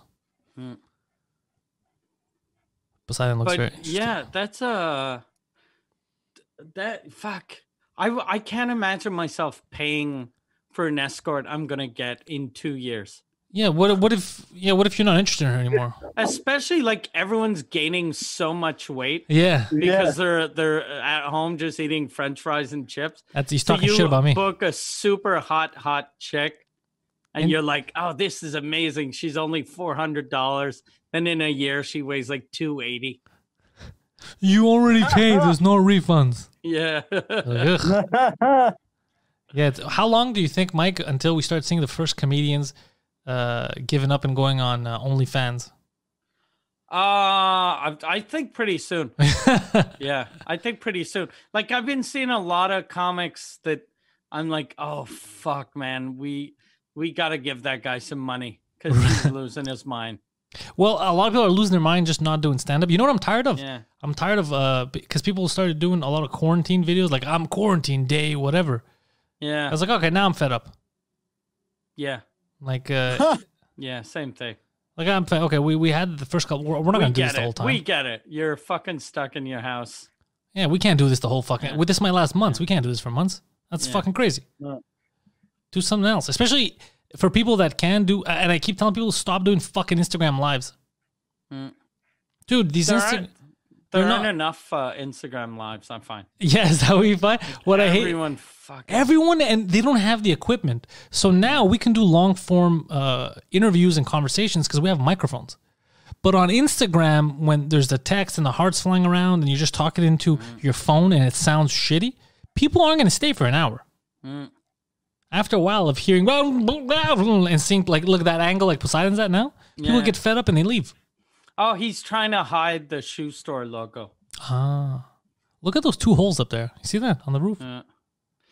[SPEAKER 1] Poseidon looks very
[SPEAKER 2] Hmm. But
[SPEAKER 1] interesting.
[SPEAKER 2] yeah, that's uh that fuck. I w- I can't imagine myself paying for an escort I'm going to get in 2 years.
[SPEAKER 1] Yeah, what what if yeah, what if you're not interested in her
[SPEAKER 2] *laughs*
[SPEAKER 1] anymore?
[SPEAKER 2] Especially like everyone's gaining so much weight
[SPEAKER 1] Yeah.
[SPEAKER 3] Yeah.
[SPEAKER 2] because they're they're at home just eating french fries and chips.
[SPEAKER 1] That's he's
[SPEAKER 2] So
[SPEAKER 1] talking shit about me.
[SPEAKER 2] Book a super hot, hot chick, and
[SPEAKER 1] And-
[SPEAKER 2] you're like, "Oh, this is amazing." She's only four hundred dollars. Then in a year, she weighs like two eighty.
[SPEAKER 1] You already paid, there's no refunds.
[SPEAKER 2] Yeah, *laughs* Uh,
[SPEAKER 1] Like, ugh. Yeah, it's, how long do you think, Mike, until we start seeing the first comedians uh, giving up and going on uh, OnlyFans? *laughs*
[SPEAKER 2] uh, I, I think pretty soon. yeah, I think pretty soon. Like I've been seeing a lot of comics that I'm like, "Oh fuck, man, we we got to give that guy some money because
[SPEAKER 1] *laughs*
[SPEAKER 2] he's losing his mind."
[SPEAKER 1] Well, a lot of people are losing their mind just not doing stand up. You know what I'm tired of?
[SPEAKER 2] Yeah.
[SPEAKER 1] I'm tired of uh because people started doing a lot of quarantine videos like I'm quarantine day whatever. I
[SPEAKER 2] Yeah,
[SPEAKER 1] was like, okay, now I'm fed up.
[SPEAKER 2] yeah,
[SPEAKER 1] Like uh
[SPEAKER 2] yeah. Same thing.
[SPEAKER 1] like I'm fed, okay, we we had the first couple we're, we're not
[SPEAKER 2] we
[SPEAKER 1] going to do
[SPEAKER 2] get
[SPEAKER 1] this the
[SPEAKER 2] it.
[SPEAKER 1] whole time.
[SPEAKER 2] We get it. You're fucking stuck in your house.
[SPEAKER 1] yeah, we can't do this the whole fucking
[SPEAKER 2] Yeah.
[SPEAKER 1] Well, this is my last month. We can't do this for months. That's
[SPEAKER 2] Yeah.
[SPEAKER 1] fucking crazy.
[SPEAKER 3] Yeah.
[SPEAKER 1] Do something else, especially for people that can do and I keep telling people stop doing fucking Instagram lives.
[SPEAKER 2] Mm.
[SPEAKER 1] Dude, these
[SPEAKER 2] There
[SPEAKER 1] Insta-
[SPEAKER 2] aren't, there
[SPEAKER 1] You're
[SPEAKER 2] aren't
[SPEAKER 1] not-
[SPEAKER 2] enough uh, Instagram lives. I'm fine.
[SPEAKER 1] *laughs* Yeah, is that what you find? What I hate
[SPEAKER 2] Everyone fucking.
[SPEAKER 1] everyone and they don't have the equipment so now we can do long form uh, interviews and conversations because we have microphones but on instagram when there's the text and the hearts flying around and you just talk it into
[SPEAKER 2] Mm.
[SPEAKER 1] your phone and it sounds shitty people aren't going to stay for an hour
[SPEAKER 2] Mm.
[SPEAKER 1] after a while of hearing and seeing like look at that angle like poseidon's at now people
[SPEAKER 2] Yeah.
[SPEAKER 1] get fed up and they leave
[SPEAKER 2] oh, he's trying to hide the shoe store logo.
[SPEAKER 1] ah look at those two holes up there you see that on the roof
[SPEAKER 2] Yeah.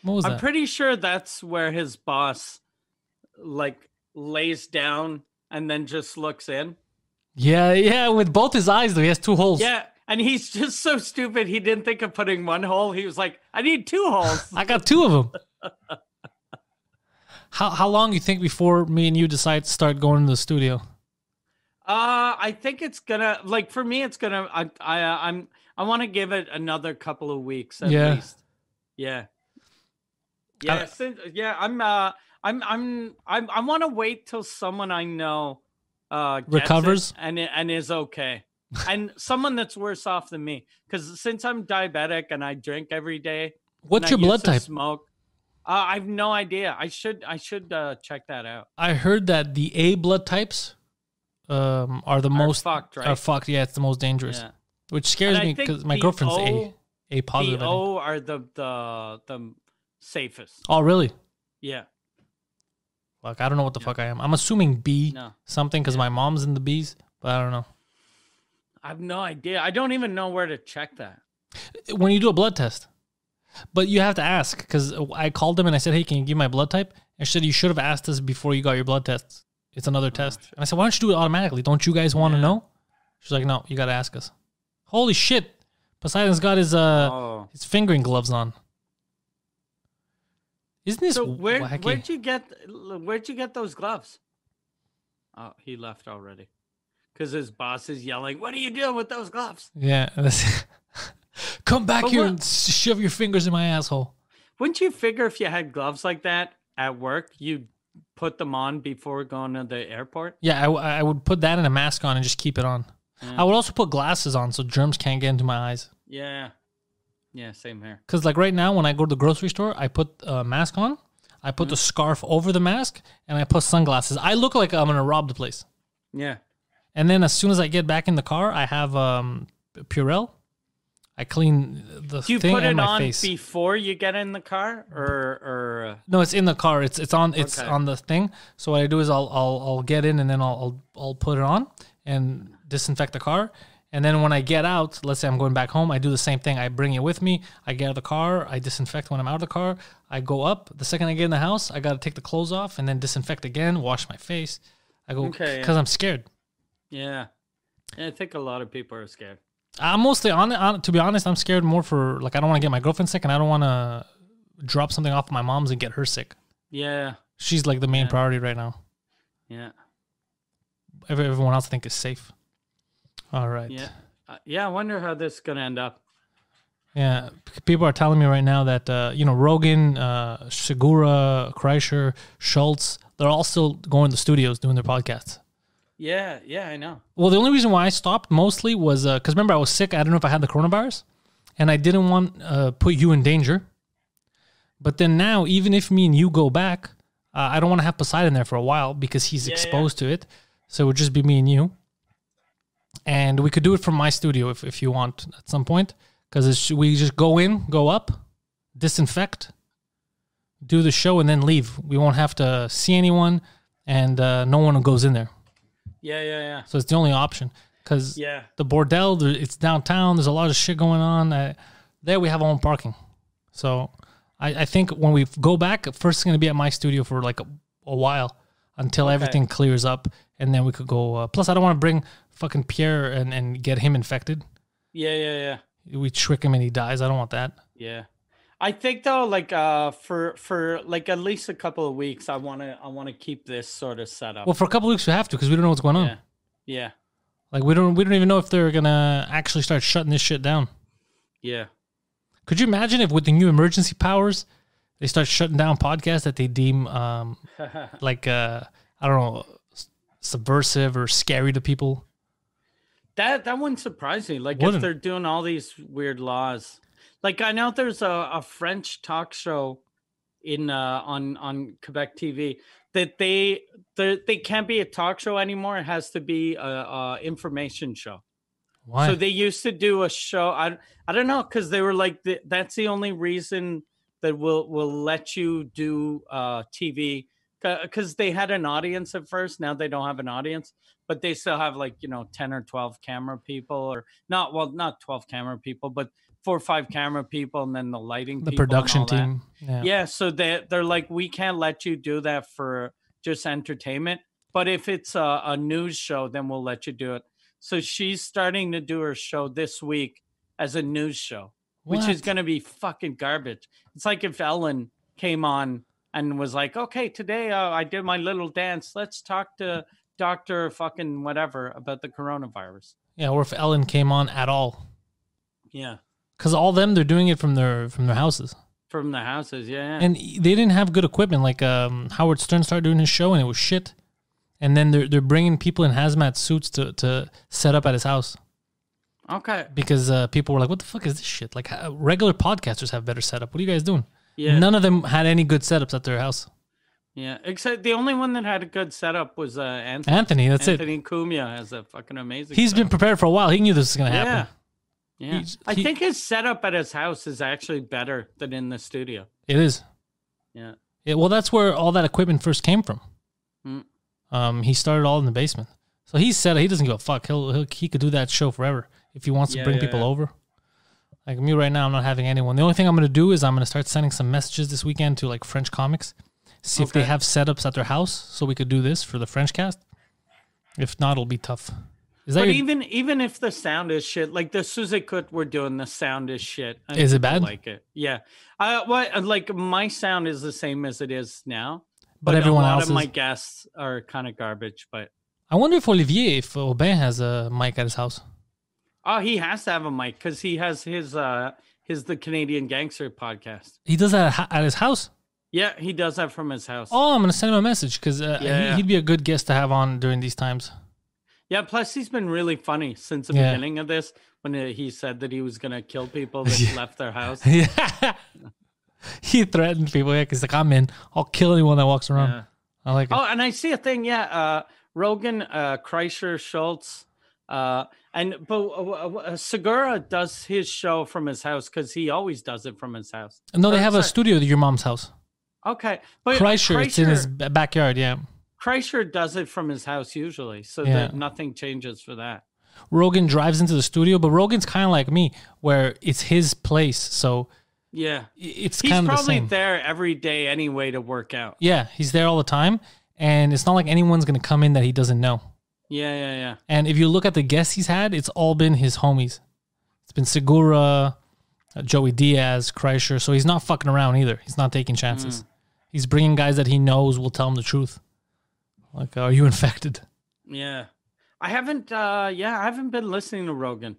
[SPEAKER 1] what was
[SPEAKER 2] Mm. I'm
[SPEAKER 1] that
[SPEAKER 2] pretty sure that's where his boss, like, lays down and then just looks in.
[SPEAKER 1] yeah yeah with both his eyes though he has two holes
[SPEAKER 2] Yeah. And he's just so stupid. He didn't think of putting one hole. He was like, I need two holes.
[SPEAKER 1] I got two of them.
[SPEAKER 2] *laughs*
[SPEAKER 1] how how long you think before me and you decide to start going to the studio?
[SPEAKER 2] Uh, I think it's gonna like for me, it's gonna. I I uh, I'm I want to give it another couple of weeks at
[SPEAKER 1] Yeah.
[SPEAKER 2] least. Yeah. Yeah.
[SPEAKER 1] I-
[SPEAKER 2] since, yeah. I'm. Uh. I'm. I'm. I'm. I want to wait till someone I know uh gets it
[SPEAKER 1] Recovers?
[SPEAKER 2] and i- and is okay, and someone that's worse off than me. Because since I'm diabetic and I drink every day, and
[SPEAKER 1] What's
[SPEAKER 2] I
[SPEAKER 1] your blood
[SPEAKER 2] used to
[SPEAKER 1] type?
[SPEAKER 2] Smoke. Uh, I've no idea. I should. I should uh check that out.
[SPEAKER 1] I heard that the A blood types um, are the
[SPEAKER 2] Are
[SPEAKER 1] most
[SPEAKER 2] fucked, right?
[SPEAKER 1] are fucked. Yeah, it's the most dangerous,
[SPEAKER 2] Yeah.
[SPEAKER 1] which scares
[SPEAKER 2] And I
[SPEAKER 1] me
[SPEAKER 2] think
[SPEAKER 1] because my
[SPEAKER 2] the
[SPEAKER 1] girlfriend's
[SPEAKER 2] O-
[SPEAKER 1] A A positive.
[SPEAKER 2] the
[SPEAKER 1] I think.
[SPEAKER 2] O are the the the safest.
[SPEAKER 1] Oh really?
[SPEAKER 2] Yeah.
[SPEAKER 1] Fuck, I don't know what the fuck I am. I'm assuming B
[SPEAKER 2] No.
[SPEAKER 1] something because my mom's in the B's, but I don't know.
[SPEAKER 2] I have no idea. I don't even know where to check that.
[SPEAKER 1] When you do a blood test, But you have to ask because I called them and I said, "Hey, can you give my blood type?" And she said, "You should have asked us before you got your blood tests. It's another
[SPEAKER 2] Oh,
[SPEAKER 1] test." And I said, "Why don't you do it automatically? Don't you guys want to know?" She's like, "No, you got to ask us." Holy shit! Poseidon's got his uh
[SPEAKER 2] Oh.
[SPEAKER 1] his fingering gloves on. Isn't this
[SPEAKER 2] So where
[SPEAKER 1] wacky?
[SPEAKER 2] where'd you get where'd you get those gloves? Oh, he left already. Cause his boss is yelling, What are you doing with those gloves?
[SPEAKER 1] yeah. *laughs* that's- Come back
[SPEAKER 2] But
[SPEAKER 1] here
[SPEAKER 2] what-
[SPEAKER 1] and shove your fingers in my asshole.
[SPEAKER 2] Wouldn't you figure if you had gloves like that at work, you'd put them on before going to the airport?
[SPEAKER 1] Yeah, I, w- I would put that and a mask on and just keep it on.
[SPEAKER 2] Mm.
[SPEAKER 1] I would also put glasses on so germs can't get into my eyes.
[SPEAKER 2] Yeah. Yeah, same here.
[SPEAKER 1] Because like right now, when I go to the grocery store, I put a mask on, I put
[SPEAKER 2] Mm.
[SPEAKER 1] the scarf over the mask, and I put sunglasses. I look like I'm gonna rob the place.
[SPEAKER 2] Yeah.
[SPEAKER 1] And then as soon as I get back in the car, I have um Purell. I clean the
[SPEAKER 2] Do you
[SPEAKER 1] thing
[SPEAKER 2] put
[SPEAKER 1] and
[SPEAKER 2] it
[SPEAKER 1] my
[SPEAKER 2] on
[SPEAKER 1] face.
[SPEAKER 2] before you get in the car or or uh,
[SPEAKER 1] No, it's in the car. It's it's on it's
[SPEAKER 2] Okay.
[SPEAKER 1] on the thing. So what I do is I'll I'll, I'll get in and then I'll, I'll I'll put it on and disinfect the car. And then when I get out, let's say I'm going back home, I do the same thing. I bring it with me. I get out of the car. I disinfect when I'm out of the car. I go up. The second I get in the house, I gotta take the clothes off and then disinfect again. Wash my face. I go because
[SPEAKER 2] Okay, yeah.
[SPEAKER 1] I'm scared.
[SPEAKER 2] yeah. I think a lot of people are scared.
[SPEAKER 1] I'm mostly on, on to be honest. I'm scared more for like I don't want to get my girlfriend sick and I don't want to drop something off my mom's and get her sick.
[SPEAKER 2] Yeah.
[SPEAKER 1] She's like the main
[SPEAKER 2] Yeah.
[SPEAKER 1] priority right now.
[SPEAKER 2] Yeah.
[SPEAKER 1] every- everyone else think is safe. All right.
[SPEAKER 2] Yeah.
[SPEAKER 1] Yeah.
[SPEAKER 2] Uh, yeah, I wonder how this is going to end up.
[SPEAKER 1] P- People are telling me right now that uh, you know Rogan, uh, Segura, Kreischer, Schultz, they're all still going to studios doing their podcasts.
[SPEAKER 2] Yeah, yeah, I know.
[SPEAKER 1] Well, the only reason why I stopped mostly was because remember I was sick. I don't know if I had the coronavirus, and I didn't want uh, put you in danger. But then now, even if me and you go back, uh, I don't want to have Poseidon there for a while because he's
[SPEAKER 2] Yeah, yeah.
[SPEAKER 1] exposed to it. So it would just be me and you. And we could do it from my studio if, if you want at some point because we just go in, go up, disinfect, do the show, and then leave. We won't have to see anyone, and uh, no one goes in there.
[SPEAKER 2] Yeah, yeah, yeah.
[SPEAKER 1] So it's the only option because
[SPEAKER 2] Yeah.
[SPEAKER 1] the bordel, there- it's downtown. There's a lot of shit going on. Uh, there we have our own parking. So I, I think when we go back, first it's going to be at my studio for like a, a while until everything clears up. And then we could go. Uh, plus, I don't want to bring fucking Pierre and, and get him infected.
[SPEAKER 2] Yeah, yeah, yeah.
[SPEAKER 1] We trick him and he dies. I don't want that.
[SPEAKER 2] Yeah. I think though like uh for for like at least a couple of weeks I want to I want to keep this sort of set up.
[SPEAKER 1] Well, for a couple weeks we have to because we don't know what's going on.
[SPEAKER 2] Yeah. Yeah.
[SPEAKER 1] Like we don't we don't even know if they're gonna actually start shutting this shit down.
[SPEAKER 2] Yeah.
[SPEAKER 1] Could you imagine if with the new emergency powers, they start shutting down podcasts that they deem um,
[SPEAKER 2] *laughs*
[SPEAKER 1] like uh, I don't know s- subversive or scary to people?
[SPEAKER 2] That that wouldn't surprise me. Like
[SPEAKER 1] Wouldn't.
[SPEAKER 2] if they're doing all these weird laws. Like I know there's a, a French talk show in uh, on on Quebec TV that they they they can't be a talk show anymore. It has to be a, a information show.
[SPEAKER 1] Why?
[SPEAKER 2] So they used to do a show. I I don't know because they were like "Th- that's the only reason that will will let you do uh, TV because they had an audience at first. Now they don't have an audience, but they still have like you know ten or twelve camera people or not well not twelve camera people, but four or five camera people, and then the lighting,
[SPEAKER 1] the
[SPEAKER 2] people and
[SPEAKER 1] production
[SPEAKER 2] all that.
[SPEAKER 1] team. Yeah.
[SPEAKER 2] Yeah, so they they're like we can't let you do that for just entertainment, but if it's a, a news show, then we'll let you do it. So she's starting to do her show this week as a news show, which is
[SPEAKER 1] What?
[SPEAKER 2] going to be fucking garbage. It's like if Ellen came on and was like, "Okay, today uh, I did my little dance. Let's talk to Doctor fucking whatever about the coronavirus."
[SPEAKER 1] yeah. Or if Ellen came on at all,
[SPEAKER 2] Yeah,
[SPEAKER 1] because all them they're doing it from their from their houses,
[SPEAKER 2] from the houses. Yeah,
[SPEAKER 1] and they didn't have good equipment. Like um, Howard Stern started doing his show and it was shit, and then they're they're bringing people in hazmat suits to to set up at his house.
[SPEAKER 2] okay,
[SPEAKER 1] because uh, people were like, "What the fuck is this shit?" Like ha- regular podcasters have better setup. What are you guys doing?
[SPEAKER 2] yeah.
[SPEAKER 1] None of them had any good setups at their house.
[SPEAKER 2] Yeah, except the only one that had a good setup was uh, Anthony.
[SPEAKER 1] Anthony, that's
[SPEAKER 2] Anthony Cumia has a fucking
[SPEAKER 1] it.
[SPEAKER 2] amazing.
[SPEAKER 1] He's
[SPEAKER 2] setup.
[SPEAKER 1] been prepared for a while. He knew this was gonna
[SPEAKER 2] yeah,
[SPEAKER 1] happen.
[SPEAKER 2] yeah.
[SPEAKER 1] He's-
[SPEAKER 2] I
[SPEAKER 1] he-
[SPEAKER 2] think his setup at his house is actually better than in the studio.
[SPEAKER 1] It is.
[SPEAKER 2] Yeah,
[SPEAKER 1] Yeah, well, that's where all that equipment first came from.
[SPEAKER 2] Mm.
[SPEAKER 1] Um, he started all in the basement, so he said he doesn't give a fuck. He'll, he'll he could do that show forever if he wants
[SPEAKER 2] Yeah,
[SPEAKER 1] to bring
[SPEAKER 2] yeah,
[SPEAKER 1] people
[SPEAKER 2] yeah.
[SPEAKER 1] over. Like me right now, I'm not having anyone. The only thing I'm gonna do is I'm gonna start sending some messages this weekend to like French comics, see if they
[SPEAKER 2] Okay.
[SPEAKER 1] have setups at their house, so we could do this for the French cast. If not, it'll be tough. Is that
[SPEAKER 2] But
[SPEAKER 1] your-
[SPEAKER 2] even even if the sound is shit, like the Suzekut we're doing, the sound is shit. and
[SPEAKER 1] Is it
[SPEAKER 2] people
[SPEAKER 1] bad?
[SPEAKER 2] Like it, yeah. Uh, what like my sound is the same as it is now.
[SPEAKER 1] but everyone
[SPEAKER 2] a lot
[SPEAKER 1] else?
[SPEAKER 2] of
[SPEAKER 1] Is,
[SPEAKER 2] my guests are kind of garbage. But
[SPEAKER 1] I wonder if Olivier, if Aubin has a mic at his house.
[SPEAKER 2] oh, he has to have a mic because he has his uh his the Canadian Gangster podcast.
[SPEAKER 1] He does that at ho- at his house.
[SPEAKER 2] Yeah, he does that from his house.
[SPEAKER 1] Oh, I'm gonna send him a message because uh,
[SPEAKER 2] Yeah,
[SPEAKER 1] he,
[SPEAKER 2] yeah.
[SPEAKER 1] he'd be a good guest to have on during these times. *laughs*
[SPEAKER 2] Yeah, plus he's been really funny since the
[SPEAKER 1] Yeah.
[SPEAKER 2] beginning of this when uh, he said that he was going to kill people
[SPEAKER 1] *laughs*
[SPEAKER 2] that
[SPEAKER 1] Yeah.
[SPEAKER 2] left their house.
[SPEAKER 1] yeah, he threatened people. Yeah, because like I'm in, I'll kill anyone that walks around.
[SPEAKER 2] Yeah.
[SPEAKER 1] I like it.
[SPEAKER 2] Oh, and I see a thing. Yeah, uh, Rogan, uh, Kreischer, Schultz, uh, and but uh, uh, Segura does his show from his house because he always does it from his house.
[SPEAKER 1] no, they
[SPEAKER 2] oh,
[SPEAKER 1] have a
[SPEAKER 2] sorry.
[SPEAKER 1] studio at your mom's house.
[SPEAKER 2] Okay, but
[SPEAKER 1] Kreischer, it's in his
[SPEAKER 2] Kreischer-
[SPEAKER 1] ba- backyard. Yeah,
[SPEAKER 2] Kreischer does it from his house usually, so
[SPEAKER 1] Yeah.
[SPEAKER 2] that nothing changes for that.
[SPEAKER 1] Rogan drives into the studio, but Rogan's kind of like me, where it's his place, so
[SPEAKER 2] Yeah,
[SPEAKER 1] i- it's
[SPEAKER 2] he's
[SPEAKER 1] kind of the
[SPEAKER 2] probably
[SPEAKER 1] same.
[SPEAKER 2] there every day anyway to work out.
[SPEAKER 1] Yeah, he's there all the time, and it's not like anyone's gonna come in that he doesn't know.
[SPEAKER 2] Yeah, yeah, yeah.
[SPEAKER 1] And if you look at the guests he's had, it's all been his homies. It's been Segura, uh, Joey Diaz, Kreischer. So he's not fucking around either. He's not taking
[SPEAKER 2] Mm.
[SPEAKER 1] chances. He's bringing guys that he knows will tell him the truth. Like, are you *laughs* infected?
[SPEAKER 2] Yeah. I haven't uh yeah, I haven't been listening to Rogan.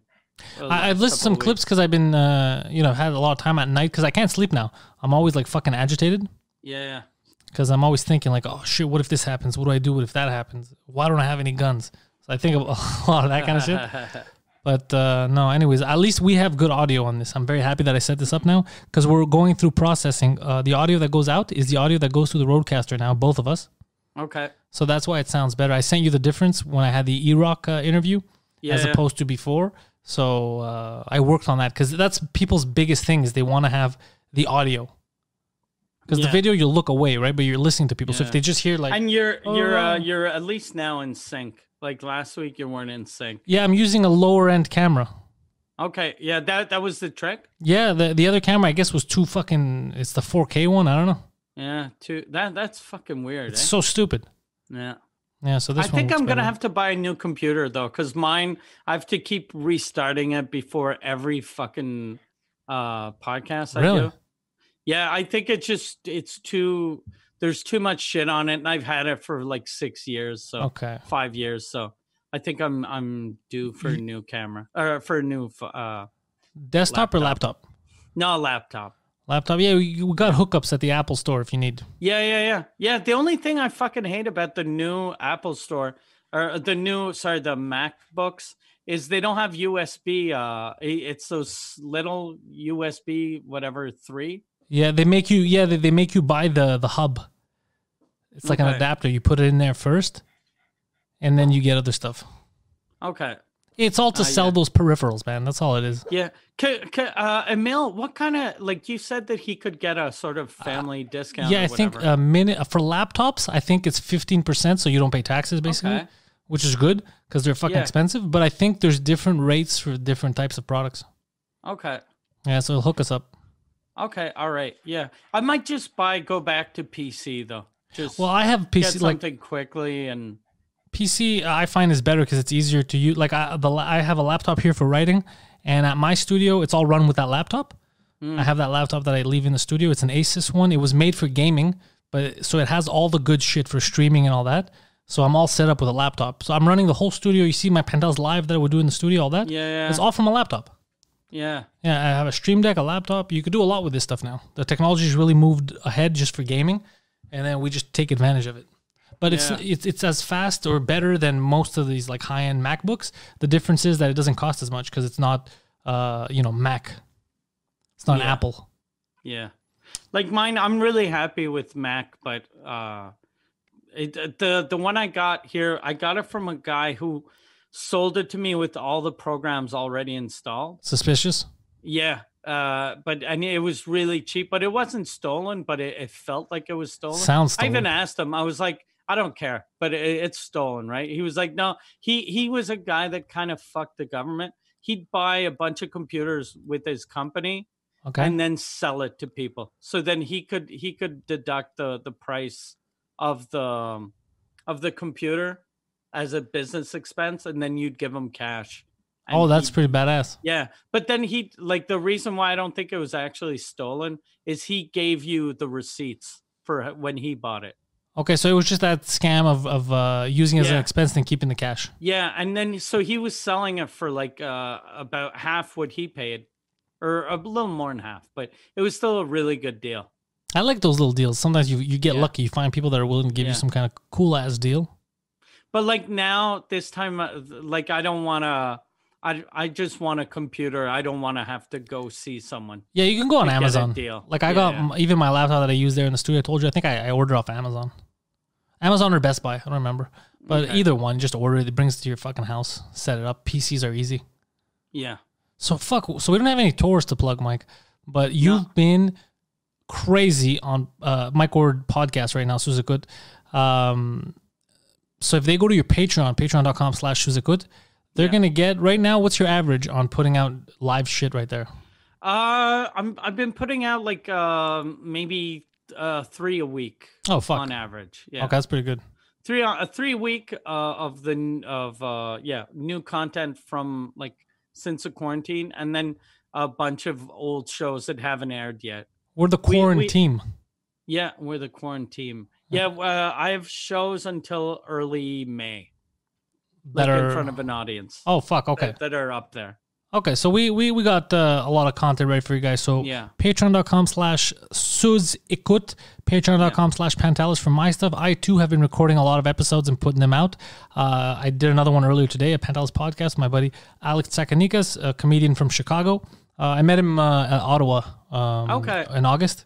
[SPEAKER 2] the
[SPEAKER 1] I, I've
[SPEAKER 2] last
[SPEAKER 1] listed some
[SPEAKER 2] couple
[SPEAKER 1] clips
[SPEAKER 2] weeks.
[SPEAKER 1] because I've been, uh, you know, had a lot of time at night because I can't sleep now. I'm always like fucking agitated
[SPEAKER 2] Yeah, yeah.
[SPEAKER 1] because I'm always thinking like, oh shit, what if this happens? What do I do? What if that happens? Why don't I have any guns? So I think of *laughs* a lot of that kind of shit. But uh, no, anyways, at least we have good audio on this. I'm very happy that I set this up now because we're going through processing. Uh, the audio that goes out is the audio that goes to the roadcaster now, both of us.
[SPEAKER 2] *laughs* okay.
[SPEAKER 1] So that's why it sounds better. I sent you the difference when I had the E Rock uh, interview
[SPEAKER 2] Yeah.
[SPEAKER 1] as
[SPEAKER 2] yeah.
[SPEAKER 1] opposed to before. So uh, I worked on that because that's people's biggest thing is they want to have the audio. Because the
[SPEAKER 2] Yeah.
[SPEAKER 1] video you'll look away, right? But you're listening to people. So if
[SPEAKER 2] Yeah.
[SPEAKER 1] they just hear like,
[SPEAKER 2] and you're you're
[SPEAKER 1] Oh.
[SPEAKER 2] uh, you're at least now in sync. Like last week you weren't in sync.
[SPEAKER 1] yeah, I'm using a lower end camera.
[SPEAKER 2] Okay. Yeah, that that was the trick.
[SPEAKER 1] Yeah, the the other camera I guess was too fucking. It's the 4K one. I don't know.
[SPEAKER 2] Yeah, too that that's fucking weird. Eh?
[SPEAKER 1] It's so stupid.
[SPEAKER 2] yeah.
[SPEAKER 1] Yeah, so this
[SPEAKER 2] I
[SPEAKER 1] one
[SPEAKER 2] think
[SPEAKER 1] looks
[SPEAKER 2] I'm gonna
[SPEAKER 1] better.
[SPEAKER 2] have to buy a new computer though, because mine I have to keep restarting it before every fucking uh podcast
[SPEAKER 1] Really?
[SPEAKER 2] I do. Yeah, I think it's just it's too there's too much shit on it, and I've had it for like six years, so
[SPEAKER 1] Okay.
[SPEAKER 2] five years, so I think I'm I'm due for a new camera or for a new ph- uh
[SPEAKER 1] Desktop or laptop?
[SPEAKER 2] no laptop.
[SPEAKER 1] Laptop. Yeah, we, we got hookups at the Apple store if you need.
[SPEAKER 2] Yeah, yeah, yeah, yeah. The only thing I fucking hate about the new Apple Store or uh, the new, sorry, the MacBooks is they don't have USB. Uh, i- it's those little USB whatever three.
[SPEAKER 1] Yeah, they make you yeah, they, they make you buy the the hub. It's like an
[SPEAKER 2] Okay.
[SPEAKER 1] adapter. You put it in there first and then you get other stuff.
[SPEAKER 2] Okay,
[SPEAKER 1] It's all to
[SPEAKER 2] Ah,
[SPEAKER 1] sell
[SPEAKER 2] yeah.
[SPEAKER 1] those peripherals, man. That's all it is.
[SPEAKER 2] yeah. C- c- uh, Emil, what kind of like you said that he could get a sort of family discount?
[SPEAKER 1] Uh, yeah,
[SPEAKER 2] or
[SPEAKER 1] I think uh,
[SPEAKER 2] whatever.
[SPEAKER 1] a minute for laptops, I think it's 15% so you don't pay taxes basically,
[SPEAKER 2] Okay.
[SPEAKER 1] which is good cuz they're fucking
[SPEAKER 2] Yeah.
[SPEAKER 1] expensive, but I think there's different rates for different types of products.
[SPEAKER 2] okay.
[SPEAKER 1] Yeah, so hook us up.
[SPEAKER 2] Okay, all right, yeah. I might just buy go back to PC though. Just
[SPEAKER 1] Well, I have
[SPEAKER 2] get
[SPEAKER 1] PC like
[SPEAKER 2] something quickly and
[SPEAKER 1] PC uh, I find is better because it's easier to use. Like I, the, la- I have a laptop here for writing, and at my studio, it's all run with that laptop.
[SPEAKER 2] Hmm.
[SPEAKER 1] I have that laptop that I leave in the studio. It's an Asus one. It was made for gaming, but so it has all the good shit for streaming and all that. So I'm all set up with a laptop. So I'm running the whole studio. You see my Pandels live that I would do in the studio, all that.
[SPEAKER 2] Yeah, yeah.
[SPEAKER 1] It's all from a laptop.
[SPEAKER 2] yeah.
[SPEAKER 1] Yeah, I have a Stream Deck, a laptop. You could do a lot with this stuff now. The technology's really moved ahead just for gaming, and then we just take advantage of it. But it's
[SPEAKER 2] Yeah.
[SPEAKER 1] it's it's as fast or better than most of these like high end MacBooks. The difference is that it doesn't cost as much because it's not uh you know Mac, it's not
[SPEAKER 2] Yeah.
[SPEAKER 1] Apple.
[SPEAKER 2] Yeah. Like mine, I'm really happy with Mac, but uh it, uh, the the one I got here, I got it from a guy who sold it to me with all the programs already installed.
[SPEAKER 1] Suspicious.
[SPEAKER 2] Yeah. Uh but and it was really cheap, but it wasn't stolen, but it, it felt like it was stolen.
[SPEAKER 1] Sounds
[SPEAKER 2] I even
[SPEAKER 1] stolen.
[SPEAKER 2] asked him. I was like, I don't care, but it, it's stolen, right? He was like, no. He he was a guy that kind of fucked the government. he'd buy a bunch of computers with his company
[SPEAKER 1] Okay.
[SPEAKER 2] and then sell it to people. So then he could he could deduct the the price of the um, of the computer as a business expense, and then you'd give him cash. and
[SPEAKER 1] oh, that's
[SPEAKER 2] he'd-
[SPEAKER 1] pretty badass.
[SPEAKER 2] yeah, but then he like the reason why I don't think it was actually stolen is he gave you the receipts for h- when he bought it.
[SPEAKER 1] Okay, so it was just that scam of of uh, using it as an
[SPEAKER 2] Yeah.
[SPEAKER 1] expense and keeping the cash.
[SPEAKER 2] Yeah, and then so he was selling it for like uh about half what he paid or a little more than half, but it was still a really good deal.
[SPEAKER 1] I like those little deals. Sometimes you, you get
[SPEAKER 2] Yeah.
[SPEAKER 1] lucky. You find people that are willing to give you
[SPEAKER 2] Yeah.
[SPEAKER 1] some kind of cool ass deal.
[SPEAKER 2] But like now this time uh, th- like I don't want to I I just want a computer. I don't want to have to go see someone.
[SPEAKER 1] Yeah, you can go on
[SPEAKER 2] to get a
[SPEAKER 1] Amazon.
[SPEAKER 2] deal.
[SPEAKER 1] Like I
[SPEAKER 2] Yeah,
[SPEAKER 1] got
[SPEAKER 2] yeah.
[SPEAKER 1] m even my laptop that I use there in the studio. I told you, I think I, I ordered off Amazon, Amazon or Best Buy. I don't remember, but
[SPEAKER 2] Okay.
[SPEAKER 1] either one. Just order it. It brings it to your fucking house. Set it up. PCs are easy.
[SPEAKER 2] Yeah.
[SPEAKER 1] So fuck. So we don't have any tours to plug, Mike. But you've been crazy on uh, Mike Ward podcast right now. Suzakut. Um, so if they go to your Patreon, Patreon.com/slash Suzakut, they're
[SPEAKER 2] Yeah.
[SPEAKER 1] gonna get right now. What's your average on putting out live shit right there?
[SPEAKER 2] Uh I'm I've been putting out like um maybe uh 3 a week
[SPEAKER 1] Oh fuck.
[SPEAKER 2] on average. Yeah.
[SPEAKER 1] Okay, that's pretty good.
[SPEAKER 2] three uh, three week uh, of the n- of uh yeah new content from like since the quarantine and then a bunch of old shows that haven't aired yet
[SPEAKER 1] We're the
[SPEAKER 2] We- we-
[SPEAKER 1] quarantine.
[SPEAKER 2] yeah we're the quarantine yeah uh, i have shows until early may
[SPEAKER 1] that
[SPEAKER 2] like
[SPEAKER 1] are
[SPEAKER 2] in front of an audience
[SPEAKER 1] oh fuck
[SPEAKER 2] that-
[SPEAKER 1] okay
[SPEAKER 2] that, are up there
[SPEAKER 1] okay so we we, we got uh, a lot of content ready for you guys so
[SPEAKER 2] Yeah.
[SPEAKER 1] patreon.com slash suzikut patreon.com slash pantalis for my stuff i too have been recording a lot of episodes and putting them out uh, i did another one earlier today a pantalis podcast my buddy alex tsakanikas a comedian from chicago uh, i met him uh, at ottawa um,
[SPEAKER 2] Okay.
[SPEAKER 1] in august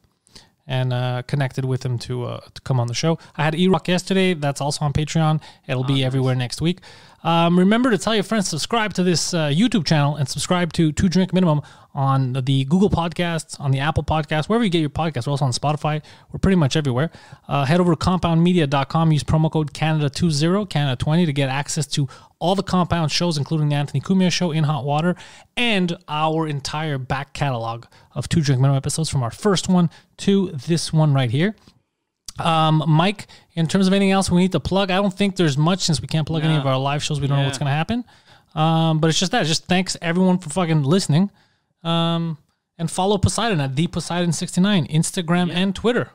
[SPEAKER 1] and uh, connected with him to uh, to come on the show. I had E-Rock yesterday. That's also on Patreon. It'll be everywhere next week. Um, remember to tell your friends, subscribe to this uh, YouTube channel and subscribe to Two Drink Minimum on the Google Podcasts, on the Apple Podcasts, wherever you get your podcasts. We're also on Spotify. We're pretty much everywhere. Uh, head over to compoundmedia.com. Use promo code Canada20, Canada20 to get access to all the Compound shows, including the Anthony Cumia show, In Hot Water, and our entire back catalog of Two Drink Minimum episodes from our first one to this one right here. Um, Mike, in terms of anything else we need to plug, I don't think there's much since we can't plug any
[SPEAKER 2] Nah.
[SPEAKER 1] of our live shows. We don't know what's
[SPEAKER 2] Yeah.
[SPEAKER 1] going to happen. Um, but it's just that. Just thanks everyone for fucking listening. Um, and follow Poseidon at the Poseidon69, Instagram and Twitter.